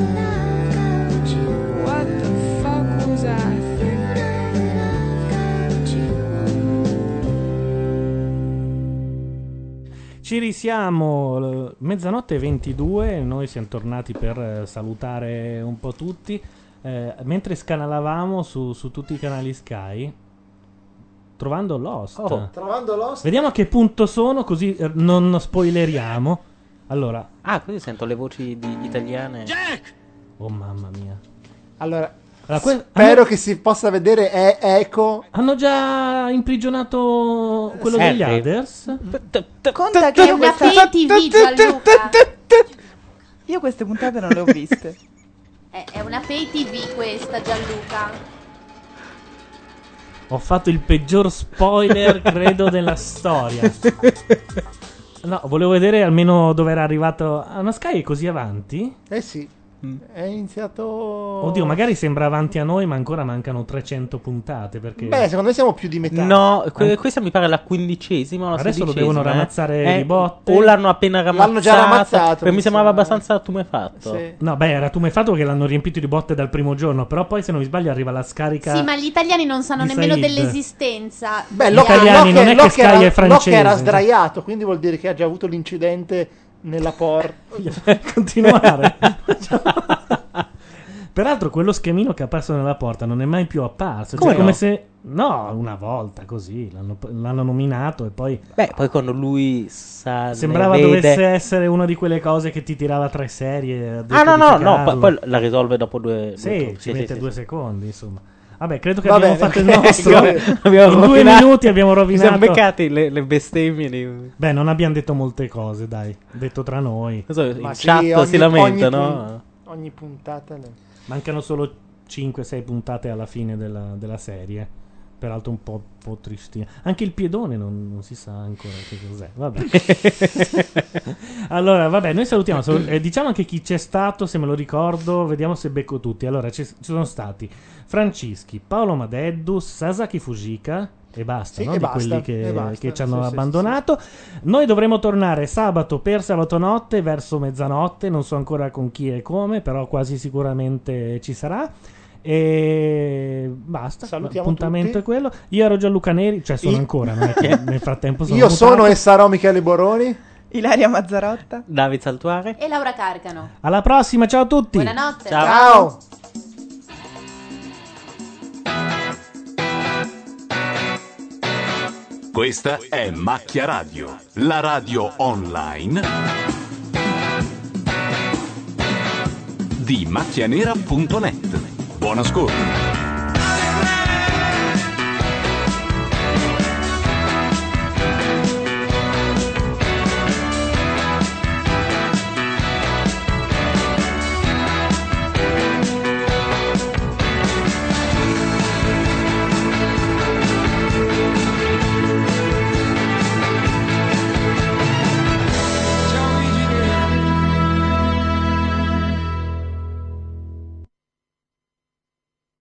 Speaker 19: What the fuck was I thinking?
Speaker 1: Ci risiamo, eh, mezzanotte e 22, noi siamo tornati per eh, salutare un po' tutti. Eh, mentre scanalavamo su, su tutti i canali Sky, trovando Lost.
Speaker 13: Oh,
Speaker 16: Trovando Lost.
Speaker 1: Vediamo a che punto sono, così eh, non spoileriamo. Allora,
Speaker 13: Ah, così sento le voci di- italiane.
Speaker 1: oh mamma mia.
Speaker 16: Allora,
Speaker 1: Allora, que-
Speaker 16: spero che si possa vedere è Eco.
Speaker 1: Hanno già
Speaker 13: Eh,
Speaker 1: imprigionato quello degli Others.
Speaker 14: Conta
Speaker 8: che è una fake TV, Gianluca.
Speaker 14: Io queste puntate non le ho viste.
Speaker 8: Eh, è una pay TV questa, Gianluca.
Speaker 1: Ho fatto il peggior spoiler, credo, della storia. No, volevo vedere almeno dove era arrivato. Ah, ma Sky è così avanti?
Speaker 16: Eh sì. È iniziato.
Speaker 1: Oddio, magari sembra avanti a noi, ma ancora mancano 300 puntate. Perché
Speaker 16: Beh, secondo me siamo più di metà.
Speaker 13: No, que- questa mi pare la quindicesima. o La
Speaker 1: Eh. Adesso lo
Speaker 13: sedicesima,
Speaker 1: devono
Speaker 13: eh.
Speaker 1: ramazzare
Speaker 13: Eh,
Speaker 1: di botte.
Speaker 13: O l'hanno appena ramazzato.
Speaker 1: L'hanno già ramazzato,
Speaker 13: perché
Speaker 1: mi
Speaker 13: Mi sembrava abbastanza tumefatto.
Speaker 1: No, beh, era tumefatto che l'hanno riempito di botte dal primo giorno. Però poi, se non mi sbaglio, arriva la scarica.
Speaker 8: Sì, ma gli italiani non sanno
Speaker 1: Di
Speaker 8: nemmeno
Speaker 1: Said.
Speaker 8: dell'esistenza.
Speaker 16: Beh,
Speaker 1: Gli
Speaker 16: Locke-
Speaker 1: italiani, non è che
Speaker 16: Locke
Speaker 1: Sky
Speaker 16: era,
Speaker 1: è francese.
Speaker 16: Locke era sdraiato, quindi vuol dire che ha già avuto l'incidente nella porta.
Speaker 1: continuare. Peraltro, quello schemino che è apparso nella porta non è mai più apparso.
Speaker 13: Come
Speaker 1: cioè, come
Speaker 13: no?
Speaker 1: se. No, una volta così l'hanno, l'hanno nominato e poi.
Speaker 13: Beh, poi quando lui sa. ne
Speaker 1: Sembrava
Speaker 13: vede-
Speaker 1: dovesse essere una di quelle cose che ti tirava tre serie. ha detto
Speaker 13: Ah, no,
Speaker 1: di
Speaker 13: no, no.
Speaker 1: picarlo.
Speaker 13: Poi, poi la risolve dopo due. due
Speaker 1: Sì,
Speaker 13: trucchi,
Speaker 1: ci mette
Speaker 13: sì,
Speaker 1: due
Speaker 13: sì.
Speaker 1: secondi, insomma. Vabbè, credo che
Speaker 13: Vabbè,
Speaker 1: abbiamo fatto il
Speaker 13: ok,
Speaker 1: nostro.
Speaker 13: abbiamo
Speaker 1: In due
Speaker 13: rovinato-
Speaker 1: minuti abbiamo
Speaker 13: ci siamo
Speaker 1: rovinato.
Speaker 13: beccati le, le bestemmie. Di...
Speaker 1: Beh, non abbiamo detto molte cose, dai. Detto tra noi.
Speaker 13: Non so, in Ma sì, chat ogni- si lamentano. ogni pun-
Speaker 16: Ogni puntata. le-
Speaker 1: Mancano solo 5-6 puntate alla fine della, della serie. Peraltro un po', un po' tristina. Anche il piedone non, non si sa ancora che cos'è. Vabbè. allora, vabbè, noi salutiamo. Sal- eh, diciamo anche chi c'è stato, se me lo ricordo. Vediamo se becco tutti. Allora, ci ci sono stati Francischi, Paolo Madeddu, Sasaki Fujika e basta,
Speaker 16: Sì,
Speaker 1: no?
Speaker 16: e
Speaker 1: di
Speaker 16: basta,
Speaker 1: quelli
Speaker 16: e
Speaker 1: che,
Speaker 16: basta,
Speaker 1: che ci
Speaker 16: sì,
Speaker 1: hanno
Speaker 16: sì, sì,
Speaker 1: abbandonato. Noi dovremo tornare sabato per sabato notte verso mezzanotte, non so ancora con chi e come, però quasi sicuramente ci sarà. E basta.
Speaker 16: Salutiamo
Speaker 1: L'appuntamento
Speaker 16: tutti.
Speaker 1: è quello. Io ero Gianluca Neri, cioè sono
Speaker 16: I-
Speaker 1: ancora, non è che nel frattempo sono
Speaker 16: Io sono
Speaker 1: mutato.
Speaker 16: e sarò Michele Boroni.
Speaker 14: Ilaria Mazzarotta.
Speaker 13: David Saltuare.
Speaker 8: E Laura Carcano.
Speaker 1: Alla prossima, ciao a tutti.
Speaker 8: Buonanotte.
Speaker 13: Ciao.
Speaker 17: Questa è Macchia Radio, la radio online di macchianera.net. Buon ascolto.